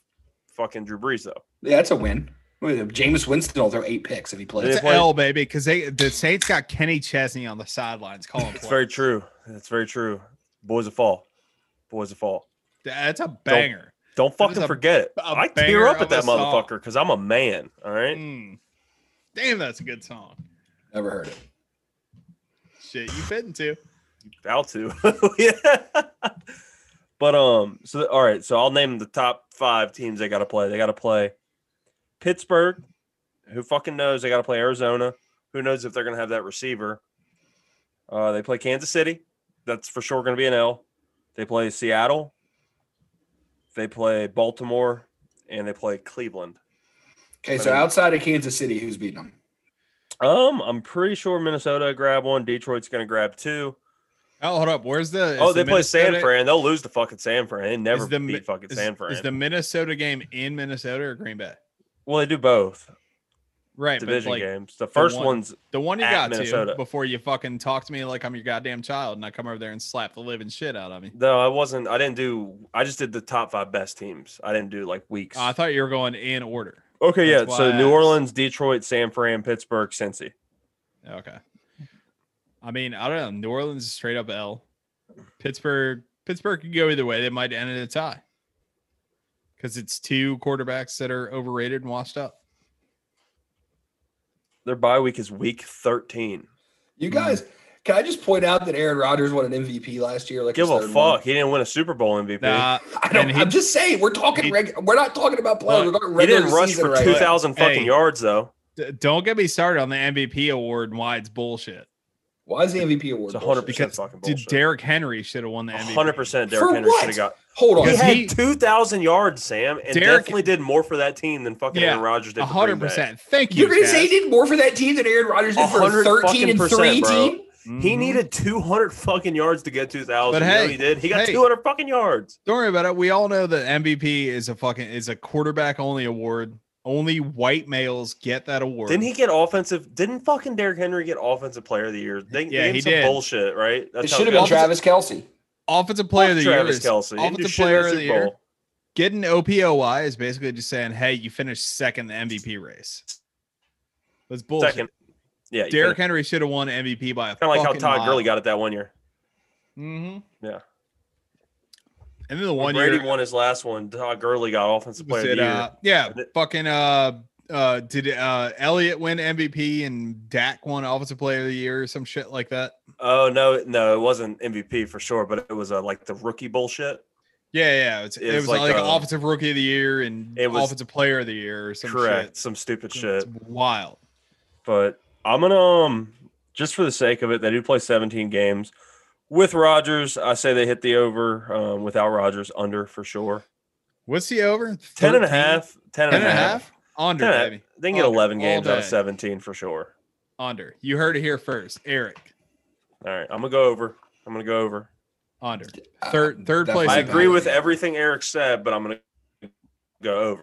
Speaker 3: fucking Drew Brees though.
Speaker 1: Yeah, that's a win. Wait, Jameis Winston will throw eight picks if he plays.
Speaker 2: It's
Speaker 3: play-
Speaker 2: an L baby because they the Saints got Kenny Chesney on the sidelines calling.
Speaker 3: It's
Speaker 2: plays.
Speaker 3: very true. That's very true. Boys of fall. Boys of fall.
Speaker 2: That's a banger.
Speaker 3: Don't
Speaker 2: That is
Speaker 3: fucking
Speaker 2: a-
Speaker 3: forget it.
Speaker 2: a
Speaker 3: I
Speaker 2: banger
Speaker 3: tear up
Speaker 2: of
Speaker 3: at that
Speaker 2: a song.
Speaker 3: motherfucker because I'm a man. All right.
Speaker 2: Mm. Damn, that's a good song.
Speaker 1: Never heard it.
Speaker 2: Shit, you fit into.
Speaker 3: About to. yeah. But um, so all right, so I'll name the top five teams they gotta play. They gotta play Pittsburgh, who fucking knows? They gotta play Arizona. Who knows if they're gonna have that receiver? Uh they play Kansas City. That's for sure gonna be an L. They play Seattle, they play Baltimore, and they play Cleveland.
Speaker 1: Okay, so outside of Kansas City, who's beating them?
Speaker 3: Um, I'm pretty sure Minnesota grab one, Detroit's gonna grab two.
Speaker 2: Oh, hold up. Where's the?
Speaker 3: oh,
Speaker 2: is the
Speaker 3: they play San
Speaker 2: Minnesota-
Speaker 3: Fran. They'll lose the fucking San Fran. They never
Speaker 2: Is the Mi-
Speaker 3: beat fucking
Speaker 2: is-
Speaker 3: San Fran.
Speaker 2: Is the Minnesota game in Minnesota or Green Bay?
Speaker 3: Well, they do both
Speaker 2: Right,
Speaker 3: division
Speaker 2: but like
Speaker 3: games. The first
Speaker 2: one-
Speaker 3: one's
Speaker 2: the one you
Speaker 3: at
Speaker 2: got
Speaker 3: Minnesota.
Speaker 2: to before you fucking talk to me like I'm your goddamn child, and I come over there and slap the living shit out of me.
Speaker 3: no, I wasn't. I didn't do. I just did the top five best teams. I didn't do like weeks.
Speaker 2: Oh, I thought you were going in order.
Speaker 3: okay, yeah.
Speaker 2: that's why
Speaker 3: So
Speaker 2: I
Speaker 3: New
Speaker 2: asked.
Speaker 3: Orleans, Detroit, San Fran, Pittsburgh, Cincy.
Speaker 2: Okay. I mean, I don't know. New Orleans is straight up L. Pittsburgh, Pittsburgh could go either way. They might end in a tie because it's two quarterbacks that are overrated and washed up.
Speaker 3: Their bye week is week thirteen.
Speaker 1: You
Speaker 2: Hmm.
Speaker 1: guys, can I just point out that Aaron Rodgers won an MVP last year? Like his
Speaker 3: Give a
Speaker 1: third
Speaker 3: fuck.
Speaker 1: one?
Speaker 3: He didn't win a Super Bowl MVP.
Speaker 2: Nah,
Speaker 1: I don't.
Speaker 2: And he-
Speaker 1: I'm just saying we're talking.
Speaker 2: he-
Speaker 1: reg- we're not talking about playoffs. We're talking
Speaker 3: he
Speaker 1: regular
Speaker 3: didn't rush
Speaker 1: season
Speaker 3: for
Speaker 1: right
Speaker 3: two
Speaker 1: now.
Speaker 3: thousand fucking
Speaker 2: Hey.
Speaker 3: yards though.
Speaker 2: d- don't get me started on the MVP award and why it's bullshit.
Speaker 1: Why is the MVP award?
Speaker 3: It's hundred
Speaker 1: bullshit?
Speaker 3: percent
Speaker 2: Because
Speaker 3: fucking
Speaker 2: dude,
Speaker 3: bullshit.
Speaker 2: Derrick Henry should have won the MVP.
Speaker 3: hundred percent.
Speaker 1: For
Speaker 3: Derrick Henry
Speaker 1: what?
Speaker 3: should have got.
Speaker 1: Hold on.
Speaker 3: He
Speaker 2: Because
Speaker 3: had
Speaker 2: he-
Speaker 3: two thousand yards, Sam, and
Speaker 2: Derrick-
Speaker 3: definitely did more for that team than fucking
Speaker 2: Yeah,
Speaker 3: Aaron Rodgers did.
Speaker 2: A
Speaker 3: for Green
Speaker 2: hundred
Speaker 3: Bay.
Speaker 2: percent. Thank you.
Speaker 1: You're gonna say he
Speaker 2: Chaz.
Speaker 1: did more for that team than Aaron Rodgers did for a
Speaker 3: 100
Speaker 1: 13 and
Speaker 3: fucking
Speaker 1: three
Speaker 3: percent, bro.
Speaker 1: team?
Speaker 3: He
Speaker 2: Mhm.
Speaker 3: needed 200 fucking yards to get 2,000.
Speaker 2: But
Speaker 3: You know
Speaker 2: hey,
Speaker 3: he did. He got
Speaker 2: hey.
Speaker 3: 200 fucking yards.
Speaker 2: Don't worry about it. We all know that MVP is a fucking is a quarterback only award. Only white males get that award.
Speaker 3: Didn't he get offensive? Didn't fucking Derrick Henry get offensive player of the year? They,
Speaker 2: Yeah,
Speaker 3: yeah,
Speaker 2: he
Speaker 3: some
Speaker 2: did.
Speaker 3: bullshit, right?
Speaker 1: It
Speaker 3: how
Speaker 1: should have
Speaker 3: goes.
Speaker 1: been Travis Kelsey.
Speaker 2: Offensive player of the
Speaker 3: Travis
Speaker 2: year. is-
Speaker 3: Kelsey. He didn't do
Speaker 2: Offensive
Speaker 3: shit in
Speaker 2: player of the
Speaker 3: Super
Speaker 2: year.
Speaker 3: Bowl.
Speaker 2: Getting OPOY is basically just saying, hey, you finished second in the MVP race. That's bullshit.
Speaker 3: Second. Yeah.
Speaker 2: Derrick Henry should have won MVP by a
Speaker 3: Kind of like how
Speaker 2: fucking
Speaker 3: Todd
Speaker 2: mile.
Speaker 3: Gurley got it that one year.
Speaker 2: Mm-hmm.
Speaker 3: Yeah.
Speaker 2: And then the
Speaker 3: When
Speaker 2: one
Speaker 3: Brady
Speaker 2: year
Speaker 3: won his last one. Todd Gurley got offensive
Speaker 2: was
Speaker 3: player of
Speaker 2: it,
Speaker 3: the year.
Speaker 2: uh, yeah,
Speaker 3: And it-
Speaker 2: fucking uh, uh, did uh, Elliott win MVP and Dak won Offensive Player of the Year or some shit like that?
Speaker 3: oh no, no, it wasn't MVP for sure, but it was uh, like the rookie bullshit.
Speaker 2: Yeah, yeah, it's, it
Speaker 3: It's
Speaker 2: was like,
Speaker 3: like, uh,
Speaker 2: Offensive Rookie of the Year and
Speaker 3: it was-
Speaker 2: Offensive Player of the Year or some
Speaker 3: Correct, some stupid
Speaker 2: shit.
Speaker 3: shit.
Speaker 2: It's wild.
Speaker 3: But I'm gonna um, just for the sake of it, they do play 17 games. With Rogers, I say they hit the over. Um, without Rogers, under for sure.
Speaker 2: What's the over?
Speaker 3: 10 and a
Speaker 2: 13?
Speaker 3: half. 10
Speaker 2: Ten and a
Speaker 3: half.
Speaker 2: half. Under,
Speaker 3: Yeah.
Speaker 2: baby.
Speaker 3: They can get
Speaker 2: Under,
Speaker 3: 11
Speaker 2: all
Speaker 3: games out of
Speaker 2: day.
Speaker 3: 17 for sure.
Speaker 2: Under. You heard it here first, Eric.
Speaker 3: All right, I'm gonna go over. I'm gonna go over.
Speaker 2: Under.
Speaker 1: Uh,
Speaker 2: Third, third
Speaker 1: that
Speaker 2: place.
Speaker 1: might
Speaker 3: I
Speaker 2: is
Speaker 1: be
Speaker 3: agree
Speaker 2: under.
Speaker 3: with everything Eric said, but I'm gonna go over.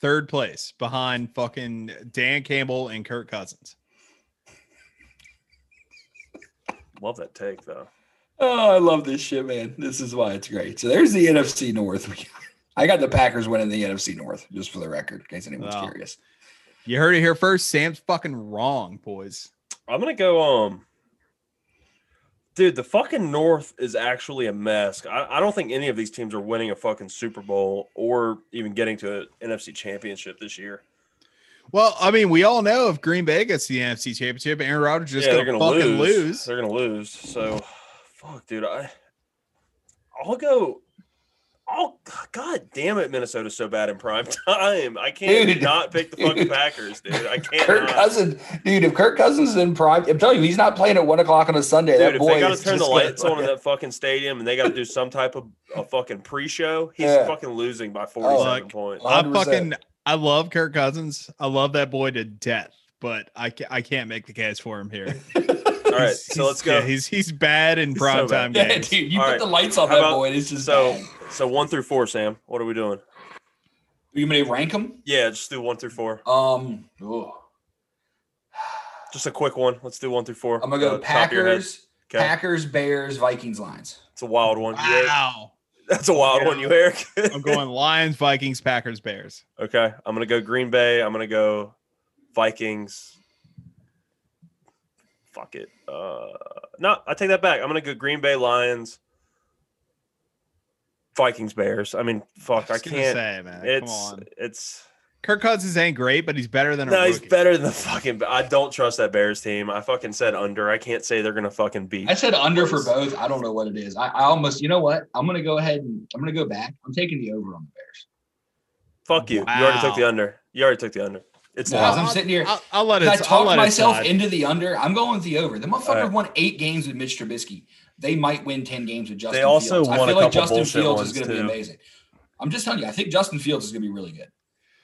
Speaker 2: third place behind fucking Dan Campbell and Kirk Cousins.
Speaker 3: Love that take though.
Speaker 1: Oh, I love this shit, man. This is why it's great. So there's the NFC North. We got, I got the Packers winning the NFC North, just for the record, in case anyone's
Speaker 2: Wow.
Speaker 1: curious.
Speaker 2: You heard it here first. Sam's fucking wrong, boys.
Speaker 3: I'm gonna go. Um, dude, the fucking North is actually a mess. I, I don't think any of these teams are winning a fucking Super Bowl or even getting to an NFC Championship this year.
Speaker 2: Well, I mean, we all know if Green Bay gets the NFC Championship, Aaron Rodgers just
Speaker 3: yeah, they're
Speaker 2: gonna,
Speaker 3: gonna
Speaker 2: fucking
Speaker 3: lose.
Speaker 2: lose.
Speaker 3: They're gonna lose. So, fuck, dude. I, I'll go. Oh god damn it! Minnesota's so bad in prime time. I can't
Speaker 1: Dude.
Speaker 3: not pick the fucking
Speaker 1: Dude.
Speaker 3: Packers, dude. I can't.
Speaker 1: Kirk
Speaker 3: not.
Speaker 1: Cousins, dude. If Kirk Cousins is in prime, I'm telling you, he's not playing at one o'clock on a Sunday.
Speaker 3: Dude,
Speaker 1: that
Speaker 3: if
Speaker 1: boy
Speaker 3: they got
Speaker 1: is
Speaker 3: to turn the
Speaker 1: just gonna
Speaker 3: lights on in
Speaker 1: fucking-
Speaker 3: that fucking stadium and they got to do some type of a fucking pre-show, he's
Speaker 1: Yeah. Oh,
Speaker 3: fucking losing by 47
Speaker 2: Look,
Speaker 3: points.
Speaker 1: uh,
Speaker 2: I
Speaker 1: 100%.
Speaker 2: fucking I love Kirk Cousins. I love that boy to death, but I ca- I can't make the case for him here.
Speaker 3: All right, so let's go.
Speaker 2: Yeah, he's he's bad in
Speaker 3: He's so
Speaker 2: prime time
Speaker 3: bad.
Speaker 1: Yeah,
Speaker 2: games.
Speaker 1: dude. You
Speaker 3: All
Speaker 1: put
Speaker 3: right.
Speaker 1: the lights on
Speaker 3: How
Speaker 1: that
Speaker 3: about-
Speaker 1: boy. It's just
Speaker 3: so-
Speaker 1: bad.
Speaker 3: so one through four, Sam. What are we doing?
Speaker 1: You may rank them.
Speaker 3: Yeah, just do one through four.
Speaker 1: Um, oh.
Speaker 3: Just a quick one. Let's do one through four.
Speaker 1: I'm gonna go
Speaker 3: Uh, top of your head.
Speaker 1: Packers,
Speaker 3: Okay.
Speaker 1: Packers, Bears, Vikings, Lions.
Speaker 3: It's a wild one. You, Eric?
Speaker 2: Wow.
Speaker 3: That's a wild one, you Eric.
Speaker 2: I'm going Lions, Vikings, Packers, Bears.
Speaker 3: okay, I'm gonna go Green Bay. I'm gonna go Vikings. Fuck it. Uh, no, I take that back. I'm gonna go Green Bay Lions. Vikings Bears. I mean, fuck, I,
Speaker 2: was gonna
Speaker 3: can't.
Speaker 2: say, man.
Speaker 3: It's
Speaker 2: Come on.
Speaker 3: it's
Speaker 2: Kirk Cousins ain't great, but he's better than a
Speaker 3: no,
Speaker 2: rookie.
Speaker 3: he's better than the fucking. I don't trust that Bears team. I fucking said under. I can't say they're gonna fucking beat.
Speaker 1: I said under for both. I don't know what it is. I, I almost, you know what? I'm gonna go ahead and I'm gonna go back. I'm taking the over on the Bears.
Speaker 3: Fuck you. You already took
Speaker 2: Wow.
Speaker 3: the under. You already took the under. It's
Speaker 1: No,
Speaker 3: not.
Speaker 1: as I'm sitting here,
Speaker 2: I'll, I'll let it.
Speaker 1: I
Speaker 2: I'll
Speaker 1: talked
Speaker 2: let
Speaker 1: myself
Speaker 2: it slide.
Speaker 1: into the under. I'm going with the over. The motherfucker
Speaker 3: Alright.
Speaker 1: won eight games with Mitch Trubisky. They might win ten games with Justin.
Speaker 3: They also
Speaker 1: Fields. I
Speaker 3: won a
Speaker 1: feel like
Speaker 3: couple
Speaker 1: Justin
Speaker 3: bullshit
Speaker 1: Fields
Speaker 3: ones,
Speaker 1: is going to be
Speaker 3: too.
Speaker 1: amazing. I'm just telling you, I think Justin Fields is going to be really good.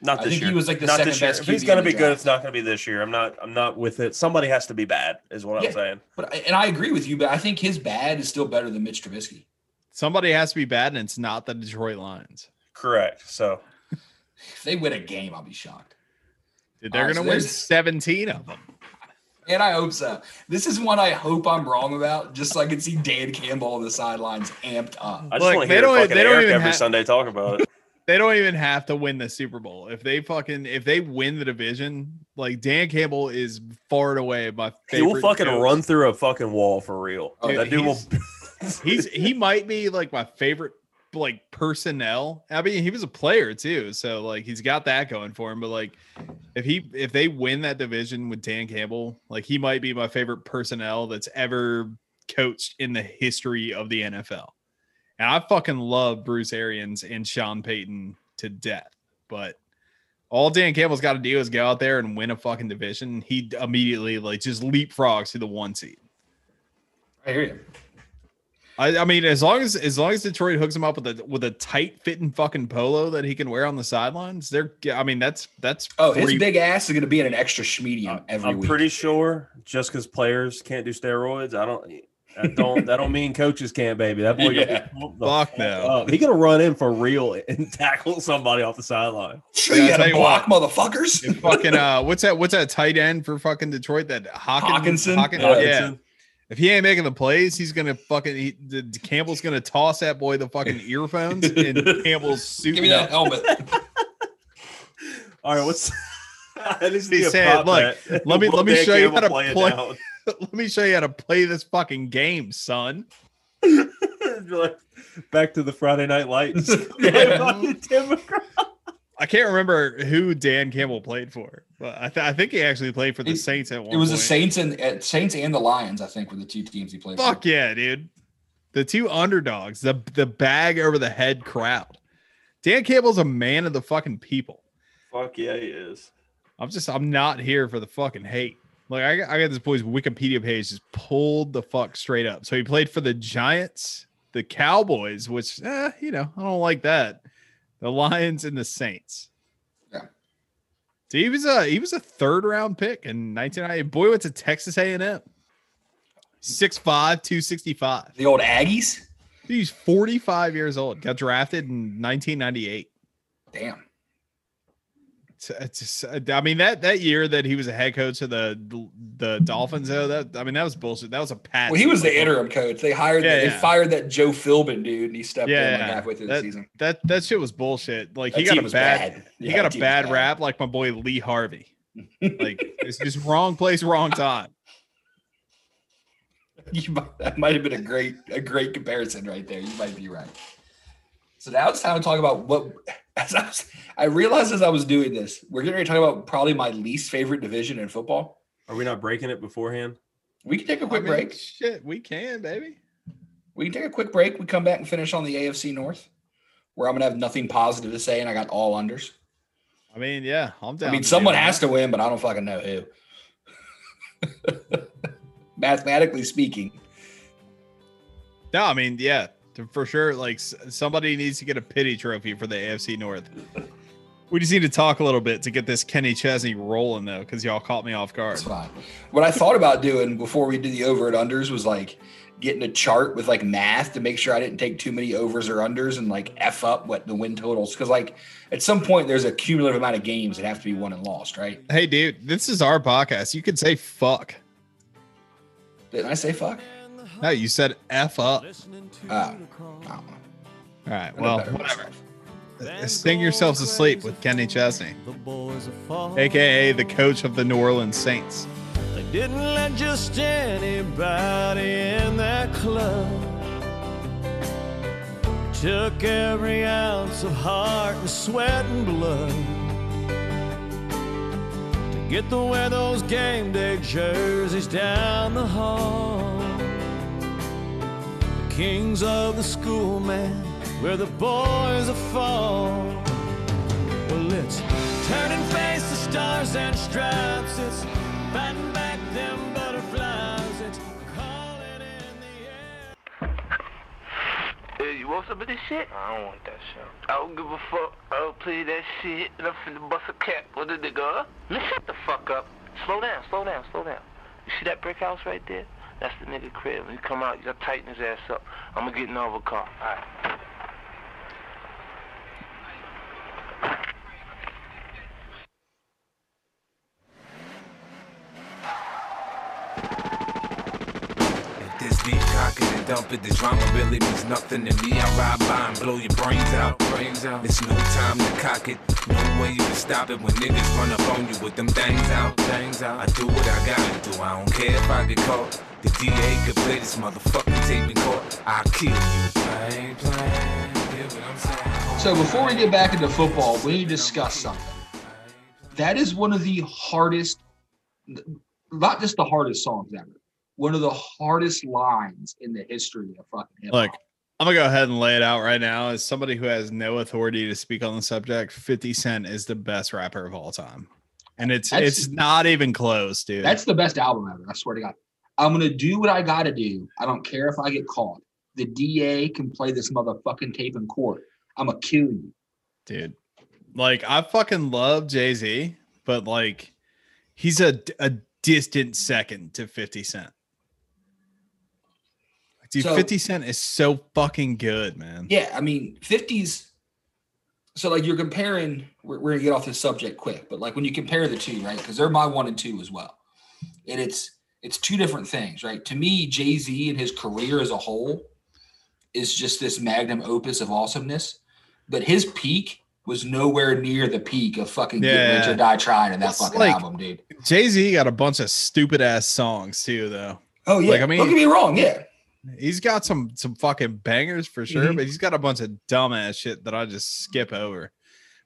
Speaker 3: Not
Speaker 1: I
Speaker 3: this
Speaker 1: think
Speaker 3: year.
Speaker 1: he was like the
Speaker 3: not
Speaker 1: second
Speaker 3: this year.
Speaker 1: best
Speaker 3: If he's
Speaker 1: QB
Speaker 3: gonna
Speaker 1: in the
Speaker 3: be good,
Speaker 1: draft.
Speaker 3: it's not gonna be this year. I'm not. I'm not with it. Somebody has to be bad, is what
Speaker 1: Yeah.
Speaker 3: I'm saying.
Speaker 1: But I- and I agree with you, but I think his bad is still better than Mitch Trubisky.
Speaker 2: Somebody has to be bad, and it's not the Detroit Lions.
Speaker 3: Correct. So
Speaker 1: If they win a game, I'll be shocked.
Speaker 2: Dude, they're
Speaker 1: All right,
Speaker 2: gonna
Speaker 1: so
Speaker 2: win
Speaker 1: there's-
Speaker 2: seventeen of them.
Speaker 1: And I hope so. This is one I hope I'm wrong about, just so I can see Dan Campbell on the sidelines amped up.
Speaker 3: I just want
Speaker 2: Look, they
Speaker 3: to hear
Speaker 2: don't-
Speaker 3: fucking
Speaker 2: they don't
Speaker 3: Eric
Speaker 2: even
Speaker 3: every
Speaker 2: have-
Speaker 3: Sunday talk about it.
Speaker 2: They don't even have to win the Super Bowl if they fucking if they win the division. Like Dan Campbell is far and away my
Speaker 3: he
Speaker 2: favorite.
Speaker 3: will fucking
Speaker 2: coach.
Speaker 3: run through a fucking wall for real.
Speaker 2: Dude,
Speaker 3: that dude will.
Speaker 2: He's he might be like my favorite like personnel. I mean, he was a player too, so like he's got that going for him. But like if he if they win that division with Dan Campbell, like he might be my favorite personnel that's ever coached in the history of the NFL. And I fucking love Bruce Arians and Sean Payton to death. But all Dan Campbell's got to do is go out there and win a fucking division. He immediately like just leapfrogs to the one seed.
Speaker 1: I hear you.
Speaker 2: I, I mean, as long as as long as Detroit hooks him up with a with a tight fitting fucking polo that he can wear on the sidelines, they're I mean that's that's
Speaker 1: Oh, his
Speaker 2: three-
Speaker 1: big ass is going to be in an extra schmedium every
Speaker 3: I'm
Speaker 1: week.
Speaker 3: pretty sure just because players can't do steroids, I don't. I don't. that don't mean coaches can't, baby. That boy. gonna be
Speaker 1: Yeah.
Speaker 3: pumped the
Speaker 2: fuck no.
Speaker 3: up. He gonna run in for real and tackle somebody off the sideline.
Speaker 1: sure,
Speaker 2: Yeah,
Speaker 1: you got
Speaker 2: I tell
Speaker 1: to
Speaker 2: you
Speaker 1: block, motherfuckers.
Speaker 2: If fucking uh, what's that? What's that tight end for fucking Detroit? That Hawkin,
Speaker 1: Hawkinson?
Speaker 2: Hawkin-
Speaker 1: Yeah.
Speaker 2: yeah. If he ain't making the plays, he's gonna fucking he, the, Campbell's gonna toss that boy the fucking earphones and Campbell's
Speaker 1: Give me
Speaker 2: suiting
Speaker 1: that
Speaker 2: up.
Speaker 1: helmet.
Speaker 3: All right, what's I just
Speaker 2: He
Speaker 3: need a
Speaker 2: said,
Speaker 3: prop
Speaker 2: "Look,
Speaker 3: bet.
Speaker 2: let me-
Speaker 3: Will
Speaker 2: let me
Speaker 3: Dan
Speaker 2: show you
Speaker 3: Campbell
Speaker 2: how to
Speaker 3: play it
Speaker 2: play-
Speaker 3: down?
Speaker 2: Let me show you how to play this fucking game, son.
Speaker 4: You're like, back to the Friday Night Lights.
Speaker 1: Yeah.
Speaker 4: Fucking Democrat.
Speaker 2: I can't remember who Dan Campbell played for, but I, th- I think he actually played for the
Speaker 1: It-
Speaker 2: Saints at one.
Speaker 1: It was the
Speaker 2: point.
Speaker 1: Saints and uh, Saints and the Lions, I think, were the two teams he played.
Speaker 2: Fuck yeah, dude! The two underdogs, the the bag over the head crowd. Dan Campbell's a man of the fucking people.
Speaker 4: Fuck yeah, he is.
Speaker 2: I'm just I'm not here for the fucking hate. Like I, got- I got this boy's Wikipedia page just pulled the fuck straight up. So he played for the Giants, the Cowboys, which eh, you know I don't like that. The Lions and the Saints.
Speaker 1: Yeah.
Speaker 2: So he was a he was a third round pick in 1990. Boy went to Texas A&M. 6'5", 265.
Speaker 1: the old Aggies.
Speaker 2: He's 45 years old. Got drafted in 1998.
Speaker 1: Damn.
Speaker 2: It's- it's just- I mean that that year that he was a head coach of the the Dolphins though that I mean that was bullshit. That was a pat.
Speaker 1: Well, he was the interim coach. They hired,
Speaker 2: Yeah,
Speaker 1: they
Speaker 2: yeah.
Speaker 1: fired that Joe Philbin dude, and he stepped
Speaker 2: Yeah,
Speaker 1: in like
Speaker 2: yeah.
Speaker 1: halfway through the season.
Speaker 2: That that shit was bullshit. Like he
Speaker 1: That team
Speaker 2: got a
Speaker 1: was
Speaker 2: bad, he
Speaker 1: Yeah, that
Speaker 2: got a
Speaker 1: team was
Speaker 2: bad rap like my boy Lee Harvey. Like it's just wrong place, wrong time.
Speaker 1: You might, that might have been a great a great comparison right there. You might be right. So now it's time to talk about what. As I, was, I realized as I was doing this, we're getting ready to talk about probably my least favorite division in football.
Speaker 4: Are we not breaking it beforehand?
Speaker 1: We can take a
Speaker 2: I
Speaker 1: quick
Speaker 2: mean,
Speaker 1: break.
Speaker 2: Shit, we can, baby.
Speaker 1: We can take a quick break. We come back and finish on the AFC North, where I'm gonna have nothing positive to say, and I got all unders.
Speaker 2: I mean, yeah, I'm down.
Speaker 1: I mean,
Speaker 2: to do
Speaker 1: someone
Speaker 2: that.
Speaker 1: has to win, but I don't fucking know who. Mathematically speaking,
Speaker 2: No, I mean, yeah, to- for sure. Like s- somebody needs to get a pity trophy for the AFC North. We just need to talk a little bit to get this Kenny Chesney rolling though, because y'all caught me off guard.
Speaker 1: it's fine. What I thought about doing before we did the over and unders was like getting a chart with like math to make sure I didn't take too many overs or unders and like F up what the win totals. Cause like at some point there's a cumulative amount of games that have to be won and lost, right?
Speaker 2: Hey, dude, this is our podcast. You could say fuck.
Speaker 1: Didn't I say fuck?
Speaker 2: No, you said f up.
Speaker 1: Uh, I don't know.
Speaker 2: All right,
Speaker 1: I know
Speaker 2: well,
Speaker 1: better than
Speaker 2: whatever.
Speaker 1: myself.
Speaker 2: Sing yourselves to sleep with Kenny Chesney,
Speaker 5: The boys are falling.
Speaker 2: aka the coach of the New Orleans Saints.
Speaker 5: They didn't let just anybody in that club. Took every ounce of heart and sweat and blood to get to wear those game day jerseys down the hall. The kings of the school, man, where the boys are fall. Well, let's turn and face the stars and stripes. It's fighting back them butterflies. It's calling in the air.
Speaker 6: Uh, you want some of this shit? I don't want that shit. I don't give a fuck. I don't play that shit. And I'm finna bust a cap with a nigga. huh? Man, shut the fuck up. Slow down, slow down, slow down. You see that brick house right there? That's the nigga crib. When you come out, you gotta tighten his ass up. I'ma get in another car. Alright.
Speaker 7: If this deep cock in the dump it, the drama really means nothing to me. I ride by and blow your brains out. Brains out. It's no time to cock it. No way you can stop it when niggas run up on you with them things out. Things out. I do what I gotta do. I don't care if I get caught. The DA could play this motherfucking tape in court. I'll kill you. I ain't playing. Hear what I'm saying?
Speaker 1: So before we get back into football, we need to discuss something. That is one of the hardest, not just the hardest songs ever, one of the hardest lines in the history of fucking hip
Speaker 2: Look, I'm gonna go ahead and lay it out right now. As somebody who has no authority to speak on the subject, 50 Cent is the best rapper of all time, and it's
Speaker 1: That's-
Speaker 2: it's not even close, dude.
Speaker 1: That's the best album ever. I swear to God. I'm gonna do what I gotta do. I don't care if I get caught. The DA can play this motherfucking tape in court. I'm gonna kill you.
Speaker 2: dude. Like I fucking love Jay Z, but like he's a a distant second to Fifty Cent. Dude,
Speaker 1: So-
Speaker 2: Fifty Cent is so fucking good, man.
Speaker 1: Yeah, I mean, 50s. So, like, you're comparing, we're, we're going to get off this subject quick, but like when you compare the two, right? Because they're my one and two as well. And it's, it's two different things, right? To me, Jay Z and his career as a whole is just this magnum opus of awesomeness. But his peak was nowhere near the peak of fucking Get Rich
Speaker 2: Yeah.
Speaker 1: or Die Trying in that
Speaker 2: It's
Speaker 1: fucking
Speaker 2: like-
Speaker 1: album, dude.
Speaker 2: Jay Z got a bunch of stupid ass songs too, though.
Speaker 1: Oh, yeah.
Speaker 2: Like, I mean-
Speaker 1: don't get me wrong. Yeah.
Speaker 2: He's got some some fucking bangers for sure,
Speaker 1: Mhm.
Speaker 2: but he's got a bunch of dumbass shit that I just skip over.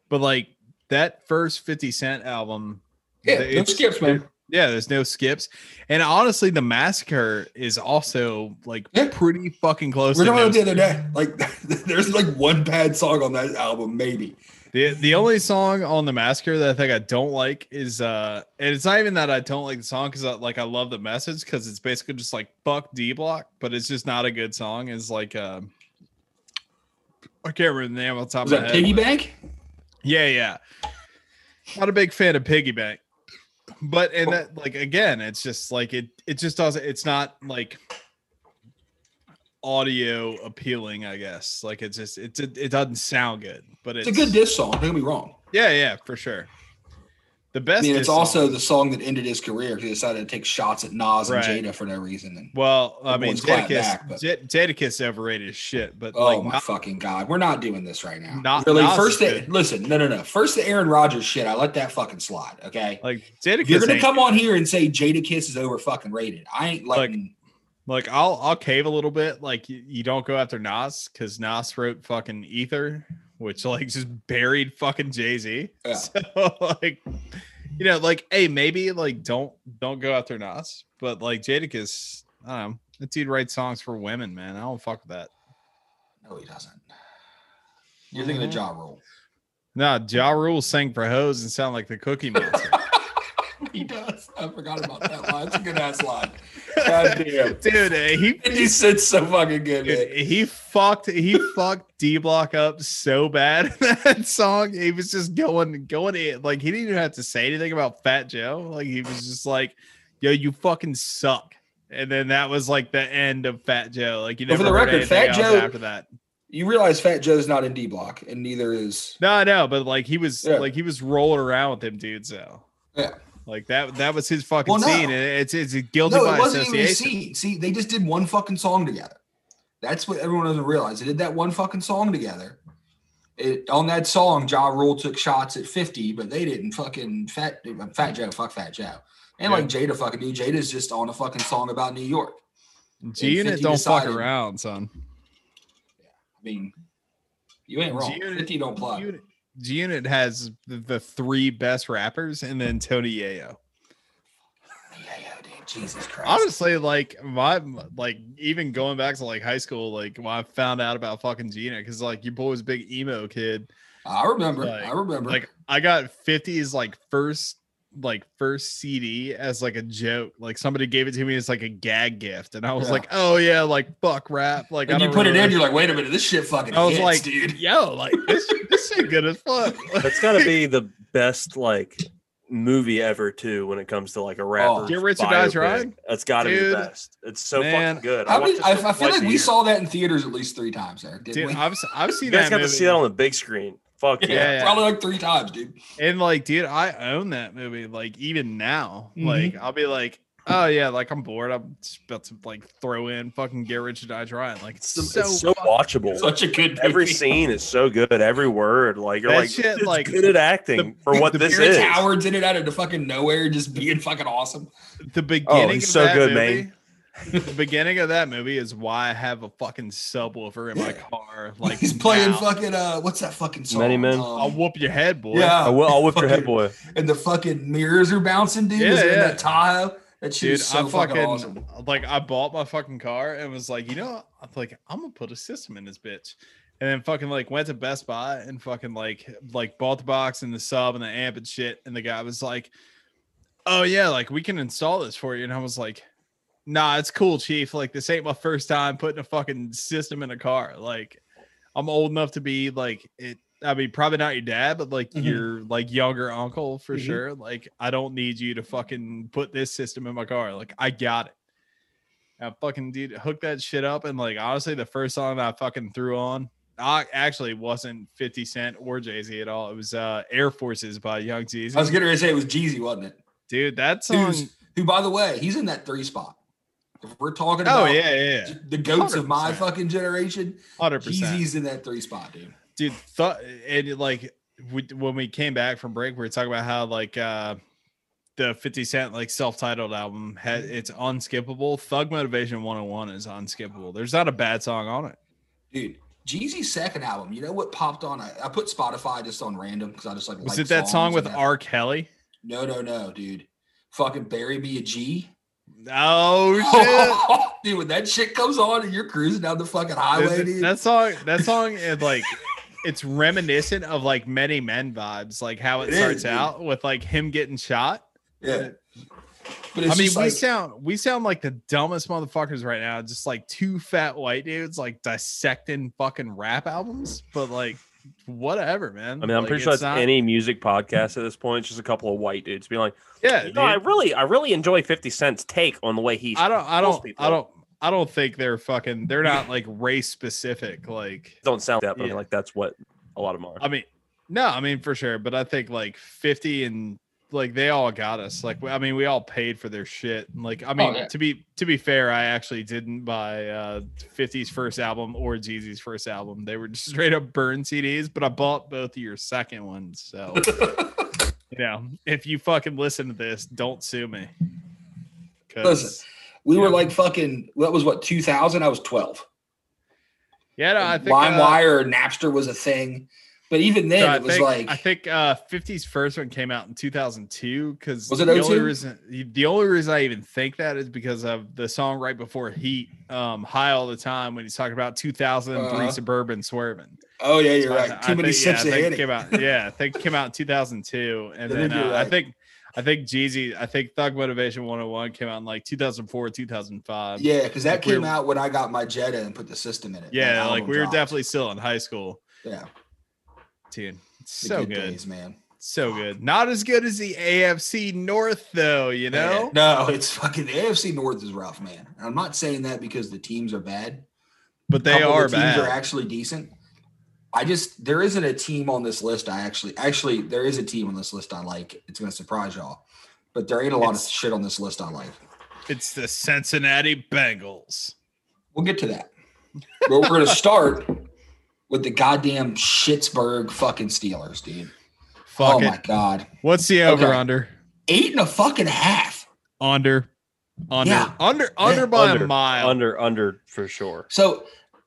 Speaker 2: But like that first 50 Cent album,
Speaker 1: Yeah,
Speaker 2: th-
Speaker 1: no
Speaker 2: it's-
Speaker 1: skips, man.
Speaker 2: Yeah, there's no skips. And honestly, the massacre is also like
Speaker 1: Yeah.
Speaker 2: pretty fucking close.
Speaker 1: We were
Speaker 2: to
Speaker 1: talking about
Speaker 2: no
Speaker 1: it the other day. Like, there's like one bad song on that album, maybe.
Speaker 2: The the only song on the massacre that I think I don't like is uh and it's not even that I don't like the song because I like I love the message because it's basically just like fuck D block, but it's just not a good song. It's like um I can't remember the name off the top
Speaker 1: Was
Speaker 2: of my
Speaker 1: that
Speaker 2: head.
Speaker 1: Piggy Bank?
Speaker 2: Yeah, yeah. Not a big fan of piggy bank. But
Speaker 1: Oh.
Speaker 2: and that like again, it's just like it it just doesn't it's not like audio appealing, I guess. Like it's just it's it, it doesn't sound good, but it's,
Speaker 1: It's a good diss song. Don't get me wrong.
Speaker 2: yeah, yeah, for sure. The best.
Speaker 1: I mean, it's
Speaker 2: diss song-
Speaker 1: also the song that ended his career because he decided to take shots at Nas
Speaker 2: Right.
Speaker 1: and Jada for no reason. And
Speaker 2: well. I mean,
Speaker 1: everyone's clapped
Speaker 2: Jadakiss.
Speaker 1: back, but-
Speaker 2: J- Jadakiss overrated as shit, but
Speaker 1: oh
Speaker 2: like
Speaker 1: my
Speaker 2: not-
Speaker 1: fucking god, we're not doing this right now.
Speaker 2: Not-
Speaker 1: really.
Speaker 2: Nas
Speaker 1: first,
Speaker 2: is
Speaker 1: the,
Speaker 2: good.
Speaker 1: listen, no, no, no. First, the Aaron Rodgers shit. I let that fucking slide. Okay,
Speaker 2: like
Speaker 1: if you're
Speaker 2: Jadakiss.
Speaker 1: gonna
Speaker 2: ain't-
Speaker 1: come on here and say Jada Kiss is over fucking rated, I ain't letting.
Speaker 2: like I'll I'll cave a little bit. Like you, you don't go after Nas because Nas wrote fucking Ether, which like just buried fucking Jay Z.
Speaker 1: Yeah.
Speaker 2: So like, you know, like hey, maybe like don't don't go after Nas, but like Jadakiss, I don't know. That dude writes songs for women, man. I don't fuck with that.
Speaker 1: no, he doesn't. You're thinking of Jaw Rule.
Speaker 2: Nah, Ja Rule sang for hoes and sound like the Cookie Monster.
Speaker 1: He does. I forgot about that line. It's a good ass line. God damn.
Speaker 2: dude. eh, He
Speaker 1: And he said so fucking good, man.
Speaker 2: dude, he fucked he fucked D Block up so bad in that song. He was just going going in like he didn't even have to say anything about Fat Joe. Like he was just like, "Yo, you fucking suck." And then that was like the end of Fat Joe. Like you
Speaker 1: But
Speaker 2: never
Speaker 1: for
Speaker 2: the
Speaker 1: the
Speaker 2: record,
Speaker 1: record, Fat Joe-
Speaker 2: after that.
Speaker 1: You realize Fat Joe's not in D Block, and neither is
Speaker 2: No, no, but like he was
Speaker 1: Yeah.
Speaker 2: like he was rolling around with them dudes though.
Speaker 1: Yeah.
Speaker 2: Like that that was his fucking
Speaker 1: Well, no.
Speaker 2: scene. And it's it's a guilty
Speaker 1: no,
Speaker 2: by
Speaker 1: it wasn't even a scene.
Speaker 2: association.
Speaker 1: See, they just did one fucking song together. That's what everyone doesn't realize. They did that one fucking song together. It, on that song, Ja Rule took shots at 50, but they didn't fucking fat Fat Joe, fuck Fat Joe. And like Jada fucking do. Jada's just on a fucking song about New York.
Speaker 2: G Unit
Speaker 1: 50
Speaker 2: don't
Speaker 1: decided-
Speaker 2: fuck around, son.
Speaker 1: I mean, you ain't wrong.
Speaker 2: G-Unit-
Speaker 1: 50 don't plug.
Speaker 2: Unit, Unit has the, the three best rappers and then Tony Yayo.
Speaker 1: Yeah, yeah, dude. Jesus Christ.
Speaker 2: Honestly, like my like even going back to like high school, like when I found out about fucking G Unit, because like your boy was a big emo kid.
Speaker 1: I remember.
Speaker 2: like-
Speaker 1: I remember.
Speaker 2: Like I got 50s like first like first CD as like a joke. Like somebody gave it to me as like a gag gift. And I was
Speaker 1: Yeah.
Speaker 2: like, oh yeah, like fuck rap. Like I
Speaker 1: and you
Speaker 2: don't
Speaker 1: put it
Speaker 2: really-
Speaker 1: in, you're like, wait a minute, this shit fucking
Speaker 2: I was
Speaker 1: hits,
Speaker 2: like,
Speaker 1: dude.
Speaker 2: yo, like this, this shit good as fuck.
Speaker 3: That's got to be the best like movie ever too when it comes to like a rapper.
Speaker 2: Oh. Get Rich or Die
Speaker 3: biopic.
Speaker 2: Trying?
Speaker 3: That's got to be
Speaker 2: Dude.
Speaker 3: the best. It's so
Speaker 2: Man.
Speaker 3: fucking good.
Speaker 1: I,
Speaker 3: watched
Speaker 1: mean,
Speaker 3: it
Speaker 1: I, I feel
Speaker 3: twice
Speaker 1: like
Speaker 3: a
Speaker 1: we
Speaker 3: year.
Speaker 1: saw that in theaters at least three times there, didn't
Speaker 2: Dude,
Speaker 1: we?
Speaker 2: I've I've seen
Speaker 3: You guys
Speaker 2: that
Speaker 3: got to
Speaker 2: movie.
Speaker 3: see that on the big screen. Fuck yeah.
Speaker 2: yeah.
Speaker 1: Probably like three times, dude.
Speaker 2: And like, dude, I own that movie. Like, even now,
Speaker 3: Mm-hmm.
Speaker 2: like, I'll be like, oh yeah, like I'm bored. I'm just about to like throw in fucking Get Rich or Die Trying. Like, it's so,
Speaker 3: It's so,
Speaker 2: fucking-
Speaker 3: watchable.
Speaker 1: Such a good
Speaker 3: Every
Speaker 1: movie.
Speaker 3: scene is so good. Every word, like you're
Speaker 2: That
Speaker 3: like,
Speaker 2: shit,
Speaker 3: shit,
Speaker 2: like,
Speaker 3: like good at acting for what
Speaker 2: the
Speaker 3: this
Speaker 1: Terrence
Speaker 3: is.
Speaker 1: Howard's in it out of the fucking nowhere, just being fucking awesome.
Speaker 2: the beginning.
Speaker 3: Oh, he's
Speaker 2: of
Speaker 3: so
Speaker 2: that
Speaker 3: good,
Speaker 2: movie,
Speaker 3: man.
Speaker 2: the beginning of that movie is why I have a fucking subwoofer in my car. Like,
Speaker 1: he's playing
Speaker 2: now.
Speaker 1: fucking uh, what's that fucking song?
Speaker 3: Many Men.
Speaker 1: Um,
Speaker 2: I'll whoop your head, boy.
Speaker 1: yeah,
Speaker 3: will. I'll whip
Speaker 1: Fucking-
Speaker 3: boy.
Speaker 1: and the fucking mirrors are bouncing, dude.
Speaker 2: Yeah,
Speaker 1: is it in
Speaker 2: yeah.
Speaker 1: that Tahoe? That shit
Speaker 2: Dude,
Speaker 1: is so
Speaker 2: I
Speaker 1: fucking,
Speaker 2: fucking
Speaker 1: awesome.
Speaker 2: like I bought my fucking car and was like, you know, I'm like, I'm gonna put a system in this bitch. And then fucking like went to Best Buy and fucking like like bought the box and the sub and the amp and shit. And the guy was like, Oh yeah, like we can install this for you. And I was like, Nah, it's cool, Chief. Like this ain't my first time putting a fucking system in a car. Like I'm old enough to be like it. I mean, probably not your dad, but like
Speaker 1: Mhm.
Speaker 2: your like younger uncle for
Speaker 1: Mhm.
Speaker 2: sure. Like I don't need you to fucking put this system in my car. Like I got it. I fucking dude hooked that shit up and like honestly, the first song that I fucking threw on, I actually wasn't Fifty Cent or Jay Z at all. It was uh Air Forces by Young
Speaker 1: I was
Speaker 2: Jeezy.
Speaker 1: getting ready to say it was Jeezy, wasn't it?
Speaker 2: Dude, that song. oh,
Speaker 1: Who's- who, by the way, he's in that three spot. If we're talking
Speaker 2: Oh
Speaker 1: about
Speaker 2: yeah, yeah, yeah,
Speaker 1: the goats of my
Speaker 2: 100%.
Speaker 1: fucking generation,
Speaker 2: hundred percent.
Speaker 1: Jeezy's in that three spot, dude.
Speaker 2: dude thought and it, like we, when we came back from break we were talking about how like uh the 50 Cent like self-titled album. ha-
Speaker 1: Mm-hmm.
Speaker 2: It's unskippable. Thug Motivation 101 is unskippable. There's not a bad song on it.
Speaker 1: dude. Jeezy's second album. You know what popped on? I, I put Spotify just on random because I just like.
Speaker 2: Was
Speaker 1: like
Speaker 2: it that song
Speaker 1: songs
Speaker 2: with
Speaker 1: and that-
Speaker 2: R. Kelly?
Speaker 1: No, no, no, dude. Fucking bury me a G.
Speaker 2: Oh
Speaker 1: dude, when that shit comes on and you're cruising down the fucking
Speaker 2: shit!
Speaker 1: highway,
Speaker 2: This-
Speaker 1: dude.
Speaker 2: that song, that song is like, it's reminiscent of like many men vibes, like how it,
Speaker 1: It is,
Speaker 2: starts
Speaker 1: dude.
Speaker 2: out with like him getting shot.
Speaker 1: yeah. But it's
Speaker 2: I mean,
Speaker 1: just
Speaker 2: we
Speaker 1: like,
Speaker 2: sound we sound like the dumbest motherfuckers right now. Just like two fat white dudes like dissecting fucking rap albums, but like whatever, man.
Speaker 3: I mean, I'm
Speaker 2: Like,
Speaker 3: pretty sure
Speaker 2: it's
Speaker 3: that's
Speaker 2: not-
Speaker 3: any music podcast at this point. It's just a couple of white dudes being like,
Speaker 2: Yeah,
Speaker 3: you know, I
Speaker 2: dude.
Speaker 3: really, I really enjoy Fifty Cent's take on the way he.
Speaker 2: I don't, I
Speaker 3: kills
Speaker 2: don't,
Speaker 3: people."
Speaker 2: I don't, I don't think they're fucking. They're not like race specific. Like,
Speaker 3: don't sound that, but I mean,
Speaker 2: Yeah.
Speaker 3: like that's what a lot of them are.
Speaker 2: I mean, no, I mean for sure, but I think like 50 and like they all got us. Like I mean, we all paid for their shit. And, Like I mean,
Speaker 1: Oh, yeah.
Speaker 2: to be to be fair, I actually didn't buy uh 50's first album or Jeezy's first album. They were just straight up burn CDs, but I bought both of your second ones. So you know, if you fucking listen to this, don't sue me. 'Cause-
Speaker 1: Listen. we were
Speaker 2: Yeah.
Speaker 1: like fucking. That was what 2000. I was 12.
Speaker 2: yeah, no, I think uh,
Speaker 1: LimeWire or Napster was a thing, but even then
Speaker 2: So I
Speaker 1: it was
Speaker 2: think,
Speaker 1: like
Speaker 2: I think uh 50's first one came out in 2002 because
Speaker 1: Was it
Speaker 2: the only
Speaker 1: 02?
Speaker 2: reason the only reason I even think that is because of the song right before Heat, um, High All the Time when he's talking about 2003
Speaker 1: Uh-huh.
Speaker 2: suburban swerving.
Speaker 1: oh yeah, you're
Speaker 2: So I-
Speaker 1: right.
Speaker 2: I
Speaker 1: Too many
Speaker 2: think- yeah,
Speaker 1: sips of
Speaker 2: I think it
Speaker 1: Henny.
Speaker 2: came out. Yeah, I think it came out in 2002, and
Speaker 1: I
Speaker 2: then
Speaker 1: think you're
Speaker 2: uh, I
Speaker 1: right.
Speaker 2: think I think Jeezy, I think Thug Motivation 101 came out in like 2004, 2005.
Speaker 1: Yeah, because that
Speaker 2: Um, Like we
Speaker 1: came
Speaker 2: were-
Speaker 1: out when I got my Jetta and put the system in it.
Speaker 2: Yeah,
Speaker 1: That
Speaker 2: like
Speaker 1: album
Speaker 2: we were
Speaker 1: dropped.
Speaker 2: definitely still in high school,
Speaker 1: yeah.
Speaker 2: dude. It's
Speaker 1: the
Speaker 2: so good.
Speaker 1: days, man.
Speaker 2: So good. Not as good as the AFC North, though, you know?
Speaker 1: Man, no, it's fucking the AFC North is rough, man. And I'm not saying that because the teams are bad.
Speaker 2: But they
Speaker 1: Couple
Speaker 2: are
Speaker 1: of the teams
Speaker 2: bad.
Speaker 1: are actually decent. I just there isn't a team on this list. I actually actually there is a team on this list I like. It's gonna surprise y'all, but there ain't a lot of shit on this list I like.
Speaker 2: it's the Cincinnati Bengals.
Speaker 1: We'll get to that. But we're going to start with the goddamn Schittsburg fucking Steelers, dude.
Speaker 2: Fuck
Speaker 1: oh
Speaker 2: it.
Speaker 1: my god,
Speaker 2: What's the
Speaker 1: Okay.
Speaker 2: over under?
Speaker 1: eight and a fucking half.
Speaker 2: Under. Under.
Speaker 1: Yeah.
Speaker 2: Under under by a mile.
Speaker 3: under, under for sure.
Speaker 1: So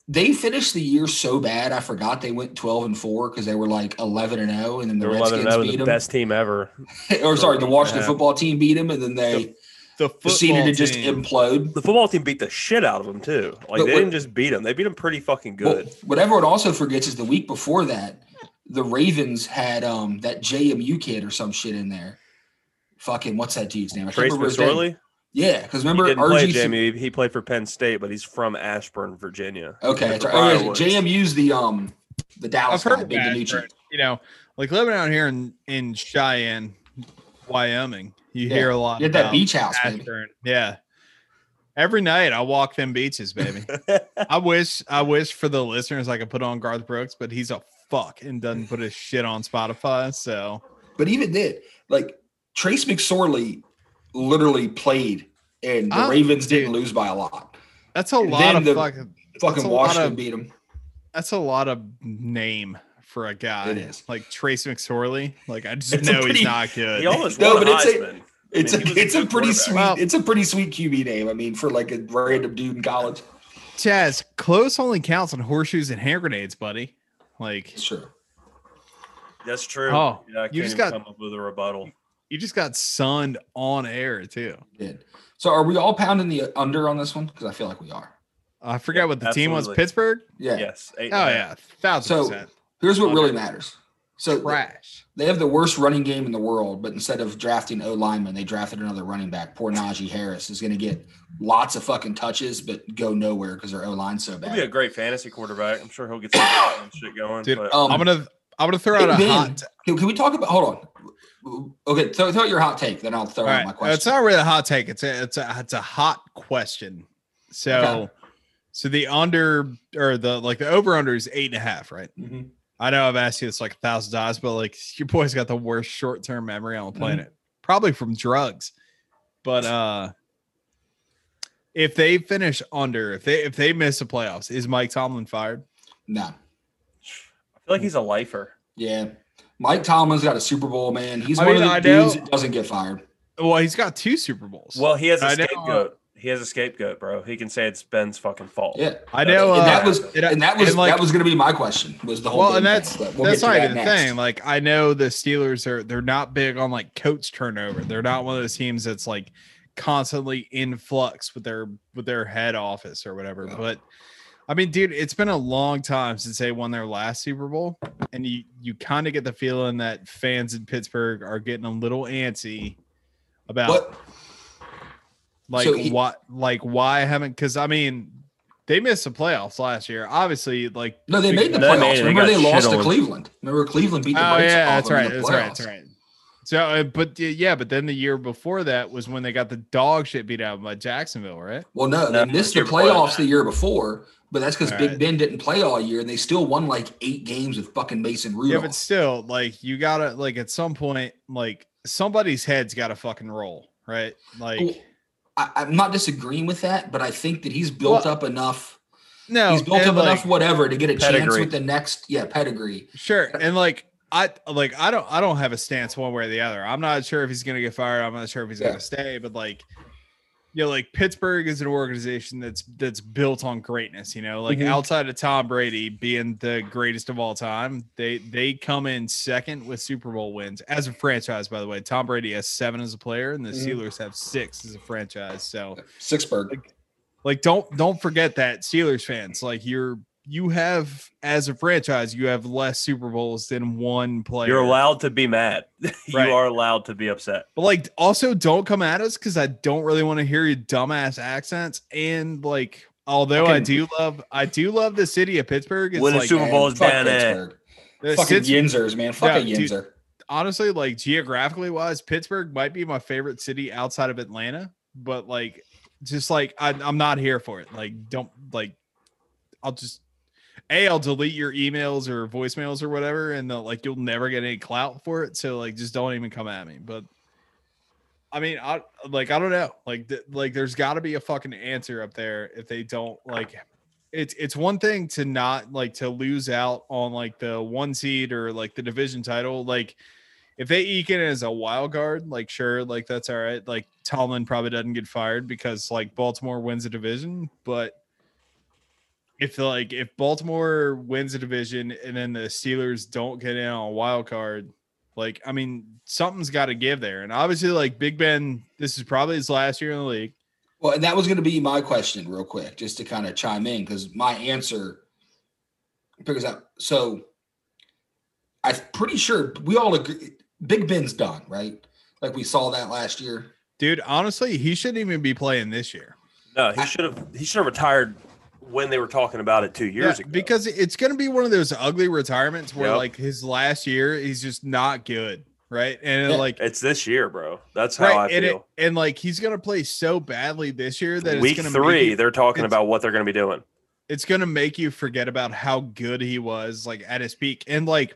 Speaker 1: they finished the year so bad. I forgot they went twelve and four because they were like eleven and zero, and then the
Speaker 3: They're 11
Speaker 1: Redskins
Speaker 3: and 0,
Speaker 1: beat
Speaker 3: the
Speaker 1: them.
Speaker 3: best team ever.
Speaker 1: or sorry, the Washington
Speaker 3: Yeah.
Speaker 1: football team beat them, and then they
Speaker 2: The
Speaker 1: proceeded
Speaker 2: football
Speaker 1: to just
Speaker 2: team.
Speaker 1: implode.
Speaker 3: The football team beat the shit out of them too. Like
Speaker 1: But
Speaker 3: they
Speaker 1: what-
Speaker 3: didn't just beat them; they beat them pretty fucking good.
Speaker 1: Well, what everyone also forgets is the week before that, the Ravens had um that JMU kid or some shit in there. Fucking what's that dude's name? I can't
Speaker 3: Trace
Speaker 1: remember his name.
Speaker 3: McSorley,
Speaker 1: Yeah, because
Speaker 3: he
Speaker 1: remember
Speaker 3: didn't play
Speaker 1: RG.
Speaker 3: Jamie. He played for Penn State, but he's from Ashburn, Virginia.
Speaker 1: Okay,
Speaker 3: He's
Speaker 1: that's
Speaker 3: from
Speaker 1: right. Oh, yeah,
Speaker 3: Briarwood.
Speaker 1: JMU's the um the
Speaker 2: I've
Speaker 1: Dallas
Speaker 2: heard
Speaker 1: guy,
Speaker 2: of
Speaker 1: Big
Speaker 2: that,
Speaker 1: DiNucci.
Speaker 2: but, You know, like living out here in, in Cheyenne, Wyoming, you
Speaker 1: Yeah.
Speaker 2: hear a lot
Speaker 1: You had that
Speaker 2: about
Speaker 1: beach house, baby.
Speaker 2: Ashburn. Yeah. Every night I walk them beaches, baby. I wish I wish for the listeners I could put on Garth Brooks, but he's a fuck and doesn't put his shit on Spotify. So
Speaker 1: But even then, like Trace McSorley literally played, and the
Speaker 2: Oh,
Speaker 1: Ravens didn't
Speaker 2: dude.
Speaker 1: lose by a lot.
Speaker 2: that's a
Speaker 1: And
Speaker 2: lot
Speaker 1: then
Speaker 2: of
Speaker 1: the-
Speaker 2: fucking
Speaker 1: Fucking
Speaker 2: a lot
Speaker 1: Washington
Speaker 2: of-
Speaker 1: beat them.
Speaker 2: that's a lot of name for a guy.
Speaker 1: It is.
Speaker 2: Like Trace McSorley. Like I just
Speaker 1: It's a
Speaker 2: know
Speaker 1: pretty-
Speaker 2: he's not good.
Speaker 3: He almost
Speaker 1: No,
Speaker 3: won
Speaker 1: but
Speaker 3: a
Speaker 1: it's a-
Speaker 3: Heisman.
Speaker 1: It's
Speaker 3: I mean, he
Speaker 1: a
Speaker 3: was a
Speaker 1: it's a
Speaker 3: good
Speaker 1: pretty
Speaker 3: quarterback.
Speaker 1: sweet
Speaker 2: Well-
Speaker 1: it's a pretty sweet QB name. I mean, for like a random dude in college,
Speaker 2: Chaz, close only counts on horseshoes and hand grenades, buddy. Like
Speaker 1: it's true.
Speaker 3: That's true.
Speaker 2: Oh,
Speaker 3: yeah, I
Speaker 2: you
Speaker 3: can't
Speaker 2: just
Speaker 3: even
Speaker 2: got-
Speaker 3: come up with a rebuttal.
Speaker 2: you just got sunned on air too.
Speaker 1: Did so? Are we all pounding the under on this one? Because I feel like we are.
Speaker 2: I forgot what the team was.
Speaker 3: absolutely.
Speaker 2: Pittsburgh.
Speaker 1: Yeah.
Speaker 3: Yes.
Speaker 2: Oh
Speaker 3: eight and a half.
Speaker 2: yeah, thousand
Speaker 1: So-
Speaker 2: percent.
Speaker 1: Here's what really matters. So
Speaker 2: Crash.
Speaker 1: They have the worst running game in the world, but instead of drafting O lineman, they drafted another running back. Poor Najee Harris is going to get lots of fucking touches, but go nowhere because their O line's so
Speaker 3: He'll be a
Speaker 1: bad.
Speaker 3: great fantasy quarterback. I'm sure he'll get some shit going.
Speaker 2: Dude,
Speaker 3: but-
Speaker 1: Um,
Speaker 2: I'm gonna I'm gonna throw out a
Speaker 1: Ben,
Speaker 2: hot. t-
Speaker 1: Can, can we talk about? Hold on. Okay, throw, throw out your hot take, then I'll throw
Speaker 2: All
Speaker 1: out
Speaker 2: right, uh,
Speaker 1: my
Speaker 2: it's
Speaker 1: question.
Speaker 2: not really a hot take. It's a it's a it's a hot question. So
Speaker 1: Okay.
Speaker 2: so the under or the like the over under is eight and a half, right?
Speaker 1: Mhm.
Speaker 2: I know I've asked you this like a thousand times, but like your boy's got the worst short term memory
Speaker 1: Mm-hmm.
Speaker 2: on the planet, probably from drugs. But uh if they finish under, if they if they miss the playoffs, is Mike Tomlin fired?
Speaker 1: No.
Speaker 3: I feel like he's a lifer.
Speaker 1: Yeah. Mike Tomlin's got a Super Bowl, man. He's
Speaker 2: I
Speaker 1: one
Speaker 2: mean,
Speaker 1: of the
Speaker 2: I know-
Speaker 1: dudes that doesn't get fired.
Speaker 2: Well, he's got two Super Bowls.
Speaker 3: Well, he has a
Speaker 2: I know.
Speaker 3: scapegoat. He has a scapegoat, bro. He can say it's Ben's fucking fault.
Speaker 1: Yeah.
Speaker 2: I know,
Speaker 1: and that
Speaker 2: uh,
Speaker 1: was
Speaker 2: and I-
Speaker 1: and that was
Speaker 2: and, like-
Speaker 1: that was going to be my question was the whole.
Speaker 2: well,
Speaker 1: Ben
Speaker 2: and that's
Speaker 1: thing, but we'll
Speaker 2: that's
Speaker 1: get to
Speaker 2: not
Speaker 1: that
Speaker 2: even the
Speaker 1: next.
Speaker 2: thing. Like I know the Steelers are they're not big on like coach turnover. They're not one of those teams that's like constantly in flux with their with their head office or whatever.
Speaker 1: Yeah.
Speaker 2: But I mean, dude, it's been a long time since they won their last Super Bowl, and you you kind of get the feeling that fans in Pittsburgh are getting a little antsy about
Speaker 1: But
Speaker 2: like
Speaker 1: So he-
Speaker 2: what like why haven't because I mean they missed the playoffs last year. Obviously, like
Speaker 1: no, they made the
Speaker 3: No, man,
Speaker 1: playoffs.
Speaker 3: they
Speaker 1: Remember
Speaker 3: got
Speaker 1: they
Speaker 3: shit
Speaker 1: lost to
Speaker 3: on.
Speaker 1: Cleveland. Remember Cleveland beat the
Speaker 2: Oh
Speaker 1: brakes
Speaker 2: yeah,
Speaker 1: off
Speaker 2: that's
Speaker 1: them in
Speaker 2: right.
Speaker 1: the
Speaker 2: That's right. That's
Speaker 1: playoffs.
Speaker 2: right. So, uh, but uh, yeah, but then the year before that was when they got the dog shit beat out by Jacksonville, right?
Speaker 1: Well, no,
Speaker 3: No,
Speaker 1: they missed
Speaker 3: the year
Speaker 1: the
Speaker 3: before
Speaker 1: playoffs
Speaker 3: that.
Speaker 1: the year before, but that's because
Speaker 2: All
Speaker 1: Big
Speaker 2: right.
Speaker 1: Ben didn't play all year, and they still won like eight games with fucking Mason
Speaker 2: Yeah,
Speaker 1: Rudolph.
Speaker 2: but still, like you gotta like at some point, like somebody's head's got to fucking roll, right? Like
Speaker 1: Well, I, I'm not disagreeing with that, but I think that he's built
Speaker 2: Well,
Speaker 1: up enough.
Speaker 2: no,
Speaker 1: he's built
Speaker 2: and,
Speaker 1: up
Speaker 2: like,
Speaker 1: enough whatever to get a chance
Speaker 3: Pedigree.
Speaker 1: with the next yeah pedigree.
Speaker 2: Sure, and like I like I don't I don't have a stance one way or the other. I'm not sure if he's gonna get fired. I'm not sure if he's
Speaker 1: Yeah.
Speaker 2: gonna stay. But like, you know, like Pittsburgh is an organization that's that's built on greatness. You know, like
Speaker 4: Mhm.
Speaker 2: outside of Tom Brady being the greatest of all time, they they come in second with Super Bowl wins as a franchise. By the way, Tom Brady has seven as a player, and the
Speaker 4: Mhm.
Speaker 2: Steelers have six as a franchise. So
Speaker 1: Sixburg.
Speaker 2: like don't don't forget that Steelers fans like you're you have as a franchise you have less Super Bowls than one player.
Speaker 3: You're allowed to be mad. you
Speaker 2: Right.
Speaker 3: are allowed to be upset.
Speaker 2: but like also don't come at us because I don't really want to hear your dumbass accents and like although I,
Speaker 3: Fucking-
Speaker 2: do love I do love the city of Pittsburgh. It's
Speaker 3: Win a
Speaker 2: like
Speaker 3: Super Bowl is
Speaker 1: fuck
Speaker 3: down there.
Speaker 1: Pittsburgh.
Speaker 2: the
Speaker 1: Fucking
Speaker 2: city-
Speaker 1: Yinzers, man. Fuck a
Speaker 2: Yeah, dude.
Speaker 1: Yinzer.
Speaker 2: honestly like geographically wise Pittsburgh might be my favorite city outside of Atlanta, but like just like I, I'm not here for it. Like don't like I'll just a I'll delete your emails or voicemails or whatever, and they'll, like you'll never get any clout for it. So like just don't even come at me. But I mean, I like I don't know. Like th- like there's got to be a fucking answer up there if they don't like. It's it's one thing to not like to lose out on like the one seed or like the division title. Like if they eke in as a wild card, like sure, like that's all right. Like Tomlin probably doesn't get fired because like Baltimore wins a division, but if like if Baltimore wins a division and then the Steelers don't get in on a wild card, like I mean something's got to give there. And obviously, like Big Ben, this is probably his last year in the league.
Speaker 1: Well, and that was going to be my question, real quick, just to kind of chime in, because my answer figures out. So, I'm pretty sure we all agree. Big Ben's done, right? Like we saw that last year.
Speaker 2: Dude, honestly, he shouldn't even be playing this year.
Speaker 3: No,
Speaker 1: I-
Speaker 3: he should have. He should have retired when they were talking about it two years
Speaker 2: Yeah,
Speaker 3: ago.
Speaker 2: because it's going to be one of those ugly retirements where
Speaker 3: Yep.
Speaker 2: like his last year he's just not good, right? And
Speaker 1: Yeah.
Speaker 2: like
Speaker 3: it's this year, bro. That's how
Speaker 2: right,
Speaker 3: I
Speaker 2: and, it-
Speaker 3: feel.
Speaker 2: and like he's going to play so badly this year that
Speaker 3: Week
Speaker 2: it's going
Speaker 3: three,
Speaker 2: to
Speaker 3: they're talking
Speaker 2: it's-
Speaker 3: about what they're going to be doing.
Speaker 2: it's gonna make you forget about how good he was like at his peak and like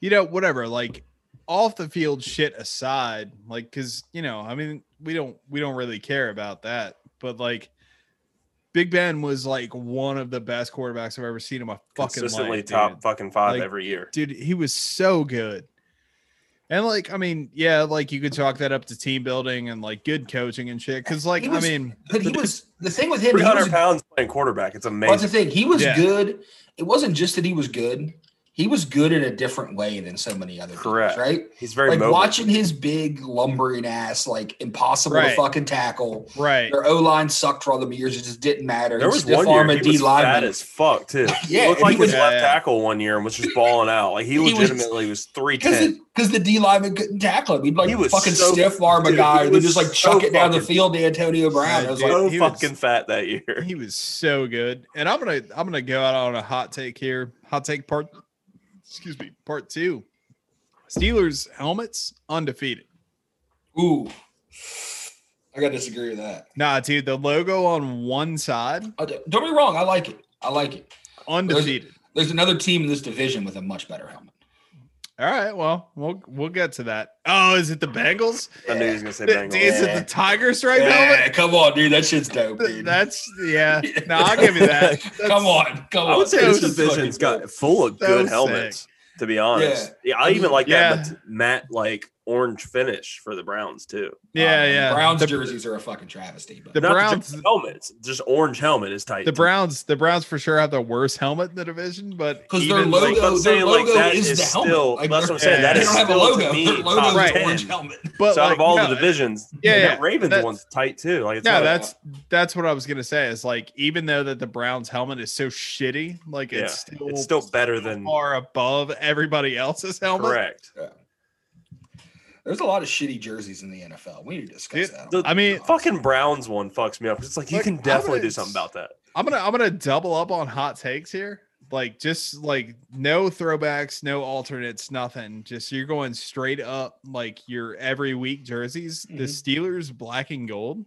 Speaker 2: you know whatever like off the field shit aside like because you know i mean we don't we don't really care about that but like big ben was like one of the best quarterbacks i've ever seen in my fucking
Speaker 3: Consistently
Speaker 2: life
Speaker 3: top
Speaker 2: dude
Speaker 3: fucking five
Speaker 2: Like,
Speaker 3: every year.
Speaker 2: dude he was so good and like i mean yeah like you could chalk that up to team building and like good coaching and shit because like
Speaker 1: He
Speaker 2: i
Speaker 1: was-
Speaker 2: mean
Speaker 1: But he was the thing with him.
Speaker 3: Three
Speaker 1: He was,
Speaker 3: hundred pounds playing quarterback. It's
Speaker 1: well, that's the
Speaker 3: amazing.
Speaker 1: thing. He was
Speaker 2: Yeah.
Speaker 1: good. It wasn't just that he was good. He was good in a different way than so many other people,
Speaker 3: Correct.
Speaker 1: right?
Speaker 3: He's very
Speaker 1: like
Speaker 3: mobile.
Speaker 1: watching his big lumbering ass, like impossible to
Speaker 2: Right.
Speaker 1: fucking tackle.
Speaker 2: right
Speaker 1: Their O line sucked for all the years; it just didn't matter.
Speaker 3: there
Speaker 1: And
Speaker 3: was
Speaker 1: stiff
Speaker 3: one year
Speaker 1: arm a
Speaker 3: he
Speaker 1: D
Speaker 3: was fat
Speaker 1: lineman.
Speaker 3: as fuck too.
Speaker 1: Yeah,
Speaker 3: he looked
Speaker 1: and
Speaker 3: like
Speaker 1: he was-
Speaker 3: his left
Speaker 2: Yeah.
Speaker 3: tackle one year and was just balling out. Like he
Speaker 1: He was-
Speaker 3: legitimately was three
Speaker 1: Because
Speaker 3: ten.
Speaker 1: because the D lineman couldn't tackle him. He'd like
Speaker 3: He was
Speaker 1: fucking
Speaker 3: so-
Speaker 1: stiff arm a
Speaker 3: dude,
Speaker 1: guy
Speaker 3: he
Speaker 1: and then
Speaker 3: was
Speaker 1: just like
Speaker 3: so
Speaker 1: chuck it down the
Speaker 3: fucking-
Speaker 1: field to Antonio Brown.
Speaker 2: Yeah,
Speaker 1: I was
Speaker 2: dude.
Speaker 1: like,
Speaker 3: So
Speaker 2: he was-
Speaker 3: oh, fucking fat that year.
Speaker 2: He was so good. And I'm gonna I'm gonna go out on a hot take here. Hot take part excuse me, part two. Steelers helmets undefeated.
Speaker 1: ooh, I gotta disagree with that.
Speaker 2: Nah, dude, the logo on one side
Speaker 1: I d- Don't be wrong, I like it. I like it.
Speaker 2: undefeated.
Speaker 1: There's another team in this division with a much better helmet.
Speaker 2: All right, well, we'll we'll get to that. Oh, is it the Bengals?
Speaker 3: I knew he was going to say
Speaker 2: Th- Is
Speaker 3: Bengals.
Speaker 2: it the Tiger stripe
Speaker 1: Yeah,
Speaker 2: helmet?
Speaker 1: come on, dude. That shit's dope,
Speaker 2: Th-
Speaker 1: dude.
Speaker 2: That's yeah. No, I'll give you that.
Speaker 1: come on, come on.
Speaker 3: I would say this
Speaker 1: This is
Speaker 3: division's
Speaker 1: fucking
Speaker 3: got full of
Speaker 2: So
Speaker 3: good
Speaker 2: sick.
Speaker 3: helmets. To be honest, yeah, I even like
Speaker 2: Yeah.
Speaker 3: that Matt like orange finish for the Browns too.
Speaker 2: Yeah,
Speaker 1: Um,
Speaker 2: yeah.
Speaker 1: Browns
Speaker 2: the,
Speaker 1: jerseys are a fucking travesty. But
Speaker 2: The
Speaker 3: Not
Speaker 2: Browns,
Speaker 3: just helmets, just orange helmet is tight.
Speaker 2: the
Speaker 3: too.
Speaker 2: Browns, the Browns for sure have the worst helmet in the division, but
Speaker 1: because their
Speaker 2: even,
Speaker 1: logo,
Speaker 2: like-
Speaker 3: but I'm
Speaker 1: their
Speaker 3: saying, like,
Speaker 1: logo
Speaker 3: that
Speaker 1: is,
Speaker 3: is
Speaker 1: the helmet.
Speaker 3: still-
Speaker 1: like,
Speaker 3: that's
Speaker 1: they're-
Speaker 3: what I'm saying,
Speaker 2: that
Speaker 1: they
Speaker 2: is
Speaker 1: don't have a
Speaker 3: still, to
Speaker 1: logo.
Speaker 3: me,
Speaker 1: their logo
Speaker 3: top
Speaker 1: is an orange
Speaker 3: 10.
Speaker 1: helmet.
Speaker 2: but
Speaker 3: so out
Speaker 2: like,
Speaker 3: of all
Speaker 2: no,
Speaker 3: the divisions,
Speaker 2: yeah,
Speaker 3: that
Speaker 2: yeah,
Speaker 3: Ravens
Speaker 2: that-
Speaker 3: one's tight too. Like it's
Speaker 2: No,
Speaker 3: not-
Speaker 2: that's that's what I was gonna say. Is like even though that the Browns helmet is so shitty, like
Speaker 3: yeah,
Speaker 2: it's still
Speaker 3: it's still better than
Speaker 2: far above everybody else's helmet.
Speaker 3: correct.
Speaker 1: There's a lot of shitty jerseys in the NFL. We need to discuss
Speaker 2: Dude,
Speaker 1: that.
Speaker 3: the-
Speaker 2: I mean,
Speaker 3: Fucking Browns one fucks me up 'cause it's like you
Speaker 2: Like,
Speaker 3: can
Speaker 2: I
Speaker 3: definitely
Speaker 2: would've-
Speaker 3: do something about that.
Speaker 2: I'm gonna I'm gonna double up on hot takes here. Like just like no throwbacks, no alternates, nothing. Just you're going straight up like your every week jerseys. The Steelers black and gold.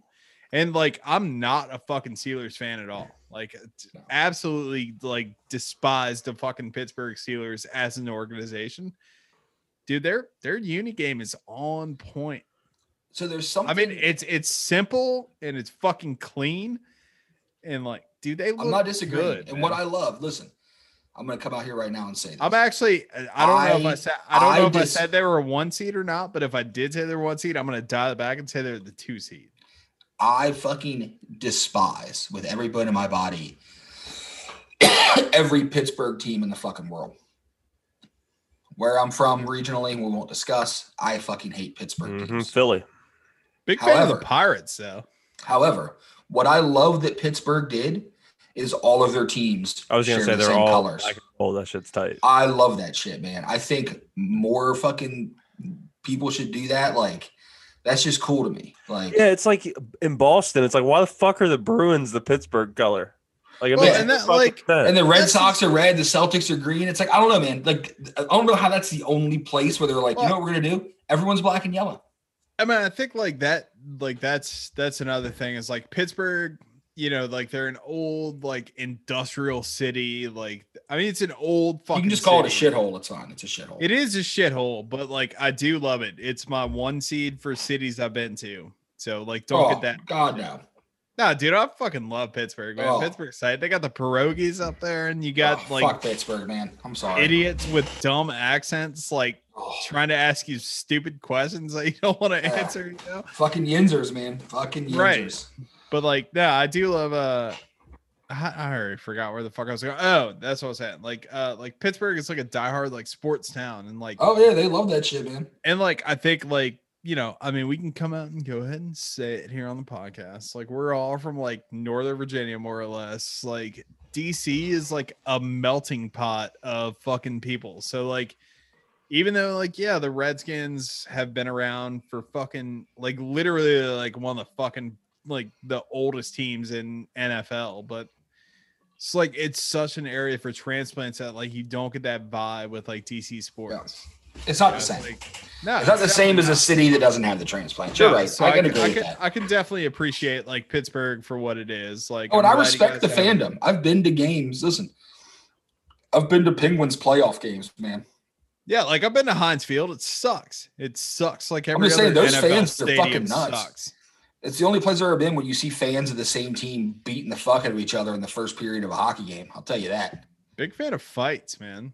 Speaker 2: And like I'm not a fucking Steelers fan at all. Like t-
Speaker 1: No.
Speaker 2: absolutely like despise the fucking Pittsburgh Steelers as an organization. Dude, their their uni game is on point.
Speaker 1: so there's something.
Speaker 2: I mean, it's it's simple and it's fucking clean, and like, do they?
Speaker 1: I'm
Speaker 2: look
Speaker 1: not disagreeing.
Speaker 2: good,
Speaker 1: and what
Speaker 2: man.
Speaker 1: I love, listen, I'm going to come out here right now and say this.
Speaker 2: I'm actually, I don't know
Speaker 1: I-
Speaker 2: if I said, I don't
Speaker 1: I
Speaker 2: know if I
Speaker 1: dis-
Speaker 2: said they were a one seed or not, but if I did say they're one seed, I'm gonna dial it back and say they're the two seed.
Speaker 1: I fucking despise with every bone in my body every Pittsburgh team in the fucking world. Where I'm from regionally, we won't discuss. I fucking hate Pittsburgh
Speaker 3: Mm-hmm.
Speaker 1: teams.
Speaker 3: Philly.
Speaker 2: Big fan of the
Speaker 1: However-
Speaker 2: Pirates, though.
Speaker 1: However, what I love that Pittsburgh did is all of their teams
Speaker 3: I was gonna
Speaker 1: share
Speaker 3: say
Speaker 1: the
Speaker 3: they're
Speaker 1: same
Speaker 3: all
Speaker 1: colors.
Speaker 3: black and gold. That shit's tight.
Speaker 1: I love that shit, man. I think more fucking people should do that. Like, that's just cool to me. Like,
Speaker 3: Yeah, it's like in Boston. It's like why the fuck are the Bruins the Pittsburgh color? Like it
Speaker 1: Well,
Speaker 3: makes
Speaker 1: and
Speaker 3: no
Speaker 2: that,
Speaker 3: fucking
Speaker 2: like-
Speaker 3: sense.
Speaker 1: And the Red
Speaker 2: That's
Speaker 1: Sox are red, the Celtics are green. It's like I don't know, man. Like I don't know how that's the only place where they're like, you know what we're gonna do? Everyone's black and yellow.
Speaker 2: I mean, I think like that, like that's that's another thing is like Pittsburgh, you know, like they're an old like industrial city. Like, I mean, it's an old fucking.
Speaker 1: you can just call
Speaker 2: city.
Speaker 1: it a shithole. It's fine. It's a shithole.
Speaker 2: It is a shithole, but like I do love it. It's my one seed for cities I've been to. So like don't
Speaker 1: Oh,
Speaker 2: get that.
Speaker 1: God no.
Speaker 2: Nah, dude, I fucking love Pittsburgh, man.
Speaker 1: Oh.
Speaker 2: Pittsburgh's tight. They got the pierogies up there, and you
Speaker 1: God,
Speaker 2: got like
Speaker 1: Oh, fuck Pittsburgh, man. I'm sorry.
Speaker 2: idiots with dumb accents, like
Speaker 1: Oh,
Speaker 2: trying to ask you stupid questions that you don't want to
Speaker 1: Yeah.
Speaker 2: answer, you know?
Speaker 1: fucking Yinzers, man. Fucking Yinzers.
Speaker 2: Right. But like, no, I do love uh I, I already forgot where the fuck I was going. Oh, that's what I was saying. Like uh like Pittsburgh is like a diehard like sports town and like
Speaker 1: Oh yeah, they love that shit, man.
Speaker 2: and like I think like you know, I mean, we can come out and go ahead and say it here on the podcast. Like we're all from like Northern Virginia, more or less. Like DC is like a melting pot of fucking people. So like, even though like yeah, the Redskins have been around for fucking like literally like one of the fucking like the oldest teams in NFL, but it's like it's such an area for transplants that like you don't get that vibe with like DC sports.
Speaker 1: It's not
Speaker 2: Yeah,
Speaker 1: the
Speaker 2: it's
Speaker 1: same.
Speaker 2: like- no,
Speaker 1: It's not the same as a
Speaker 2: definitely
Speaker 1: city that doesn't have the transplant.
Speaker 2: not.
Speaker 1: You're
Speaker 2: No,
Speaker 1: right.
Speaker 2: so
Speaker 1: I can
Speaker 2: can-
Speaker 1: agree
Speaker 2: I
Speaker 1: with
Speaker 2: can,
Speaker 1: that.
Speaker 2: I can definitely appreciate like Pittsburgh for what it is. Like,
Speaker 1: Oh, and
Speaker 2: I'm
Speaker 1: I
Speaker 2: glad you
Speaker 1: respect the
Speaker 2: guys have-
Speaker 1: fandom. I've been to games. Listen, I've been to Penguins playoff games, man.
Speaker 2: Yeah, like I've been to Heinz Field. It sucks. It sucks. Like every
Speaker 1: just saying,
Speaker 2: other
Speaker 1: those
Speaker 2: NFL
Speaker 1: fans, they're
Speaker 2: stadium
Speaker 1: fucking nuts.
Speaker 2: Sucks.
Speaker 1: It's the only place I've ever been when you see fans of the same team beating the fuck out of each other in the first period of a hockey game. I'll tell you that.
Speaker 2: Big fan of fights, man.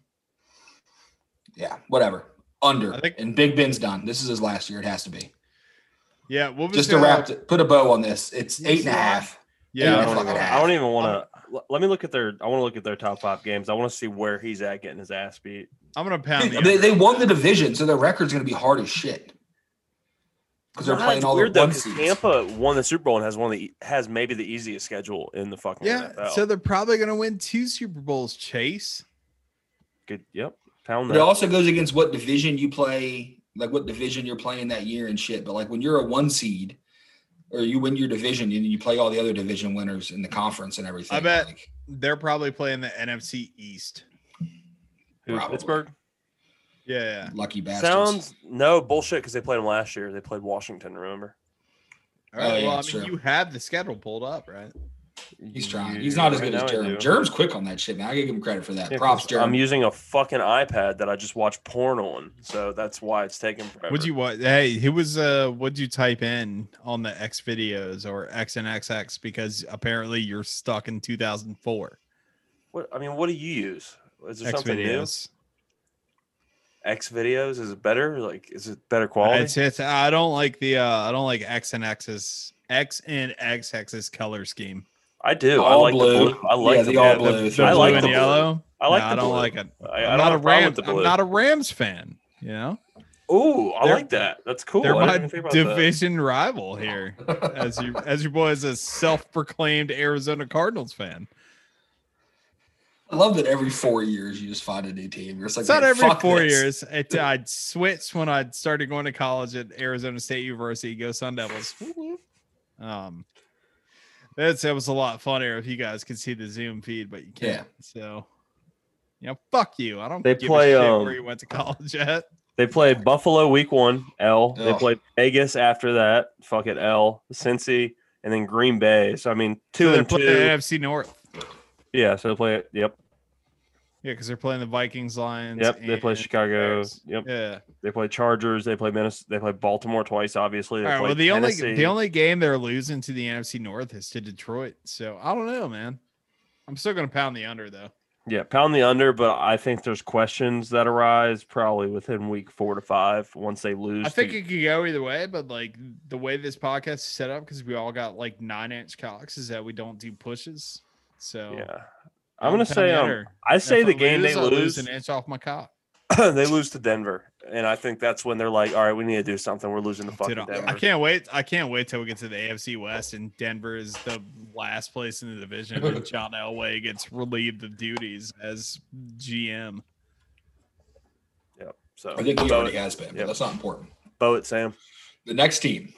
Speaker 1: Yeah, whatever. Under.
Speaker 2: I think-
Speaker 1: and Big Ben's done. This is his last year. It has to be.
Speaker 2: Yeah, what was
Speaker 1: Just to
Speaker 2: uh,
Speaker 1: wrap, it, put a bow on this. It's
Speaker 2: Yes,
Speaker 1: eight and a
Speaker 2: yeah.
Speaker 1: half.
Speaker 2: Yeah,
Speaker 1: Yeah,
Speaker 3: I, don't even,
Speaker 1: fucking
Speaker 3: I don't even want to. Let me look at their. I want to look at their top five games. I want to see where he's at getting his ass beat.
Speaker 2: I'm gonna pound. The
Speaker 1: They,
Speaker 2: under.
Speaker 1: they won the division, so their record's going to be hard as shit. Because they're
Speaker 3: Nah,
Speaker 1: playing
Speaker 3: it's
Speaker 1: all
Speaker 3: weird
Speaker 1: the
Speaker 3: though,
Speaker 1: one
Speaker 3: 'cause
Speaker 1: seeds.
Speaker 3: Tampa won the Super Bowl and has one of the e, has maybe the easiest schedule in the fucking
Speaker 2: yeah,
Speaker 3: NFL.
Speaker 2: so they're probably gonna win two Super Bowls. Chase.
Speaker 3: Good. Yep. Pound
Speaker 1: But it
Speaker 3: that.
Speaker 1: also goes against what division you play, like what division you're playing that year and shit. But like when you're a one seed, or you win your division and you play all the other division winners in the conference and everything.
Speaker 2: I bet.
Speaker 1: like-
Speaker 2: They're probably playing the NFC East.
Speaker 3: Who,
Speaker 1: probably.
Speaker 3: Pittsburgh
Speaker 2: Yeah, yeah.
Speaker 1: Lucky bastards.
Speaker 3: sounds no bullshit because they played them last year. They played Washington. Remember?
Speaker 2: All right.
Speaker 1: Oh, yeah,
Speaker 2: well, I mean,
Speaker 1: sure.
Speaker 2: you have the schedule pulled up, right?
Speaker 1: He's trying. He's not as good
Speaker 3: Yeah,
Speaker 1: as
Speaker 3: I know I
Speaker 1: Germ.
Speaker 3: do.
Speaker 1: Germ's quick on that shit, man. I gotta give him credit for that.
Speaker 3: Yeah, 'cause
Speaker 1: Props,
Speaker 3: I'm
Speaker 1: Germ.
Speaker 3: using a fucking iPad that I just watch porn on, so that's why it's taking forever.
Speaker 2: Would you what? Hey, who was uh? What'd you type in on the X videos or X and XX? Because apparently you're stuck in 2004.
Speaker 3: What, I mean, what do you use? Is there
Speaker 2: X
Speaker 3: something
Speaker 2: videos.
Speaker 3: new? X videos is it better? Like, is it better quality?
Speaker 2: It's, it's I don't like the uh I don't like X and X's X and X X's color scheme.
Speaker 3: I do. I
Speaker 1: All
Speaker 3: like
Speaker 1: blue.
Speaker 3: the blue. I like
Speaker 1: Yeah,
Speaker 3: the,
Speaker 1: the all
Speaker 3: blue.
Speaker 1: blue.
Speaker 2: The,
Speaker 1: is
Speaker 2: the
Speaker 3: I
Speaker 2: blue
Speaker 3: like
Speaker 2: and
Speaker 3: the blue.
Speaker 2: yellow.
Speaker 3: I like
Speaker 2: No,
Speaker 3: the
Speaker 2: I don't
Speaker 3: blue.
Speaker 2: like it.
Speaker 3: I, I
Speaker 2: I'm
Speaker 3: don't
Speaker 2: not
Speaker 3: have
Speaker 2: a
Speaker 3: problem
Speaker 2: Ram.
Speaker 3: with the blue.
Speaker 2: I'm not a Rams fan. You know,
Speaker 3: Ooh, I
Speaker 2: They're-
Speaker 3: like that. That's cool.
Speaker 2: they're
Speaker 3: I
Speaker 2: my
Speaker 3: didn't even think about that.
Speaker 2: division rival here. as you as your boy is a self-proclaimed Arizona Cardinals fan.
Speaker 1: I love that every four years you just find a new team. You're just like,
Speaker 2: It's not
Speaker 1: "Man,
Speaker 2: every
Speaker 1: fuck
Speaker 2: four
Speaker 1: this."
Speaker 2: years. It, I'd switch when I started going to college at Arizona State University. Go Sun Devils. Um, that's that was a lot funnier if you guys could see the Zoom feed, but you
Speaker 1: Yeah.
Speaker 2: can't. So, you know, fuck you. I don't.
Speaker 4: They play,
Speaker 2: a shit
Speaker 4: um,
Speaker 2: where you went to college at.
Speaker 4: They played Buffalo week one, L. They
Speaker 1: Ugh.
Speaker 4: played Vegas after that, fuck it, L. Cincy, and then Green Bay. So I mean, two
Speaker 2: So they're
Speaker 4: and two.
Speaker 2: playing the NFC North.
Speaker 4: Yeah, so they play it. Yep,
Speaker 2: Yeah, because they're playing the Vikings, Lions.
Speaker 4: yep. They play
Speaker 2: and
Speaker 4: Chicago.
Speaker 2: Bears.
Speaker 4: Yep,
Speaker 2: Yeah.
Speaker 4: they play Chargers. They play Minnesota. They play Baltimore twice, obviously. They
Speaker 2: All right.
Speaker 4: play
Speaker 2: Well, the only
Speaker 4: Tennessee.
Speaker 2: the only game they're losing to the NFC North is to Detroit. So I don't know, man. I'm still gonna pound the under though.
Speaker 4: yeah, pound the under. But I think there's questions that arise probably within week four to five once they lose.
Speaker 2: I think
Speaker 4: to-
Speaker 2: it could go either way, but like the way this podcast is set up, because we all got like nine inch cocks, is that we don't do pushes. So
Speaker 4: yeah, I'm gonna say um, I
Speaker 2: I
Speaker 4: say the game
Speaker 2: lose,
Speaker 4: they
Speaker 2: I
Speaker 4: lose.
Speaker 2: an inch off my cock.
Speaker 4: they
Speaker 3: they lose to Denver, and I think that's when they're like, "All right, we need to do something. We're losing the fucking
Speaker 2: Dude, I-
Speaker 3: Denver."
Speaker 2: I can't wait. I can't wait till we get to the AFC West and Denver is the last place in the division, and John Elway gets relieved of duties as GM.
Speaker 3: Yep. So
Speaker 1: I think he
Speaker 3: bow
Speaker 1: already
Speaker 3: it,
Speaker 1: has been, but
Speaker 3: Yep.
Speaker 1: that's not important.
Speaker 3: bow it, Sam.
Speaker 1: The next team,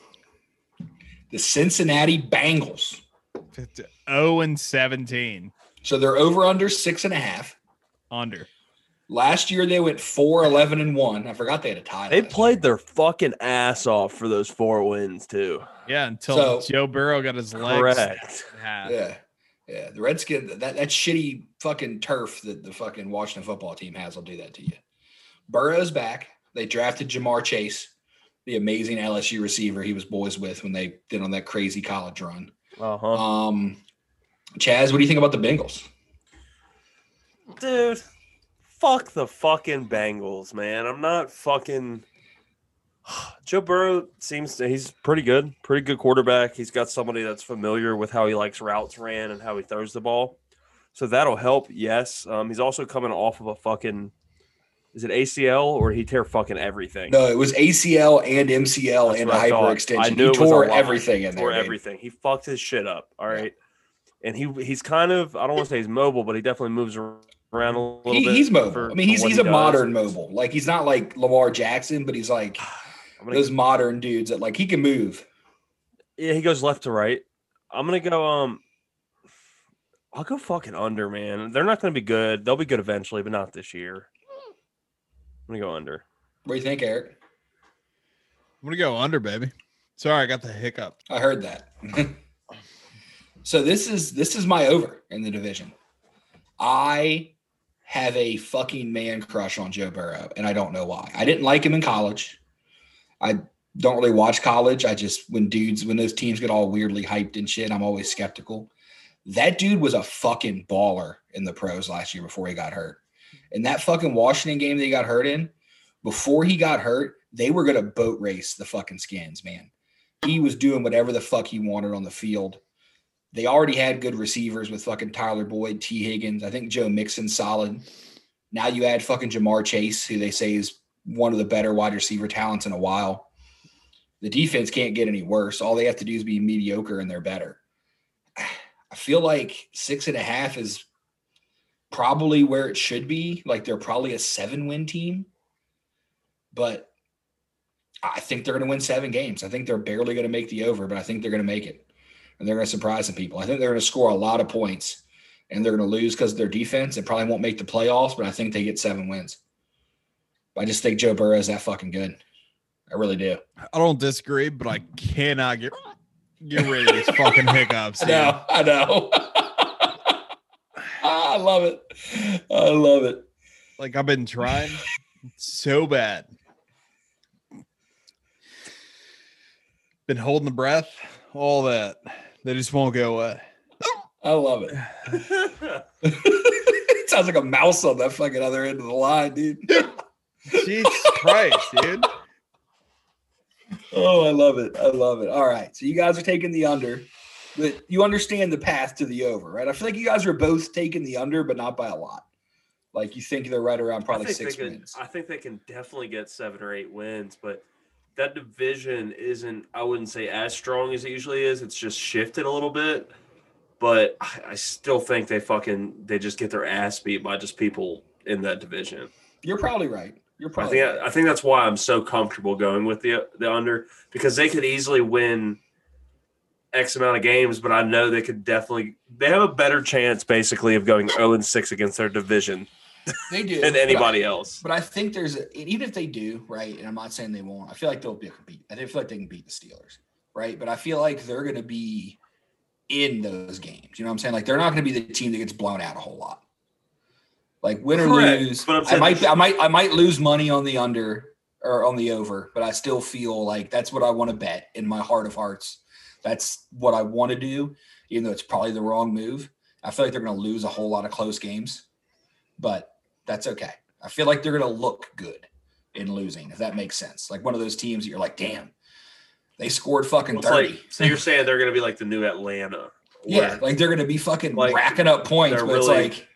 Speaker 1: the Cincinnati Bengals.
Speaker 2: Zero oh and seventeen
Speaker 1: So they're over under six and a half.
Speaker 2: under.
Speaker 1: Last year they went four, 11, and one. I forgot they had a tie.
Speaker 3: They
Speaker 1: last
Speaker 3: played their fucking ass off for those four wins too.
Speaker 2: Yeah, until
Speaker 1: So-
Speaker 2: Joe Burrow got his legs.
Speaker 3: Correct.
Speaker 2: in half.
Speaker 1: year. Yeah. Yeah. The Redskins, that, that shitty fucking turf that the fucking Washington football team has will do that to you. Burrow's back. They drafted Jamar Chase, the amazing LSU receiver he was boys with when they did on that crazy college run.
Speaker 3: Uh huh.
Speaker 1: Um, Chaz, what do you think about the Bengals?
Speaker 3: dude fuck the fucking bengals man i'm not fucking joe burrow seems to, he's pretty good pretty good quarterback he's got somebody that's familiar with how he likes routes ran and how he throws the ball so that'll help yes um, he's also coming off of a fucking is it acl or he tear fucking everything
Speaker 1: No, it was ACL and MCL
Speaker 3: That's
Speaker 1: Oh, and
Speaker 3: what I thought.
Speaker 1: hyperextension.
Speaker 3: I knew it
Speaker 1: he
Speaker 3: was a
Speaker 1: tore
Speaker 3: lot.
Speaker 1: everything in there.
Speaker 3: tore
Speaker 1: dude.
Speaker 3: everything. He fucked his shit up. All
Speaker 1: Yeah.
Speaker 3: right, and he he's kind of I don't want to say he's mobile, but he definitely moves ar- around a little
Speaker 1: He,
Speaker 3: bit.
Speaker 1: he's mobile.
Speaker 3: for-
Speaker 1: I mean,
Speaker 3: for
Speaker 1: he's
Speaker 3: what
Speaker 1: he's
Speaker 3: he
Speaker 1: a
Speaker 3: does.
Speaker 1: modern mobile. Like he's not like Lamar Jackson, but he's like
Speaker 3: I'm gonna,
Speaker 1: those modern dudes that like he can move.
Speaker 3: yeah, he goes left to right. I'm gonna go. Um, I'll go fucking under, man. They're not gonna be good. They'll be good eventually, but not this year. I'm gonna go under.
Speaker 1: What do you think, Eric?
Speaker 2: I'm gonna go under, baby. Sorry, I got the hiccup.
Speaker 1: I heard that. so this is this is my over in the division. I have a fucking man crush on Joe Burrow, and I don't know why. I didn't like him in college. I don't really watch college. I just when dudes when those teams get all weirdly hyped and shit, I'm always skeptical. That dude was a fucking baller in the pros last year before he got hurt. And that fucking Washington game that he got hurt in, before he got hurt, they were gonna boat race the fucking skins, man he was doing whatever the fuck he wanted on the field. They already had good receivers with fucking Tyler Boyd, T. Higgins. I think Joe Mixon's solid. Now you add fucking Jamar Chase, who they say is one of the better wide receiver talents in a while. The defense can't get any worse. All they have to do is be mediocre and they're better. I feel like six and a half is probably where it should be. Like they're probably a seven win team. But I think they're going to win seven games. I think they're barely going to make the over, but I think they're going to make it. And they're going to surprise some people. I think they're going to score a lot of points and they're going to lose because of their defense and probably won't make the playoffs, but I think they get seven wins. I just think Joe Burrow is that fucking good. I really do.
Speaker 2: I don't disagree, but I cannot get get rid of these fucking hiccups.
Speaker 1: I
Speaker 2: dude.
Speaker 1: know. I know. I love it. I love it.
Speaker 2: Like I've been trying so bad. Been holding the breath, all that. They just won't go away.
Speaker 1: I love it. it sounds like a mouse on that fucking other end of the line, dude.
Speaker 2: Jesus Christ, dude.
Speaker 1: Oh, I love it. I love it. All right. So you guys are taking the under, but you understand the path to the over, right? I feel like you guys are both taking the under, but not by a lot. Like you think they're right around probably
Speaker 3: I think
Speaker 1: six
Speaker 3: they can,
Speaker 1: wins.
Speaker 3: I think they can definitely get seven or eight wins, but that division isn't, I wouldn't say as strong as it usually is. It's just shifted a little bit. But I, I still think they fucking they just get their ass beat by just people in that division.
Speaker 1: You're probably right. You're
Speaker 3: I
Speaker 1: probably
Speaker 3: think
Speaker 1: right.
Speaker 3: I think that's why I'm so comfortable going with the the under because they could easily win X amount of games, but I know they could definitely they have a better chance basically of going 0 and 6 against their division
Speaker 1: they do.
Speaker 3: than
Speaker 1: but I-
Speaker 3: anybody else.
Speaker 1: But I think there's a, and even if they do, right? And I'm not saying they won't. I feel like they'll be able to beat. I do feel like they can beat the Steelers, right? But I feel like they're going to be in those games. You know what I'm saying? Like they're not going to be the team that gets blown out a whole lot. Like win or
Speaker 3: Correct,
Speaker 1: lose,
Speaker 3: but I'm
Speaker 1: I
Speaker 3: saying
Speaker 1: might
Speaker 3: they-
Speaker 1: I might I might lose money on the under or on the over, but I still feel like that's what I want to bet in my heart of hearts. That's what I want to do, even though it's probably the wrong move. I feel like they're going to lose a whole lot of close games, but that's okay. I feel like they're going to look good in losing, if that makes sense. Like one of those teams that you're like, damn, they scored fucking
Speaker 3: It's
Speaker 1: 30.
Speaker 3: like so you're saying they're going to be like the new Atlanta.
Speaker 1: yeah,
Speaker 3: where
Speaker 1: like they're going to be fucking
Speaker 3: like,
Speaker 1: racking up points.
Speaker 3: they're
Speaker 1: But it's
Speaker 3: really-
Speaker 1: like,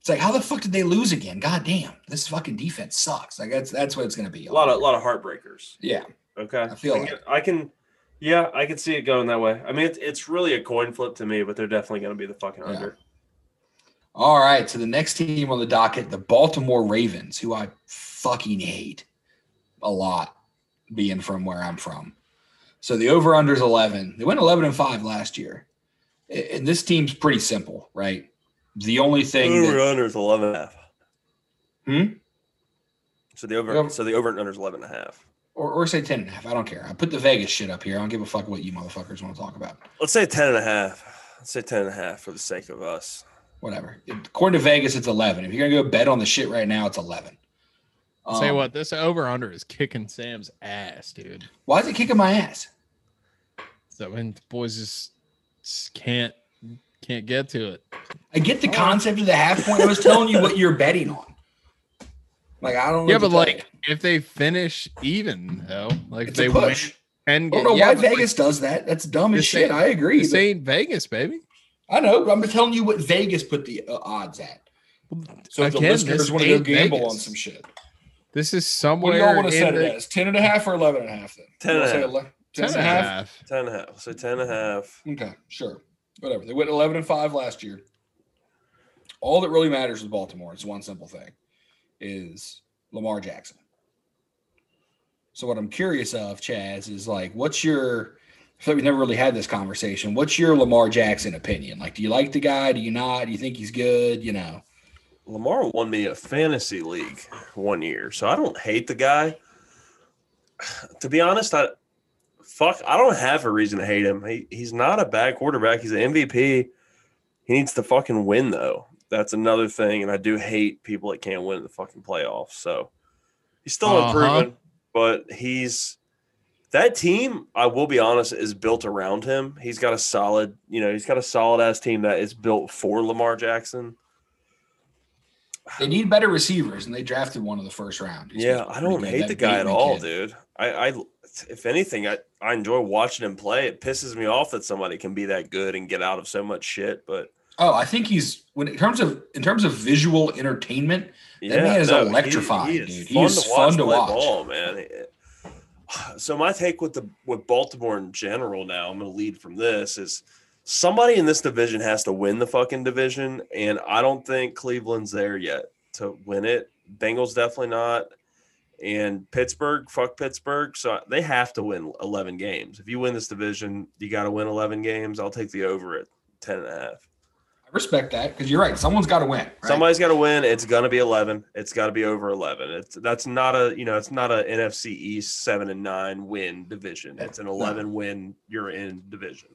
Speaker 1: it's like, how the fuck did they lose again? God damn, this fucking defense sucks. Like that's that's what it's going to be.
Speaker 3: a lot of lot of heartbreakers.
Speaker 1: yeah,
Speaker 3: Okay.
Speaker 1: I feel
Speaker 3: can,
Speaker 1: like
Speaker 3: I can yeah, I can see it going that way. I mean, it's, it's really a coin flip to me, but they're definitely going to be the fucking
Speaker 1: Yeah.
Speaker 3: under.
Speaker 1: All right, so the next team on the docket, the Baltimore Ravens, who I fucking hate a lot, being from where I'm from. So the over under is 11. They went 11 and 5 last year. A- And this team's pretty simple, right? The only thing
Speaker 3: Over
Speaker 1: that,
Speaker 3: under is 11 and a half.
Speaker 1: Hmm?
Speaker 3: So the over,
Speaker 1: Over-
Speaker 3: so the over and under is 11 and a half.
Speaker 1: or, or say 10 and a half. I don't care. I put the Vegas shit up here. I don't give a fuck what you motherfuckers want to talk about.
Speaker 3: Let's say 10 and a half. Let's say 10 and a half for the sake of us.
Speaker 1: Whatever. According to Vegas, it's 11. If you're going to go bet on the shit right now, it's 11.
Speaker 2: Tell you
Speaker 1: Um,
Speaker 2: what, this over under is kicking Sam's ass, dude.
Speaker 1: Why is it kicking my ass?
Speaker 2: So when the boys just s- can't can't get to it.
Speaker 1: I get the concept of the half point. I was telling you what you're betting on. Like I don't. know
Speaker 2: Yeah,
Speaker 1: what to
Speaker 2: but
Speaker 1: tell
Speaker 2: like if they finish even though,
Speaker 1: you.
Speaker 2: like if
Speaker 1: it's
Speaker 2: they
Speaker 1: a
Speaker 2: win
Speaker 1: push.
Speaker 2: and
Speaker 1: I don't know
Speaker 2: yeah,
Speaker 1: why
Speaker 2: but, like,
Speaker 1: Vegas does that. That's dumb as
Speaker 2: this
Speaker 1: shit.
Speaker 2: ain't-
Speaker 1: I agree.
Speaker 2: this
Speaker 1: but-
Speaker 2: ain't Vegas, baby.
Speaker 1: I know. But I'm just telling you what Vegas put the uh, odds at. So if the
Speaker 2: Again,
Speaker 1: listeners
Speaker 2: this
Speaker 1: want to go
Speaker 2: ain't
Speaker 1: gamble
Speaker 2: Vegas.
Speaker 1: on some shit.
Speaker 2: This is
Speaker 1: What do
Speaker 2: somewhere
Speaker 1: y'all want to set
Speaker 2: in
Speaker 1: it
Speaker 2: the
Speaker 1: as? Ten and a half or eleven and a half? Then
Speaker 3: 10 and a
Speaker 1: We'll
Speaker 3: half.
Speaker 1: say ele-
Speaker 2: 10 and a half.
Speaker 3: 10 and a half. Let's say 10 and a half.
Speaker 1: Okay, sure. Whatever. They went 11 and 5 last year. All that really matters with Baltimore is one simple thing is Lamar Jackson. So what I'm curious of, Chaz, is like what's your I feel like we never really had this conversation. What's your Lamar Jackson opinion? Like, do you like the guy? Do you not? Do you think he's good? You know.
Speaker 3: Lamar won me a fantasy league one year, so I don't hate the guy. To be honest, I fuck, I don't have a reason to hate him. He, he's not a bad quarterback. He's an MVP. He needs to fucking win though. That's another thing, and I do hate people that can't win the fucking playoffs. So he's still
Speaker 2: Uh-huh.
Speaker 3: improving, but he's that team. I will be honest, is built around him. He's got a solid, you know, he's got a solid ass team that is built for Lamar Jackson.
Speaker 1: They need better receivers, and they drafted one of the first round. He's
Speaker 3: Yeah,
Speaker 1: supposed
Speaker 3: I
Speaker 1: to be pretty
Speaker 3: don't
Speaker 1: good,
Speaker 3: hate
Speaker 1: that
Speaker 3: the guy at
Speaker 1: Bateman
Speaker 3: all,
Speaker 1: kid.
Speaker 3: dude. I, I, if anything, I, I enjoy watching him play. It pisses me off that somebody can be that good and get out of so much shit. But
Speaker 1: Oh, I think he's when in terms of in terms of visual entertainment,
Speaker 3: yeah,
Speaker 1: man is
Speaker 3: no, he-
Speaker 1: electrifying, dude. He is fun to
Speaker 3: play
Speaker 1: watch.
Speaker 3: Ball, man. It- So my take with the with Baltimore in general now, I'm going to lead from this is somebody in this division has to win the fucking division, and I don't think Cleveland's there yet to win it. Bengals definitely not. and Pittsburgh, fuck Pittsburgh. So they have to win 11 games. If you win this division, you got to win 11 games. I'll take the over at 10 and a half.
Speaker 1: I respect that because you're right. Someone's got to win. Right?
Speaker 3: Somebody's got to win. It's going to be 11. It's got to be over 11. It's that's not a, you know, it's not a NFC East 7 and 9 win division. It's an 11 win you're in division.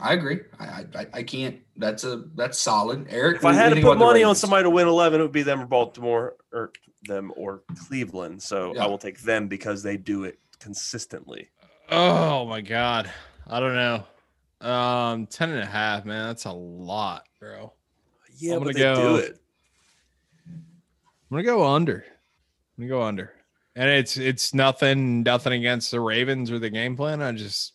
Speaker 1: I agree. I, I I- I can't. That's a that's solid, Eric.
Speaker 3: If I
Speaker 1: what do
Speaker 3: had
Speaker 1: you
Speaker 3: to
Speaker 1: think
Speaker 3: put
Speaker 1: about the
Speaker 3: money on
Speaker 1: Ravens?
Speaker 3: somebody to win 11, it would be them or Baltimore or them or Cleveland. So
Speaker 1: Yeah.
Speaker 3: I will take them because they do it consistently.
Speaker 2: Oh my god. I don't know. Um 10 and a half, man. That's a lot, bro.
Speaker 3: Yeah,
Speaker 2: I'm
Speaker 3: but
Speaker 2: gonna
Speaker 3: they
Speaker 2: go-
Speaker 3: do it.
Speaker 2: I'm gonna go under. I'm gonna go under. And it's it's nothing nothing against the Ravens or the game plan. I just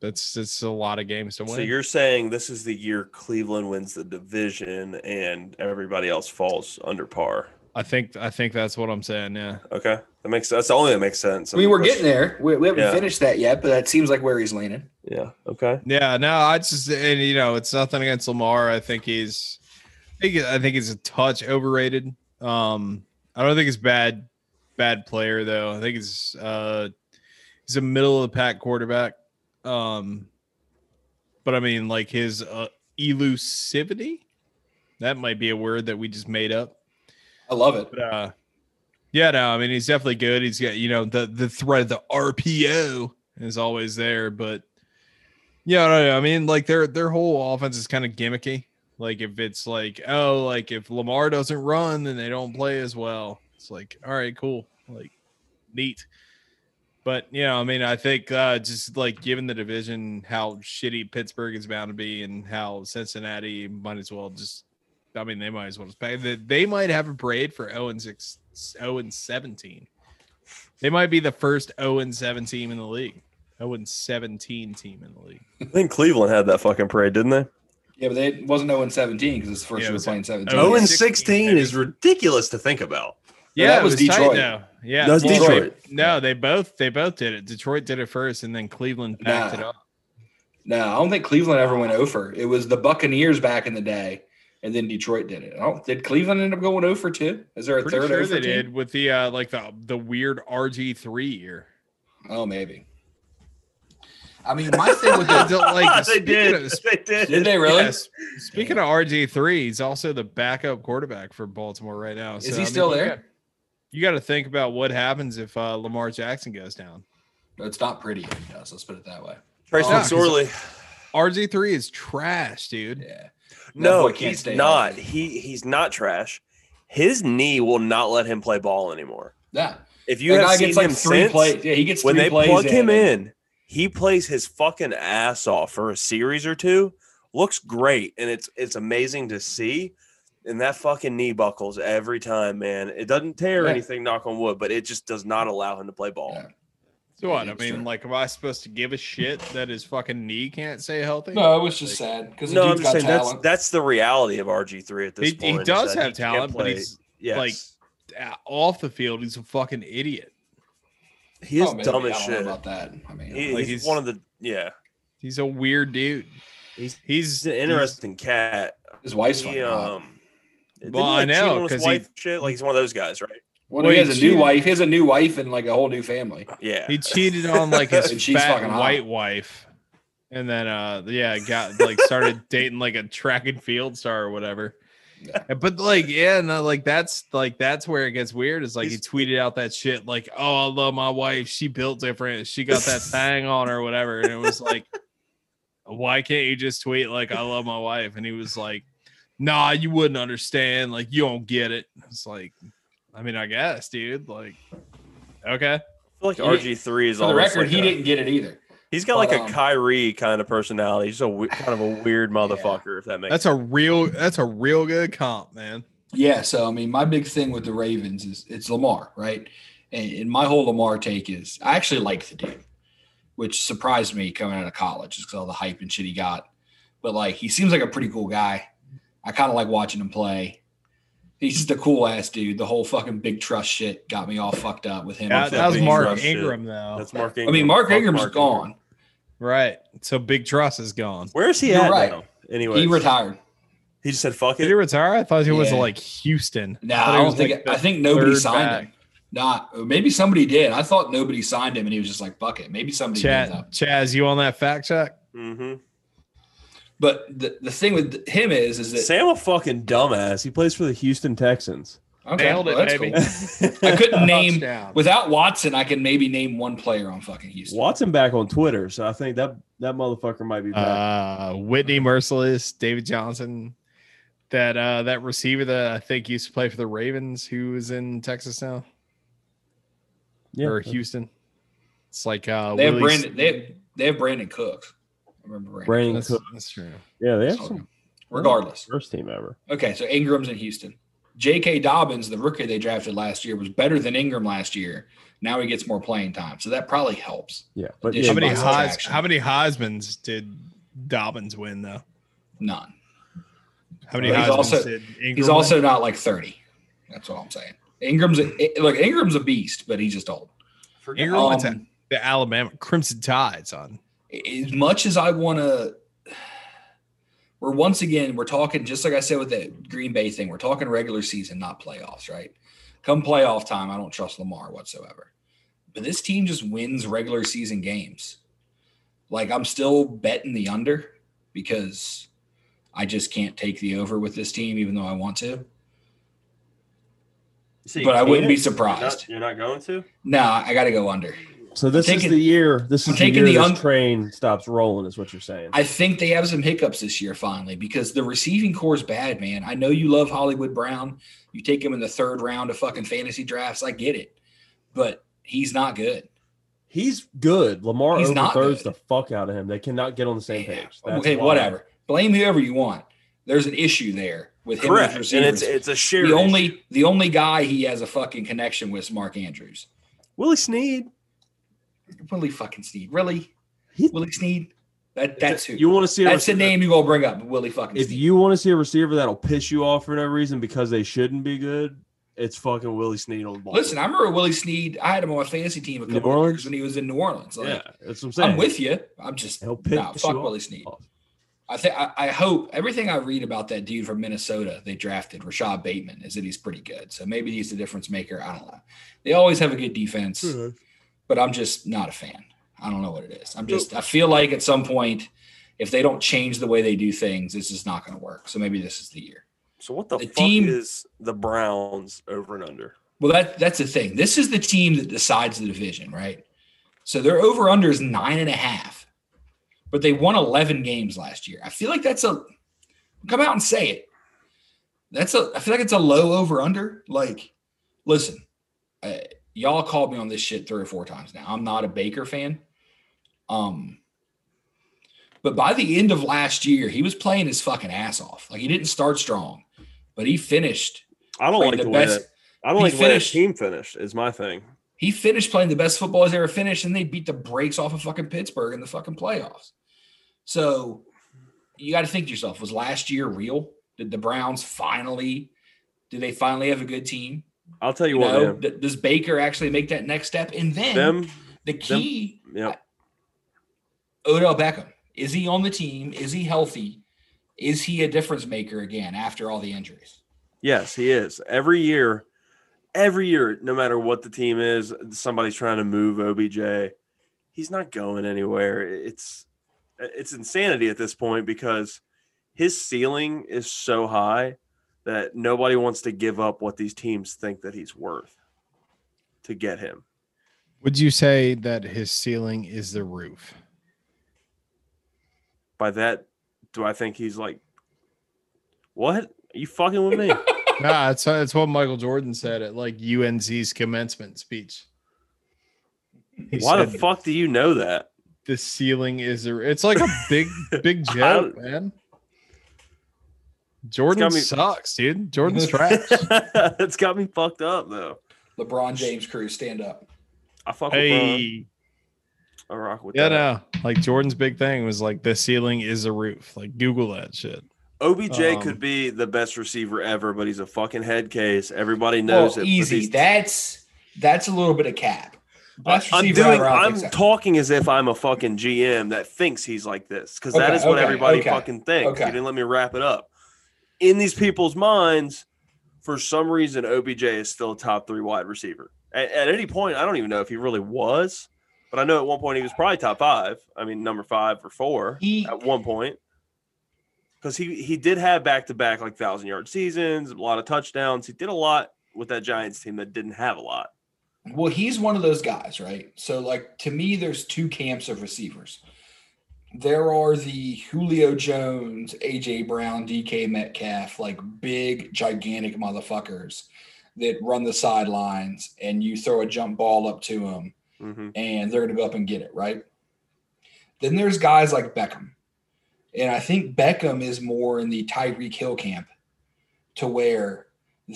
Speaker 2: that's that's a lot of games to win.
Speaker 3: So you're saying this is the year Cleveland wins the division and everybody else falls under par.
Speaker 2: I think I think that's what I'm saying. Yeah.
Speaker 3: Okay, that makes that's the only that makes sense.
Speaker 1: I mean, we're
Speaker 3: that's-
Speaker 1: getting there. We, we haven't
Speaker 3: Yeah.
Speaker 1: finished that yet, but that seems like where he's leaning.
Speaker 3: Yeah. Okay.
Speaker 2: Yeah, no, I just and you know, it's nothing against Lamar. I think he's I think I think he's a touch overrated. Um I don't think he's bad bad player though. I think he's uh he's a middle of the pack quarterback. Um but I mean like his uh, elusivity that might be a word that we just made up.
Speaker 1: I love it.
Speaker 2: But uh yeah, no, I mean he's definitely good. He's got you know the the threat of the RPO is always there, but yeah, no, no, I mean like their their whole offense is kind of gimmicky. Like if it's like oh like if Lamar doesn't run then they don't play as well. It's like all right, cool, like neat. But you know, I mean, I think uh, just like given the division, how shitty Pittsburgh is bound to be, and how Cincinnati might as well just I mean, they might as well just pay. They, they might have a parade for 0 and 6, 0 and 17. They might be the first 0 and 7 team in the league. 0 and 17 team in the league.
Speaker 3: I think Cleveland had that fucking parade, didn't they?
Speaker 1: Yeah, but they it wasn't 0 17 because it's the first
Speaker 2: Yeah, it
Speaker 1: year
Speaker 2: was
Speaker 1: we're playing 17.
Speaker 2: Oh,
Speaker 3: Oh,
Speaker 2: and
Speaker 3: and
Speaker 2: 16
Speaker 3: sixteen is ridiculous to think about.
Speaker 1: Yeah, that
Speaker 2: it
Speaker 1: was
Speaker 2: tight,
Speaker 1: Detroit.
Speaker 2: though. Yeah,
Speaker 3: That was
Speaker 2: well,
Speaker 3: Detroit.
Speaker 2: they- no, they both they both did it. Detroit did it first, and then Cleveland backed it
Speaker 1: Nah.
Speaker 2: up.
Speaker 1: no, I don't think Cleveland ever went over. It was the Buccaneers back in the day, and then Detroit did it. I don't, did Cleveland end up going over too? Is there a
Speaker 2: Pretty
Speaker 1: third
Speaker 2: sure
Speaker 1: over
Speaker 2: they
Speaker 1: team?
Speaker 2: did with the uh, like the the weird RG three year.
Speaker 1: Oh, maybe. I mean, my thing with the
Speaker 3: Ah,
Speaker 2: like
Speaker 4: they
Speaker 2: speaking
Speaker 4: did.
Speaker 2: of-
Speaker 4: they did.
Speaker 1: did they really?
Speaker 2: Yes. Speaking of RG3, he's also the backup quarterback for Baltimore right now.
Speaker 1: Is he still
Speaker 2: you
Speaker 1: there?
Speaker 2: got- You got to think about what happens if uh, Lamar Jackson goes down.
Speaker 1: It's not pretty if he does. Let's put it that way.
Speaker 3: Trace
Speaker 2: Oh,
Speaker 3: McSorley.
Speaker 2: RG3 is trash, dude.
Speaker 1: Yeah. That
Speaker 3: No,
Speaker 1: boy can't
Speaker 3: he's
Speaker 1: stay
Speaker 3: not.
Speaker 1: healthy.
Speaker 3: He he's not trash. His knee will not let him play ball anymore.
Speaker 1: Yeah.
Speaker 3: If you
Speaker 1: You that guy
Speaker 3: have seen
Speaker 1: gets like
Speaker 3: him
Speaker 1: three
Speaker 3: since,
Speaker 1: plays. Yeah, he gets
Speaker 3: when
Speaker 1: three
Speaker 3: they
Speaker 1: plays
Speaker 3: plug him
Speaker 1: and-
Speaker 3: in, he plays his fucking ass off for a series or two. Looks great, and it's it's amazing to see. And that fucking knee buckles every time, man. It doesn't tear
Speaker 1: Yeah.
Speaker 3: anything, knock on wood, but it just does not allow him to play ball.
Speaker 1: Yeah.
Speaker 2: So what? I
Speaker 1: Yeah, sure.
Speaker 2: mean, like, am I supposed to give a shit that his fucking knee can't stay healthy?
Speaker 1: No, it was just sad because
Speaker 3: No,
Speaker 1: the
Speaker 3: I'm
Speaker 1: dude's
Speaker 3: just
Speaker 1: got
Speaker 3: saying that's
Speaker 1: talent.
Speaker 3: that's the reality of RG three at this
Speaker 2: He- he
Speaker 3: point. is
Speaker 2: does
Speaker 3: that can't
Speaker 2: have talent, but he's,
Speaker 3: yes.
Speaker 2: like, Uh, Off the field, he's a fucking idiot.
Speaker 3: he is
Speaker 1: Oh, maybe.
Speaker 3: dumb
Speaker 1: I
Speaker 3: as
Speaker 1: don't know
Speaker 3: shit.
Speaker 1: about that. I mean,
Speaker 3: He-
Speaker 2: Like,
Speaker 3: he's,
Speaker 2: he's-
Speaker 3: one of the yeah.
Speaker 2: He's a weird dude.
Speaker 3: He's
Speaker 2: He's
Speaker 3: he's an interesting cat.
Speaker 1: his wife's
Speaker 3: He,
Speaker 1: fucking hot.
Speaker 3: um, didn't
Speaker 2: Well,
Speaker 3: he,
Speaker 2: I
Speaker 3: like, cheat
Speaker 2: know,
Speaker 3: on his
Speaker 2: 'cause he-
Speaker 3: wife and shit. Like he's one of those guys, right?
Speaker 1: Well,
Speaker 2: well,
Speaker 1: he
Speaker 2: he
Speaker 1: has a new
Speaker 2: cheated.
Speaker 1: wife. He has a new wife and like a whole new family.
Speaker 3: Yeah.
Speaker 2: He cheated on like his
Speaker 1: And she's
Speaker 2: fat
Speaker 1: fucking hot.
Speaker 2: white wife, and then uh yeah, got like started dating like a track and field star or whatever.
Speaker 1: Yeah.
Speaker 2: But like yeah, no, like that's like that's where it gets weird. Is like
Speaker 3: He's-
Speaker 2: he tweeted out that shit like, "Oh, I love my wife. She built different. She got that thing on her, whatever." And it was like, why can't you just tweet like, "I love my wife"? And he was like, "Nah, you wouldn't understand. Like, you don't get it." It's like, I mean, I guess, dude. Like, okay.
Speaker 3: I feel
Speaker 1: He-
Speaker 3: like RG three is
Speaker 1: For the
Speaker 3: almost
Speaker 1: record,
Speaker 3: like
Speaker 1: he
Speaker 3: a-
Speaker 1: didn't get it either.
Speaker 3: He's got like
Speaker 1: but,
Speaker 3: a
Speaker 1: um,
Speaker 3: Kyrie kind of personality. He's a we- kind of a weird motherfucker. If that makes
Speaker 2: That's a real that's a real good comp, man.
Speaker 1: Yeah, so I mean, my big thing with the Ravens is it's Lamar, right? And, and my whole Lamar take is I actually like the dude, which surprised me coming out of college just because all the hype and shit he got. But like, he seems like a pretty cool guy. I kind of like watching him play. He's just a cool ass dude. The whole fucking big trust shit got me all fucked up with him.
Speaker 2: That, that was
Speaker 3: Big
Speaker 2: Mark
Speaker 3: Trust shit.
Speaker 2: Ingram though.
Speaker 3: that's Mark.
Speaker 1: I
Speaker 3: Ingram.
Speaker 1: mean, Mark
Speaker 3: Fuck
Speaker 1: Ingram's
Speaker 3: Mark Ingram.
Speaker 1: gone.
Speaker 2: right. So Big Trust is gone.
Speaker 3: Where is he
Speaker 1: You're
Speaker 3: at
Speaker 1: right.
Speaker 3: now? Anyway,
Speaker 1: He
Speaker 3: he,
Speaker 1: retired.
Speaker 3: just said fuck
Speaker 2: Did he
Speaker 3: it.
Speaker 2: retire? I thought he was
Speaker 1: Yeah.
Speaker 2: like Houston.
Speaker 1: No,
Speaker 2: thought
Speaker 1: I
Speaker 2: he
Speaker 1: don't
Speaker 2: was,
Speaker 1: think.
Speaker 2: like, the
Speaker 1: I think nobody
Speaker 2: third
Speaker 1: signed
Speaker 2: back.
Speaker 1: him. Not maybe somebody did. I thought nobody signed him, and he was just like, "Fuck it." Maybe somebody did that.
Speaker 2: Chad, Chaz, you on that fact check?
Speaker 3: Mm-hmm.
Speaker 1: But the, the thing with him is, is that
Speaker 3: Sam a fucking dumbass. He plays for the Houston Texans.
Speaker 1: okay,
Speaker 2: Nailed it,
Speaker 1: well, that's
Speaker 2: baby.
Speaker 1: cool. I couldn't name
Speaker 2: Touchdown.
Speaker 1: without Watson. I can maybe name one player on fucking Houston.
Speaker 3: Watson back on Twitter, so I think that that motherfucker might be
Speaker 2: Uh, Whitney Merciless, David Johnson, that uh, that receiver that I think used to play for the Ravens, who is in Texas now
Speaker 3: yeah.
Speaker 2: or Houston. It's like uh,
Speaker 1: They have
Speaker 2: Willie-
Speaker 1: Brandon. They have, they have Brandon Cooks. I remember Brandon.
Speaker 3: Brandon
Speaker 2: That's,
Speaker 3: Cook.
Speaker 2: that's true.
Speaker 3: Yeah, they have
Speaker 1: So,
Speaker 3: some
Speaker 1: Regardless,
Speaker 3: first team ever.
Speaker 1: okay. So Ingram's in Houston. J.K. Dobbins, the rookie they drafted last year, was better than Ingram last year. Now he gets more playing time, so that probably helps.
Speaker 8: Yeah, but
Speaker 1: Addition
Speaker 2: How
Speaker 8: yeah,
Speaker 1: by
Speaker 2: many Heis,
Speaker 1: subtraction.
Speaker 2: how many Heisman's did Dobbins win though?
Speaker 1: None.
Speaker 2: How many
Speaker 1: But he's
Speaker 2: Heisman's
Speaker 1: also-
Speaker 2: did Ingram?
Speaker 1: He's
Speaker 2: win?
Speaker 1: also not like thirty. That's all I'm saying. Ingram's a, look. Ingram's a beast, but he's just old.
Speaker 2: Ingram went to
Speaker 1: Um,
Speaker 2: the Alabama Crimson Tides on.
Speaker 1: as much as I want to, we're once again we're talking just like I said with that Green Bay thing. We're talking regular season, not playoffs, right? Come playoff time, I don't trust Lamar whatsoever. But this team just wins regular season games. Like I'm still betting the under because I just can't take the over with this team, even though I want to.
Speaker 4: See,
Speaker 1: But I wouldn't be
Speaker 4: Keenan,
Speaker 1: surprised.
Speaker 4: You're not, you're not going to?
Speaker 1: Nah, I got to go under.
Speaker 8: so this
Speaker 1: I'm taking-
Speaker 8: is the year. This
Speaker 1: I'm
Speaker 8: is the year
Speaker 1: taking the
Speaker 8: this
Speaker 1: un-
Speaker 8: train stops rolling. Is what you're saying?
Speaker 1: I think they have some hiccups this year finally because the receiving core is bad, man. I know you love Hollywood Brown. You take him in the third round of fucking fantasy drafts. I get it, but he's not good.
Speaker 8: He's good. Lamar
Speaker 1: He's not
Speaker 8: overthrows
Speaker 1: good.
Speaker 8: the fuck out of him. They cannot get on the same page. That's
Speaker 1: okay,
Speaker 8: why.
Speaker 1: whatever. Blame whoever you want. There's an issue there with him.
Speaker 3: Correct.
Speaker 1: As
Speaker 3: And it's
Speaker 1: receivers.
Speaker 3: it's a shared
Speaker 1: the
Speaker 3: issue.
Speaker 1: only the only guy he has a fucking connection with is Mark Andrews.
Speaker 3: Willie Sneed.
Speaker 1: Willie fucking Sneed. Really?
Speaker 8: He-
Speaker 1: Willie Sneed? That that's who.
Speaker 8: You want to see? a
Speaker 1: that's the
Speaker 8: receiver-
Speaker 1: name you gonna bring up. Willie fucking.
Speaker 8: If
Speaker 1: Sneed.
Speaker 8: you want to see a receiver that'll piss you off for no reason because they shouldn't be good, it's fucking Willie Snead on the ball.
Speaker 1: Listen, I remember Willie Sneed. I had him on my fantasy team a
Speaker 8: New
Speaker 1: couple of years
Speaker 8: Orleans?
Speaker 1: when he was in New Orleans. Like,
Speaker 8: yeah, that's what I'm saying.
Speaker 1: I'm with you. I'm just
Speaker 8: He'll piss
Speaker 1: nah, fuck
Speaker 8: you off.
Speaker 1: Willie Sneed. I think I I hope everything I read about that dude from Minnesota they drafted Rashad Bateman is that he's pretty good. So maybe he's the difference maker. I don't know. They always have a good defense, but I'm just not a fan. I don't know what it is. I'm just I feel like at some point if they don't change the way they do things, this is not going to work. So maybe this is the year.
Speaker 3: So what the,
Speaker 1: The
Speaker 3: fuck
Speaker 1: team-
Speaker 3: is the Browns over and under?
Speaker 1: Well, that that's the thing. This is the team that decides the division, right? So their over under is nine and a half, but they won eleven games last year. I feel like that's a come out and say it. That's a I feel like it's a low over under. Like, listen, uh, y'all called me on this shit three or four times now. I'm not a Baker fan, um, but by the end of last year, he was playing his fucking ass off. Like he didn't start strong, but he finished
Speaker 3: I don't
Speaker 1: Like
Speaker 3: like
Speaker 1: the
Speaker 3: the, way
Speaker 1: best-
Speaker 3: that, I don't
Speaker 1: he
Speaker 3: like the way that
Speaker 1: finished-
Speaker 3: team finished is my thing.
Speaker 1: He finished playing the best football he's ever finished, and they beat the brakes off of fucking Pittsburgh in the fucking playoffs. So you got to think to yourself: Was last year real? Did the Browns finally? Do they finally have a good team?
Speaker 3: I'll tell you,
Speaker 1: You
Speaker 3: what,
Speaker 1: know,
Speaker 3: man.
Speaker 1: d- does Baker actually make that next step? And then
Speaker 3: Them,
Speaker 1: the key:
Speaker 3: yeah.
Speaker 1: Odell Beckham. Is he on the team? Is he healthy? Is he a difference maker again after all the injuries?
Speaker 3: Yes, he is. Every year, every year, no matter what the team is, somebody's trying to move OBJ. He's not going anywhere. It's uh, it's insanity at this point because his ceiling is so high that nobody wants to give up what these teams think that he's worth to get him.
Speaker 2: Would you say that his ceiling is the roof?
Speaker 3: By that, do I think he's like, what? Are you fucking with me?
Speaker 2: nah, that's that's what Michael Jordan said at like UNC's commencement speech. He
Speaker 3: Why the
Speaker 2: said,
Speaker 3: fuck do you know that?
Speaker 2: The ceiling is a, it's like a big big
Speaker 3: I
Speaker 2: joke, man. Jordan
Speaker 3: me-
Speaker 2: sucks, dude. Jordan's trash.
Speaker 3: it's got me fucked up though.
Speaker 1: LeBron James crew, stand up.
Speaker 3: I fuck with LeBron.
Speaker 2: hey,
Speaker 3: I rock with
Speaker 2: yeah,
Speaker 3: that.
Speaker 2: no. Like Jordan's big thing was like the ceiling is a roof. Like Google that shit.
Speaker 3: OBJ
Speaker 2: Um,
Speaker 3: could be the best receiver ever, but he's a fucking head case. Everybody knows
Speaker 1: well,
Speaker 3: it. but
Speaker 1: easy.
Speaker 3: he's-
Speaker 1: That's that's a little bit of cap.
Speaker 3: I-
Speaker 1: Best
Speaker 3: I'm
Speaker 1: receiver
Speaker 3: doing.
Speaker 1: ever, I don't
Speaker 3: I'm
Speaker 1: think so.
Speaker 3: talking as if I'm a fucking GM that thinks he's like this because that
Speaker 1: Okay,
Speaker 3: is what
Speaker 1: okay,
Speaker 3: everybody
Speaker 1: okay,
Speaker 3: fucking thinks.
Speaker 1: okay.
Speaker 3: You didn't let me wrap it up. In these people's minds, for some reason, OBJ is still a top three wide receiver. At, at any point, I don't even know if he really was, but I know at one point he was probably top five. I mean, number five or four.
Speaker 1: He
Speaker 3: at one point because he he did have back to back like thousand yard seasons, a lot of touchdowns. He did a lot with that Giants team that didn't have a lot.
Speaker 1: well, he's one of those guys, right? So, like to me, there's two camps of receivers. There are the Julio Jones, AJ Brown, DK Metcalf, like big, gigantic motherfuckers that run the sidelines, and you throw a jump ball up to them,
Speaker 3: Mhm.
Speaker 1: and they're going to go up and get it, right? Then there's guys like Beckham. And I think Beckham is more in the Tyreek Hill camp to where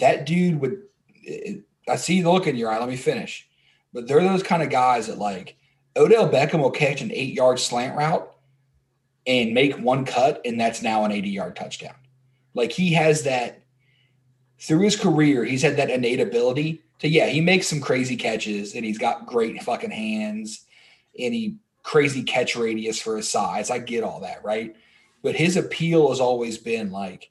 Speaker 1: that dude would. It, I see the look in your eye. Let me finish. But they're those kind of guys that like Odell Beckham will catch an eight yard slant route and make one cut, and that's now an 80 yard touchdown. Like he has that through his career, he's had that innate ability to, yeah, he makes some crazy catches and he's got great fucking hands and he crazy catch radius for his size. I get all that, right? But his appeal has always been like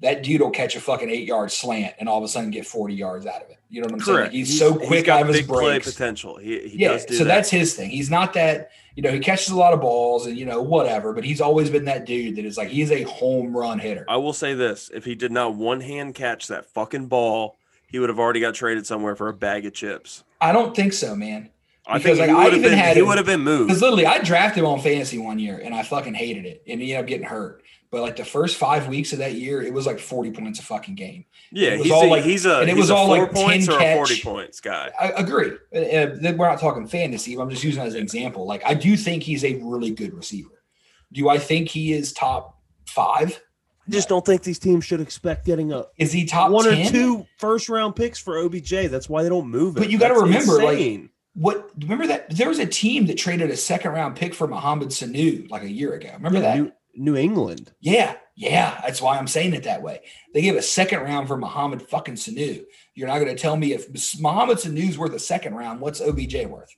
Speaker 1: that dude will catch a fucking eight yard slant and all of a sudden get 40 yards out of it. You know what I'm saying?
Speaker 9: Correct.
Speaker 1: Like, he's, so quick
Speaker 9: he's got
Speaker 1: out of his
Speaker 9: big play
Speaker 1: breaks
Speaker 9: potential. He, he
Speaker 1: yeah,
Speaker 9: does do
Speaker 1: so
Speaker 9: that.
Speaker 1: that's his thing. He's not that, you know, he catches a lot of balls and you know whatever, but he's always been that dude that is like he's a home run hitter.
Speaker 9: I will say this: if he did not one hand catch that fucking ball, he would have already got traded somewhere for a bag of chips.
Speaker 1: I don't think so, man.
Speaker 9: I
Speaker 1: Because,
Speaker 9: think
Speaker 1: like,
Speaker 9: he
Speaker 1: I
Speaker 9: would have
Speaker 1: even
Speaker 9: been.
Speaker 1: had
Speaker 9: He
Speaker 1: him-
Speaker 9: would have been
Speaker 1: Because
Speaker 9: moved.
Speaker 1: literally, I drafted him on fantasy one year and I fucking hated it, and he ended up getting hurt. But like the first five weeks of that year, it was like forty points a fucking game.
Speaker 9: Yeah,
Speaker 1: it was
Speaker 9: he's
Speaker 1: all
Speaker 9: a,
Speaker 1: like-
Speaker 9: he's a
Speaker 1: and it
Speaker 9: he's
Speaker 1: was
Speaker 9: a
Speaker 1: all
Speaker 9: four
Speaker 1: like 10
Speaker 9: points or a forty
Speaker 1: catch.
Speaker 9: points guy.
Speaker 1: I agree. Uh, uh, then we're not talking fantasy. But I'm just using that as an example. Like I do think he's a really good receiver. Do I think he is top five?
Speaker 3: I just don't think these teams should expect getting a
Speaker 1: Is he top
Speaker 3: one
Speaker 1: 10?
Speaker 3: or two first round picks for OBJ. That's why they don't move it.
Speaker 1: But you gotta
Speaker 3: That's
Speaker 1: remember, like,
Speaker 3: insane.
Speaker 1: What remember that there was a team that traded a second round pick for Mohamed Sanu like a year ago. Remember that?
Speaker 3: New, New England.
Speaker 1: yeah, yeah. That's why I'm saying it that way. They gave a second round for Mohamed fucking Sanu. You're not going to tell me if Mohamed Sanu's worth a second round, what's OBJ worth?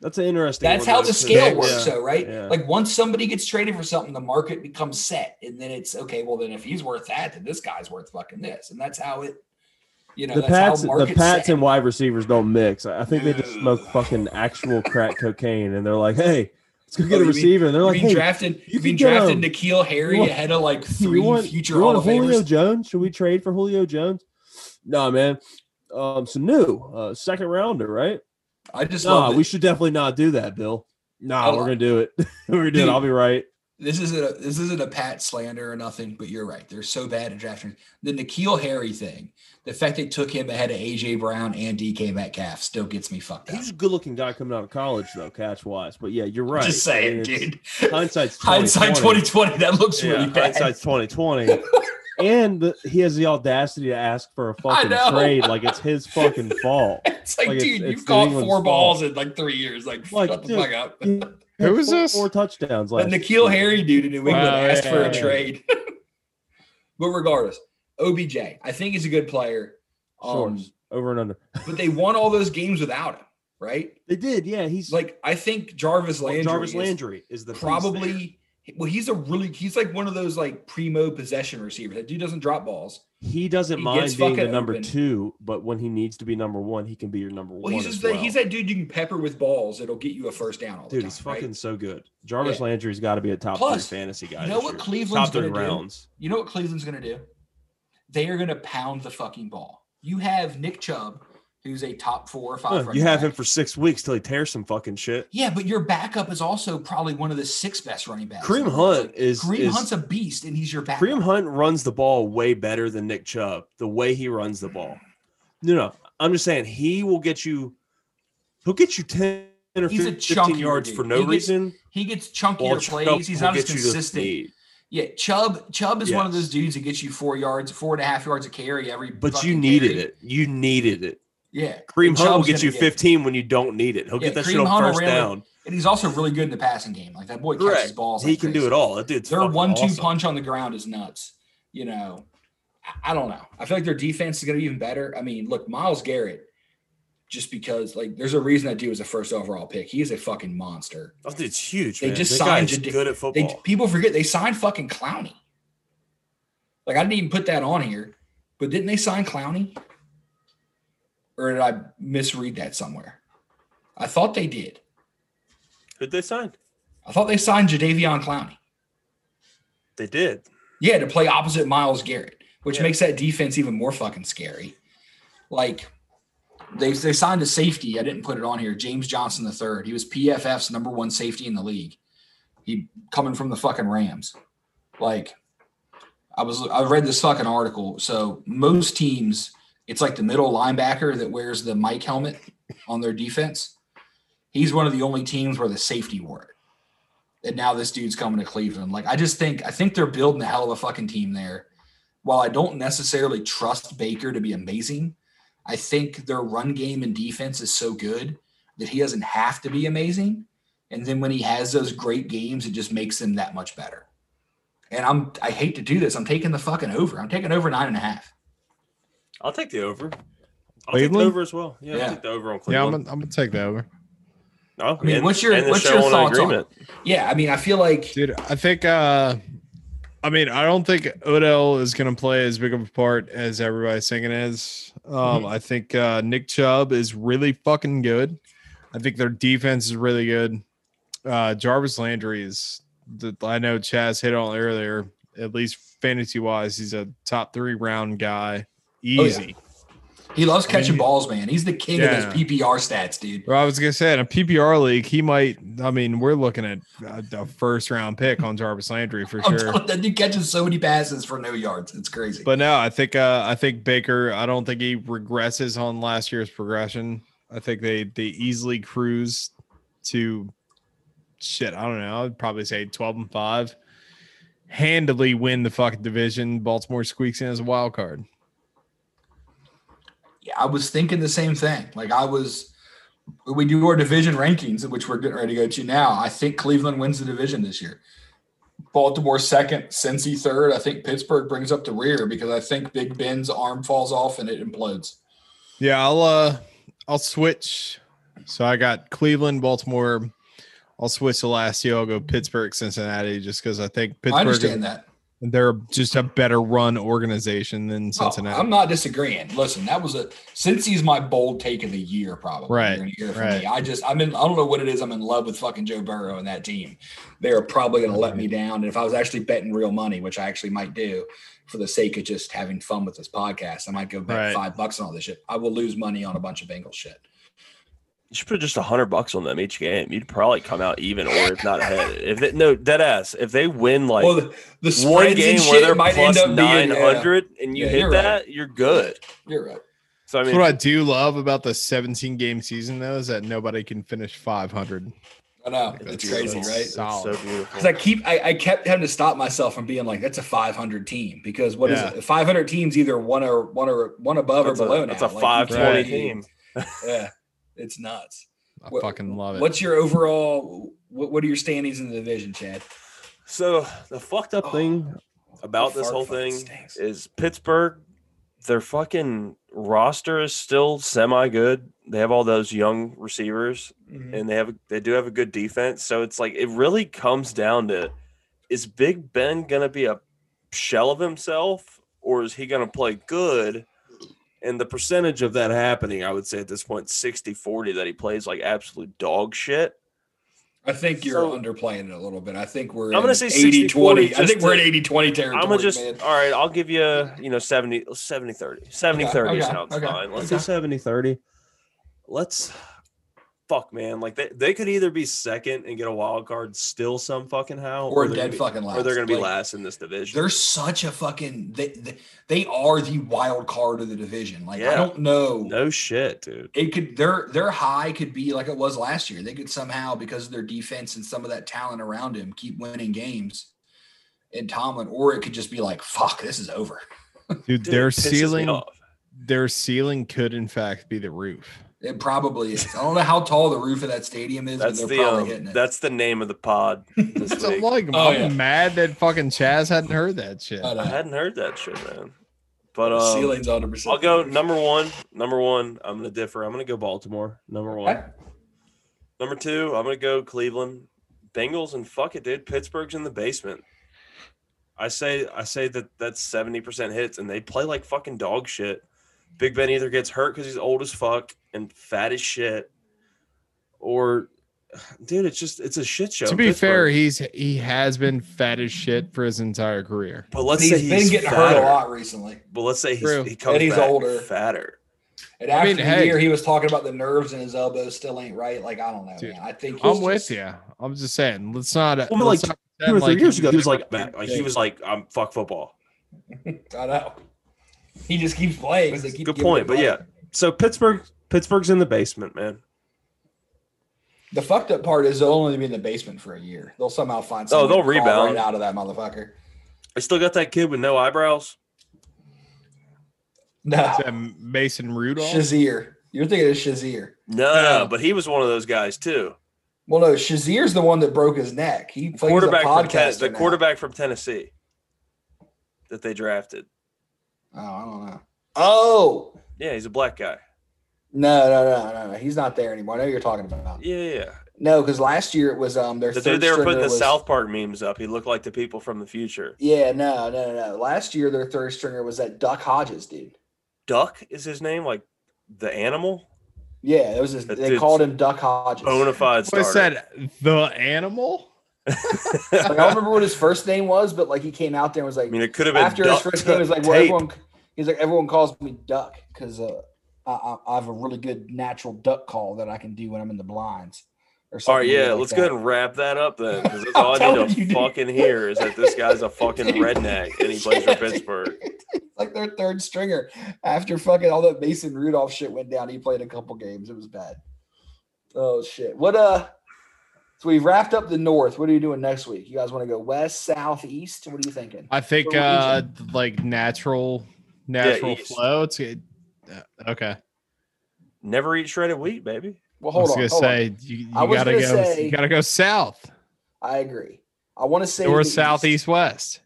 Speaker 3: That's an interesting.
Speaker 1: That's
Speaker 3: one,
Speaker 1: how
Speaker 3: though, too.
Speaker 1: the scale
Speaker 3: Yeah.
Speaker 1: works, though, right?
Speaker 3: yeah.
Speaker 1: Like once somebody gets traded for something, the market becomes set, and then it's okay. Well, then if he's worth that, then this guy's worth fucking this, and that's how it. You know,
Speaker 3: the
Speaker 1: that's
Speaker 3: Pats,
Speaker 1: how
Speaker 3: the
Speaker 1: market
Speaker 3: Pats
Speaker 1: set.
Speaker 3: and wide receivers don't mix. I I think they just
Speaker 1: Ugh.
Speaker 3: smoke fucking actual crack cocaine, and they're like, "Hey, let's go
Speaker 1: Oh,
Speaker 3: get
Speaker 1: you
Speaker 3: a
Speaker 1: mean-
Speaker 3: receiver." and they're
Speaker 1: You
Speaker 3: like,
Speaker 1: mean
Speaker 3: "Hey,
Speaker 1: drafted?
Speaker 3: you
Speaker 1: You mean
Speaker 3: could get
Speaker 1: drafted
Speaker 3: him.
Speaker 1: Nikhil Harry
Speaker 3: You want-
Speaker 1: ahead of like three
Speaker 3: you want,
Speaker 1: future
Speaker 3: you
Speaker 1: Hall
Speaker 3: want
Speaker 1: of
Speaker 3: Julio
Speaker 1: Famers?
Speaker 3: Jones? Should we trade for Julio Jones?" Nah, man. Um, so new uh, second rounder, right?
Speaker 1: I just
Speaker 3: Nah,
Speaker 1: love
Speaker 3: we
Speaker 1: it. Oh,
Speaker 3: should definitely not do that, Bill. Nah,
Speaker 1: I
Speaker 3: we're
Speaker 1: love-
Speaker 3: gonna do it. we're doing.
Speaker 1: Dude.
Speaker 3: it. I'll be right.
Speaker 1: This isn't a this isn't a Pat slander or nothing, but you're right. They're so bad at drafting. The Nikhil Harry thing, the fact they took him ahead of AJ Brown and DK Metcalf, still gets me fucked up.
Speaker 3: He's a good-looking guy coming out of college, though, catch wise. But yeah, you're right.
Speaker 1: Just
Speaker 3: I mean,
Speaker 1: saying,
Speaker 3: it's-
Speaker 1: dude.
Speaker 3: Hindsight's
Speaker 1: Hindsight
Speaker 3: 2020.
Speaker 1: 2020. That looks really
Speaker 3: yeah,
Speaker 1: bad.
Speaker 3: hindsight's twenty twenty. and the, he has the audacity to ask for a fucking
Speaker 1: know.
Speaker 3: trade, like it's his fucking fault.
Speaker 1: It's like,
Speaker 3: Like, it's-
Speaker 1: dude,
Speaker 3: it's
Speaker 1: you've
Speaker 3: New
Speaker 1: caught
Speaker 3: England's
Speaker 1: four
Speaker 3: fault.
Speaker 1: balls in like three years. Like,
Speaker 3: Like,
Speaker 1: shut the
Speaker 3: dude,
Speaker 1: fuck up.
Speaker 3: Who
Speaker 2: Who is
Speaker 3: four,
Speaker 2: this?
Speaker 3: Four touchdowns
Speaker 1: But
Speaker 3: last.
Speaker 1: Nikhil Harry, dude, in New England
Speaker 2: Wow,
Speaker 1: asked for
Speaker 2: yeah.
Speaker 1: a trade. but regardless, OBJ, I think he's a good player. Um,
Speaker 3: Shorts, over and under.
Speaker 1: but they won all those games without him, right?
Speaker 3: They did, yeah. He's
Speaker 1: Like, I think Jarvis
Speaker 3: well,
Speaker 1: Landry,
Speaker 3: Jarvis
Speaker 1: is
Speaker 3: Landry is the piece there.
Speaker 1: probably. Well, he's a really he's like one of those like primo possession receivers. That dude doesn't drop balls.
Speaker 3: He doesn't
Speaker 1: he gets
Speaker 3: mind being the
Speaker 1: fucking
Speaker 3: number
Speaker 1: open.
Speaker 3: two, but when he needs to be number one, he can be your number
Speaker 1: Well,
Speaker 3: one.
Speaker 1: he's just
Speaker 3: as
Speaker 1: that
Speaker 3: well.
Speaker 1: he's that dude you can pepper with balls. It'll get you a first down all the
Speaker 3: Dude,
Speaker 1: time.
Speaker 3: he's fucking
Speaker 1: right?
Speaker 3: so good. Jarvis
Speaker 1: Yeah.
Speaker 3: Landry's got to be a top
Speaker 1: Plus,
Speaker 3: three fantasy guy.
Speaker 1: you know
Speaker 3: this
Speaker 1: what
Speaker 3: year.
Speaker 1: Cleveland's
Speaker 3: top three
Speaker 1: gonna do?
Speaker 3: rounds.
Speaker 1: You know what Cleveland's going to do? They are going to pound the fucking ball. You have Nick Chubb, who's a top four or five.
Speaker 3: Huh,
Speaker 1: running
Speaker 3: you have
Speaker 1: back.
Speaker 3: him for six weeks till he tears some fucking shit.
Speaker 1: Yeah, but your backup is also probably one of the six best running backs.
Speaker 3: Kareem
Speaker 1: in the league.
Speaker 3: Hunt
Speaker 1: Like,
Speaker 3: is
Speaker 1: Kareem
Speaker 3: is-
Speaker 1: Hunt's a beast, and he's your backup.
Speaker 3: Kareem Hunt runs the ball way better than Nick Chubb, the way he runs the ball. No, no. I'm just saying he will get you he'll get you 10 or
Speaker 1: He's a
Speaker 3: 15
Speaker 1: chunkier
Speaker 3: yards for
Speaker 1: dude.
Speaker 3: no
Speaker 1: He gets
Speaker 3: reason.
Speaker 1: he gets
Speaker 3: while
Speaker 1: chunkier
Speaker 3: Chubb
Speaker 1: plays. He's
Speaker 3: will
Speaker 1: not as
Speaker 3: get you to
Speaker 1: consistent.
Speaker 3: speed.
Speaker 1: Yeah, Chubb. Chubb is one of
Speaker 3: Yes.
Speaker 1: those dudes that gets you four yards, four and a half yards a carry every.
Speaker 3: But you
Speaker 1: fucking
Speaker 3: needed
Speaker 1: carry.
Speaker 3: it. You needed it.
Speaker 1: Yeah,
Speaker 3: Kareem
Speaker 1: And
Speaker 3: Hunt will
Speaker 1: Chubb's
Speaker 3: get
Speaker 1: gonna
Speaker 3: you
Speaker 1: it.
Speaker 3: 15 when you don't need it. He'll
Speaker 1: Yeah,
Speaker 3: get that
Speaker 1: Kareem
Speaker 3: shit on
Speaker 1: Hunt will
Speaker 3: first
Speaker 1: really-
Speaker 3: down.
Speaker 1: and he's also really good in the passing game. Like that boy catches
Speaker 3: Correct.
Speaker 1: balls.
Speaker 3: He
Speaker 1: like
Speaker 3: can
Speaker 1: crazy.
Speaker 3: do it all. That dude's
Speaker 1: Their
Speaker 3: fucking
Speaker 1: one-two
Speaker 3: awesome.
Speaker 1: punch on the ground is nuts. You know, I, I don't know. I feel like their defense is going to be even better. I mean, look, Miles Garrett, just because like there's a reason that dude was a first overall pick. He is a fucking monster.
Speaker 3: That dude's huge.
Speaker 1: They
Speaker 3: man.
Speaker 1: just
Speaker 3: That guy
Speaker 1: signed
Speaker 3: is
Speaker 1: Jade-
Speaker 3: good at
Speaker 1: They
Speaker 3: football.
Speaker 1: people forget they signed fucking Clowney. Like I didn't even put that on here, but didn't they sign Clowney? Or did I misread that somewhere? I thought they did.
Speaker 9: Who'd they sign?
Speaker 1: I thought they signed Jadavion Clowney.
Speaker 9: They did.
Speaker 1: Yeah, to play opposite Miles Garrett, which
Speaker 9: Yeah.
Speaker 1: makes that defense even more fucking scary. Like they they signed a safety. I didn't put it on here. James Johnson III. He was PFF's number one safety in the league. He coming from the fucking Rams. Like I was I read this fucking article. So most teams, it's like the middle linebacker that wears the Mike helmet on their defense. He's one of the only teams where the safety wore it and now this dude's coming to Cleveland. Like I just think I think they're building a hell of a fucking team there. while I don't necessarily trust Baker to be amazing, I think their run game and defense is so good that he doesn't have to be amazing. And then when he has those great games, it just makes them that much better. And I'm I hate to do this. I'm taking the fucking over. I'm taking over nine and a half.
Speaker 3: I'll take the over. I'll take
Speaker 2: Cleveland?
Speaker 3: the over as well. Yeah,
Speaker 1: Yeah.
Speaker 3: I'll take the over on
Speaker 2: Yeah, I'm
Speaker 3: Cleveland.
Speaker 2: gonna, I'm gonna take that over,
Speaker 3: Yeah, I'm,
Speaker 1: I mean, what's your- what's your thoughts on Yeah, I mean, I feel like
Speaker 2: dude. I think. uh I mean, I don't think Odell is gonna play as big of a part as everybody's thinking is. Um, I think uh, Nick Chubb is really fucking good. I think their defense is really good. Uh, Jarvis Landry is. The, I know Chaz hit on it earlier. At least fantasy wise, he's a top three round guy.
Speaker 1: yeah.
Speaker 2: Easy.
Speaker 1: he loves catching
Speaker 2: mean-
Speaker 1: balls, man. He's the king
Speaker 2: Yeah.
Speaker 1: of those PPR stats, dude.
Speaker 2: Well, I was gonna say in a PPR league, he might. I mean, we're looking at uh, the first round pick on Jarvis Landry for
Speaker 1: I'm
Speaker 2: sure.
Speaker 1: telling- that dude catches so many passes for no yards. It's crazy.
Speaker 2: But no, I think uh, I think Baker. I don't think he regresses on last year's progression. I think they they easily cruise to shit. I don't know. I'd probably say twelve and five. Handily win the fucking division. Baltimore squeaks in as a wild card.
Speaker 1: yeah, I was thinking the same thing. Like I was, we do our division rankings, which we're getting ready to go to now. I think Cleveland wins the division this year. Baltimore second, Cincy third. I think Pittsburgh brings up the rear because I think Big Ben's arm falls off and it implodes.
Speaker 2: Yeah, I'll uh I'll switch. So I got Cleveland, Baltimore. I'll switch the last two. I'll go Pittsburgh, Cincinnati, just because I think
Speaker 1: I
Speaker 2: Pittsburgh
Speaker 1: understand that.
Speaker 2: they're just a better run organization than
Speaker 1: Oh,
Speaker 2: Cincinnati.
Speaker 1: I'm not disagreeing. Listen, that was a Cincy's my bold take of the year, probably.
Speaker 2: Right,
Speaker 1: You're gonna hear it from
Speaker 2: right.
Speaker 1: me. I just I'm in I don't know what it is. I'm in love with fucking Joe Burrow and that team. They are probably gonna let me down. And if I was actually betting real money, which I actually might do for the sake of just having fun with this podcast, I might go bet
Speaker 2: Right.
Speaker 1: five bucks on all this shit. I will lose money on a bunch of Bengals shit.
Speaker 3: You should put just a hundred bucks on them each game. You'd probably come out even, or if not ahead. If they, no dead ass, if they win like
Speaker 1: well the, the
Speaker 3: one
Speaker 1: spreads
Speaker 3: game
Speaker 1: and
Speaker 3: where
Speaker 1: shit
Speaker 3: they're
Speaker 1: might
Speaker 3: plus
Speaker 1: end up
Speaker 3: nine
Speaker 1: being uh, yeah,
Speaker 3: hundred and you
Speaker 1: Yeah,
Speaker 3: hit
Speaker 1: you're right.
Speaker 3: that, you're good.
Speaker 1: You're right.
Speaker 3: So I
Speaker 2: That's
Speaker 3: mean,
Speaker 2: what I do love about the 17 game season though is that nobody can finish 500.
Speaker 1: I know.
Speaker 2: That's
Speaker 1: It's crazy,
Speaker 2: really
Speaker 1: right?
Speaker 3: it's so
Speaker 2: Solid.
Speaker 3: beautiful.
Speaker 1: Because I keep, I, I kept having to stop myself from being like, "That's a 500 team." Because what is
Speaker 2: Yeah.
Speaker 1: it? 500 teams either one or one or one above
Speaker 3: That's
Speaker 1: or below.
Speaker 3: a, that's
Speaker 1: now.
Speaker 3: a
Speaker 1: Like, you
Speaker 3: five twenty
Speaker 1: can't-
Speaker 3: team.
Speaker 1: Yeah, it's nuts.
Speaker 2: I
Speaker 1: What-
Speaker 2: fucking love it.
Speaker 1: What's your overall? What, what are your standings in the division, Chad?
Speaker 3: So the fucked up thing about
Speaker 1: the
Speaker 3: this
Speaker 1: fart
Speaker 3: whole
Speaker 1: fucking
Speaker 3: thing
Speaker 1: stinks.
Speaker 3: is Pittsburgh, their fucking roster is still semi good. They have all those young receivers
Speaker 1: Mm-hmm.
Speaker 3: and they have they do have a good defense. So it's like it really comes down to is Big Ben gonna be a shell of himself or is he gonna play good?
Speaker 8: And the percentage of that happening, I would say at this point,
Speaker 3: Point 60 40 that he plays like absolute dog shit.
Speaker 1: I think you're
Speaker 3: So-
Speaker 1: underplaying it a little bit. I think we're.
Speaker 3: I'm gonna
Speaker 1: in
Speaker 3: say 60-40
Speaker 1: I think
Speaker 3: just
Speaker 1: we're in
Speaker 3: to-
Speaker 1: 80 20 territory.
Speaker 3: I'm gonna just
Speaker 1: man.
Speaker 3: all right, I'll give you, you know, 70 70 30. 70 30
Speaker 1: okay,
Speaker 3: sounds
Speaker 1: okay,
Speaker 3: fine. Let's
Speaker 8: let's say 70 30. Let's fuck, man. Like they, they could either be second and get a wild card still some fucking how,
Speaker 1: Or
Speaker 8: they're
Speaker 1: dead
Speaker 8: gonna be-
Speaker 1: fucking
Speaker 8: or they're
Speaker 1: last.
Speaker 8: going to be
Speaker 1: Like,
Speaker 8: last in this division.
Speaker 1: They're such a fucking. They, they, they are the wild card of the division. Like I
Speaker 3: Yeah.
Speaker 1: don't know.
Speaker 8: No shit, dude.
Speaker 1: it could their their high could be like it was last year. They could somehow, because of their defense and some of that talent around him, keep winning games in Tomlin, or it could just be like, fuck, this is over.
Speaker 2: dude,
Speaker 3: Dude,
Speaker 2: their
Speaker 3: it pisses me
Speaker 2: ceiling
Speaker 3: off.
Speaker 2: their ceiling could in fact be the roof.
Speaker 1: It probably is. I don't know how tall the roof of that stadium is,
Speaker 3: That's
Speaker 1: but
Speaker 3: the
Speaker 1: they're probably
Speaker 3: um,
Speaker 1: hitting it.
Speaker 3: that's the name of the pod. This
Speaker 2: That's what I'm
Speaker 3: week.
Speaker 2: like
Speaker 1: Oh,
Speaker 2: I'm
Speaker 1: yeah.
Speaker 2: mad that fucking Chaz hadn't heard that shit.
Speaker 1: But,
Speaker 3: I
Speaker 1: uh,
Speaker 3: hadn't heard that shit, man. But
Speaker 1: the
Speaker 3: um,
Speaker 1: ceiling's 100. percent
Speaker 3: I'll go number one.
Speaker 8: Number one, I'm going to differ. I'm going to go Baltimore. Number one.
Speaker 1: Okay.
Speaker 3: Number two, I'm gonna go Cleveland Bengals, and fuck it, dude. Pittsburgh's in the basement. I say I say that that's seventy percent hits, and they play like fucking dog shit. Big Ben either gets hurt because he's old as fuck and fat as shit, or
Speaker 8: Dude, it's just, it's a shit show.
Speaker 2: to
Speaker 8: in
Speaker 2: be fair,
Speaker 8: Pittsburgh.
Speaker 2: he's he has been fat as shit for his entire career.
Speaker 3: but let's say he's
Speaker 1: he's been getting hurt
Speaker 3: fatter.
Speaker 1: a lot recently.
Speaker 3: But let's say
Speaker 2: True.
Speaker 3: he's, he comes
Speaker 1: And he's
Speaker 3: back
Speaker 1: older.
Speaker 3: fatter.
Speaker 1: And
Speaker 2: I
Speaker 1: after
Speaker 2: mean,
Speaker 1: the
Speaker 2: hey.
Speaker 1: year, he was talking about the nerves in his elbows still ain't right. Like I don't know,
Speaker 2: Dude,
Speaker 1: man. I think
Speaker 2: I'm
Speaker 1: he's
Speaker 2: with
Speaker 1: just-
Speaker 2: you. I'm just saying, let's not.
Speaker 8: I mean,
Speaker 2: let's
Speaker 8: like,
Speaker 2: not
Speaker 8: two or
Speaker 2: pretend
Speaker 8: three
Speaker 2: like
Speaker 8: years ago, he was like,
Speaker 2: never-
Speaker 8: back, like he was like,
Speaker 3: um,
Speaker 8: I'm fuck football.
Speaker 1: I know. He just keeps playing. 'cause they keep
Speaker 3: Good
Speaker 1: giving him
Speaker 3: point, but
Speaker 1: money.
Speaker 3: yeah,
Speaker 8: So Pittsburgh, Pittsburgh's in the basement, man.
Speaker 1: The fucked up part is they'll only be in the basement for a year. They'll somehow find
Speaker 3: Oh,
Speaker 1: someone
Speaker 3: they'll
Speaker 1: to crawl
Speaker 3: rebound.
Speaker 1: right out of that motherfucker.
Speaker 8: I still got that kid with no eyebrows.
Speaker 1: No,
Speaker 2: Is that Mason Rudolph?
Speaker 1: Shazier. You're thinking of Shazier.
Speaker 3: No,
Speaker 2: No.
Speaker 3: but he was one of those guys too.
Speaker 1: Well, no, Shazier's the one that broke his neck. He plays
Speaker 3: quarterback
Speaker 1: a
Speaker 3: from Ten-
Speaker 1: podcast.
Speaker 3: the quarterback from Tennessee that they drafted.
Speaker 1: Oh, I don't know. Oh,
Speaker 3: Yeah, he's a black guy.
Speaker 1: no, no, no, no, no. He's not there anymore. I know who you're talking about.
Speaker 3: Yeah, yeah, yeah.
Speaker 1: No, because last year it was um their
Speaker 3: The
Speaker 1: third
Speaker 3: dude they were
Speaker 1: stringer
Speaker 3: putting the
Speaker 1: was-
Speaker 3: South Park memes up. He looked like the people from the future.
Speaker 1: Yeah, no, no, no, no. Last year their third stringer was that Duck Hodges dude.
Speaker 3: Duck is his name, like the animal.
Speaker 1: Yeah, it was. His,
Speaker 3: That
Speaker 1: they
Speaker 3: dude's
Speaker 1: called him Duck Hodges.
Speaker 3: Bona fide
Speaker 2: I
Speaker 3: starter.
Speaker 2: said the animal.
Speaker 1: Like, I don't remember what his first name was, but like he came out there and was
Speaker 3: I
Speaker 1: like,
Speaker 3: mean, it could have been
Speaker 1: after his
Speaker 3: Duck
Speaker 1: first game, he was like, well,
Speaker 3: Tape.
Speaker 1: everyone, he's like, everyone calls me Duck because uh, I, I, I have a really good natural duck call that I can do when I'm in the blinds. Or
Speaker 3: All right,
Speaker 1: something
Speaker 3: yeah,
Speaker 1: like
Speaker 3: let's
Speaker 1: that.
Speaker 3: go ahead and wrap that up then, because that's
Speaker 1: I'm
Speaker 3: all I
Speaker 1: telling
Speaker 3: need
Speaker 1: you,
Speaker 3: to
Speaker 1: dude.
Speaker 3: fucking hear is that this guy's a fucking
Speaker 1: Dude.
Speaker 3: redneck and he plays for
Speaker 1: Yeah, dude.
Speaker 3: Pittsburgh.
Speaker 1: like their third stringer after fucking all that Mason Rudolph shit went down. He played a couple games. It was bad. Oh shit. What uh so we've wrapped up the north. What are you doing next week? You guys want to go west, south, east? What are you thinking?
Speaker 2: I think
Speaker 1: For
Speaker 2: uh like natural natural
Speaker 3: yes.
Speaker 2: flow. It's uh, okay.
Speaker 3: Never eat shredded wheat, baby.
Speaker 1: Well,
Speaker 2: I
Speaker 1: hold
Speaker 2: was
Speaker 1: on.
Speaker 2: gonna
Speaker 1: hold
Speaker 2: say you, you
Speaker 1: I was
Speaker 2: gotta go.
Speaker 1: gonna say-
Speaker 2: you gotta go south
Speaker 1: on. I agree. I want to save
Speaker 2: or
Speaker 1: the
Speaker 2: south, east, west.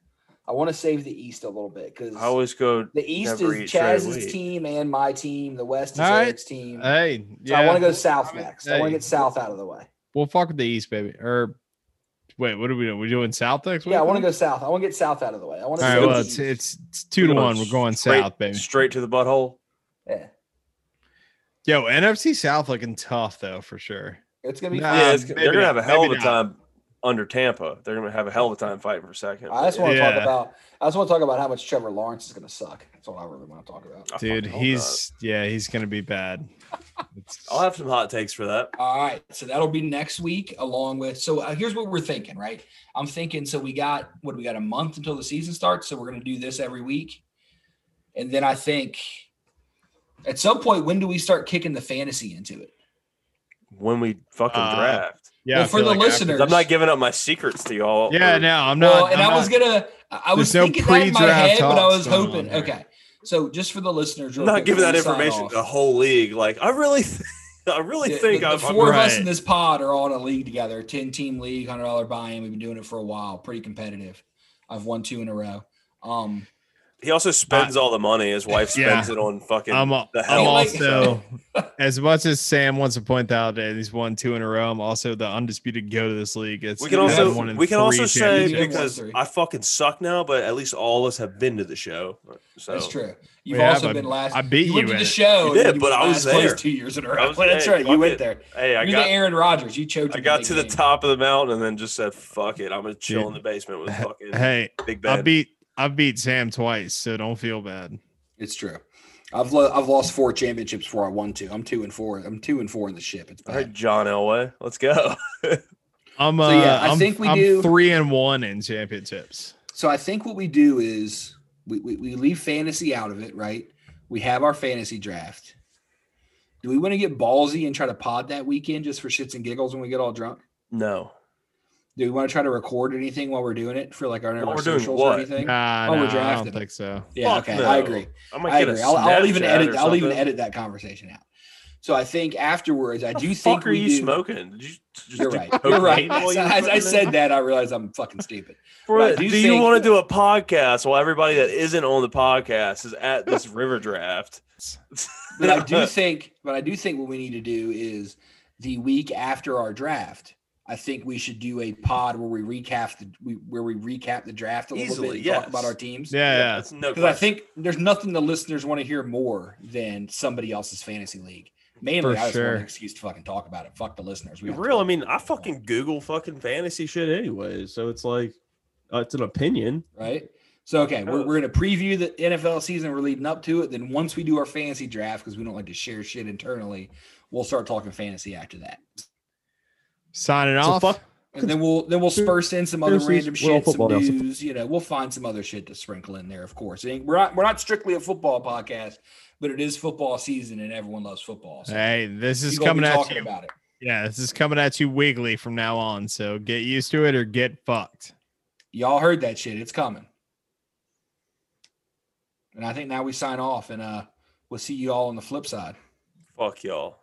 Speaker 1: I want to save the east a little bit because
Speaker 3: I always go.
Speaker 1: the east
Speaker 3: never
Speaker 1: is
Speaker 3: eat shredded
Speaker 1: Chaz's
Speaker 3: wheat.
Speaker 1: team and my team. The west is
Speaker 2: All right.
Speaker 1: Eric's team. So
Speaker 2: Hey, yeah.
Speaker 1: I want to go south
Speaker 2: I mean,
Speaker 1: next. I want
Speaker 2: hey.
Speaker 1: to get south out of the way.
Speaker 2: We'll fuck with the east, baby. Or wait, what are we doing? We doing south next week?
Speaker 1: Yeah, I want to go south. I want to get south out of the way. I want
Speaker 2: All
Speaker 1: to.
Speaker 2: right,
Speaker 1: save
Speaker 2: well,
Speaker 1: the
Speaker 2: it's
Speaker 1: east.
Speaker 2: it's, it's two
Speaker 3: We're
Speaker 2: to
Speaker 3: going
Speaker 2: one. We're going
Speaker 3: straight-
Speaker 2: south, baby.
Speaker 3: Straight to the butthole.
Speaker 1: yeah,
Speaker 2: Yo, NFC South looking tough though for sure.
Speaker 1: it's gonna be.
Speaker 2: Nah,
Speaker 1: fun.
Speaker 3: yeah, it's,
Speaker 2: maybe
Speaker 3: they're gonna
Speaker 2: not,
Speaker 3: have a hell of
Speaker 2: maybe
Speaker 3: a
Speaker 2: not.
Speaker 3: time under Tampa. They're gonna have a hell of a time fighting for second.
Speaker 1: I just want to
Speaker 2: Yeah.
Speaker 1: talk about. I just want to talk about how much Trevor Lawrence is going to suck. That's all I really want to talk about.
Speaker 3: I
Speaker 2: Dude,
Speaker 3: fucking hope
Speaker 2: he's yeah, he's gonna be bad. It's-
Speaker 3: not. I'll have some hot takes for that.
Speaker 1: All right, so that'll be next week, along with. So uh, here's what we're thinking, right? I'm thinking. So we got what do we got a month until the season starts. So we're going to do this every week, and then I think at some point, when do we start kicking the fantasy into it?
Speaker 3: When we fucking
Speaker 2: Uh,
Speaker 3: draft,
Speaker 2: yeah,
Speaker 1: Well,
Speaker 2: I
Speaker 1: for
Speaker 2: feel
Speaker 1: the
Speaker 2: like after-
Speaker 1: listeners,
Speaker 3: I'm not giving up my secrets to y'all.
Speaker 2: Yeah,
Speaker 3: Or-
Speaker 2: no, I'm not.
Speaker 1: Well, and
Speaker 2: I'm
Speaker 1: I was
Speaker 2: not-
Speaker 1: gonna. I I was
Speaker 2: There's no
Speaker 1: thinking that in my
Speaker 2: pre-draft
Speaker 1: head, but I
Speaker 2: talks
Speaker 1: was
Speaker 2: going
Speaker 1: hoping.
Speaker 2: on here.
Speaker 1: Okay, so just for the listeners,
Speaker 3: I'm
Speaker 1: real
Speaker 3: not
Speaker 1: quick,
Speaker 3: giving
Speaker 1: before
Speaker 3: that
Speaker 1: we sign
Speaker 3: information
Speaker 1: off.
Speaker 3: to the whole league. Like, I really, th- I really
Speaker 1: Yeah,
Speaker 3: think
Speaker 1: the,
Speaker 3: I'm.
Speaker 1: the four of us
Speaker 2: Right.
Speaker 1: in this pod are all in a league together. Ten team league, hundred dollar buy-in. We've been doing it for a while. Pretty competitive. I've won two in a row. Um,
Speaker 3: he also spends all the money. His wife
Speaker 2: Yeah.
Speaker 3: spends it on fucking.
Speaker 2: I'm, al-
Speaker 3: the
Speaker 2: I'm
Speaker 3: hell.
Speaker 1: Like-
Speaker 2: also as much as Sam wants to point out that he's won two in a row. I'm also the undisputed go to this league. It's
Speaker 3: we can
Speaker 2: I've
Speaker 3: also
Speaker 2: won in
Speaker 3: we can also
Speaker 2: three
Speaker 3: say
Speaker 1: championships.
Speaker 3: because
Speaker 1: Three.
Speaker 3: I fucking suck now, but at least all of us have been to the show. So
Speaker 1: that's true. You've
Speaker 2: Oh. Yeah,
Speaker 1: also
Speaker 2: I-
Speaker 1: been last.
Speaker 2: I beat
Speaker 1: went
Speaker 2: you
Speaker 1: to
Speaker 2: in
Speaker 1: the
Speaker 2: it.
Speaker 1: show.
Speaker 3: You
Speaker 1: and then
Speaker 3: did, but I
Speaker 1: last
Speaker 3: was
Speaker 1: place
Speaker 3: there.
Speaker 1: two years in a
Speaker 3: I
Speaker 1: row.
Speaker 3: was-
Speaker 1: that's
Speaker 3: hey,
Speaker 1: right. You
Speaker 3: fuck
Speaker 1: went
Speaker 3: it.
Speaker 1: there.
Speaker 3: Hey, I
Speaker 1: You're
Speaker 3: got
Speaker 1: the Aaron Rodgers. You choked.
Speaker 3: I
Speaker 1: in
Speaker 3: got
Speaker 1: big
Speaker 3: to the
Speaker 1: game.
Speaker 3: top of the mountain and then just said, "Fuck it, I'm gonna chill
Speaker 2: Dude.
Speaker 3: in the basement with
Speaker 2: Hey,
Speaker 3: fucking
Speaker 2: Hey,
Speaker 3: Big
Speaker 2: I
Speaker 3: Ben."
Speaker 2: beat I beat Sam twice, so don't feel bad.
Speaker 1: It's true. I've lo- I've lost four championships before I won two. I'm two and four. I'm two and four in the ship. It's
Speaker 3: all
Speaker 1: bad.
Speaker 3: right, John Elway, let's go.
Speaker 2: I'm uh,
Speaker 1: So, yeah, I
Speaker 2: I'm,
Speaker 1: think we
Speaker 2: I'm
Speaker 1: do-
Speaker 2: three and one in championships.
Speaker 1: So I think what we do is we, we, we leave fantasy out of it, right? We have our fantasy draft. Do we want to get ballsy and try to pod that weekend just for shits and giggles when we get all drunk?
Speaker 3: No,
Speaker 1: Do we want to try to record anything while we're doing it for like our,
Speaker 3: While
Speaker 1: our
Speaker 3: we're doing
Speaker 1: socials or
Speaker 3: what?
Speaker 1: anything?
Speaker 2: Nah,
Speaker 1: Oh, we're
Speaker 2: nah, I don't
Speaker 1: drafted.
Speaker 2: think so.
Speaker 1: yeah,
Speaker 3: fuck
Speaker 1: okay,
Speaker 3: no.
Speaker 1: I agree.
Speaker 3: I'm gonna
Speaker 1: I
Speaker 3: get a
Speaker 1: agree. I'll, I'll even
Speaker 3: Snapchat
Speaker 1: edit.
Speaker 3: or
Speaker 1: I'll even
Speaker 3: something.
Speaker 1: edit that conversation out. So I think afterwards, I
Speaker 3: What
Speaker 1: do
Speaker 3: the
Speaker 1: think
Speaker 3: fuck are
Speaker 1: we
Speaker 3: you
Speaker 1: do-
Speaker 3: smoking? Did you just
Speaker 1: You're
Speaker 3: do
Speaker 1: right. You're
Speaker 3: cocaine
Speaker 1: right.
Speaker 3: while you were
Speaker 1: As
Speaker 3: fucking
Speaker 1: I said that, I realized I'm fucking stupid.
Speaker 3: Bro,
Speaker 1: Right, do
Speaker 3: do,
Speaker 1: you
Speaker 3: you
Speaker 1: think-
Speaker 3: want to do a podcast while everybody that isn't on the podcast is at this river draft?
Speaker 1: but I do think, but I do think what we need to do is the week after our draft. I think we should do a pod where we recap the we, where we recap the draft a little
Speaker 3: Easily,
Speaker 1: bit and
Speaker 3: yes.
Speaker 1: talk about our teams.
Speaker 2: Yeah, yeah.
Speaker 3: that's no.
Speaker 1: Because I
Speaker 3: question.
Speaker 1: think there's nothing the listeners want to hear more than somebody else's fantasy league. Mainly, I
Speaker 2: For
Speaker 1: just
Speaker 2: sure.
Speaker 1: want an excuse to fucking talk about it. Fuck the listeners.
Speaker 8: Be
Speaker 1: don't
Speaker 8: real. I
Speaker 1: talk
Speaker 8: mean,
Speaker 1: about
Speaker 8: I
Speaker 1: it.
Speaker 8: fucking Google fucking fantasy shit anyways, so it's like uh, it's an opinion.
Speaker 1: right? So okay, we're, we're gonna preview the NFL season. We're leading up to it. Then once we do our fantasy draft, because we don't like to share shit internally, we'll start talking fantasy after that.
Speaker 2: Signing
Speaker 8: So
Speaker 2: off.
Speaker 8: fuck-
Speaker 1: And then we'll then we'll spurse in some other
Speaker 8: Conspiracies,
Speaker 1: random
Speaker 8: we're all
Speaker 1: shit, some
Speaker 8: football now.
Speaker 1: news. You know, we'll find some other shit to sprinkle in there. Of course, It ain't- we're not we're not strictly a football podcast, but it is football season, and everyone loves football. So
Speaker 2: Hey, this
Speaker 1: we
Speaker 2: is
Speaker 1: gonna be
Speaker 2: coming at
Speaker 1: talking
Speaker 2: you.
Speaker 1: about it.
Speaker 2: Yeah, this is coming at you weekly from now on. So get used to it or get fucked.
Speaker 1: Y'all heard that shit? It's coming. And I think now we sign off and uh we'll see you all on the flip side.
Speaker 3: Fuck y'all.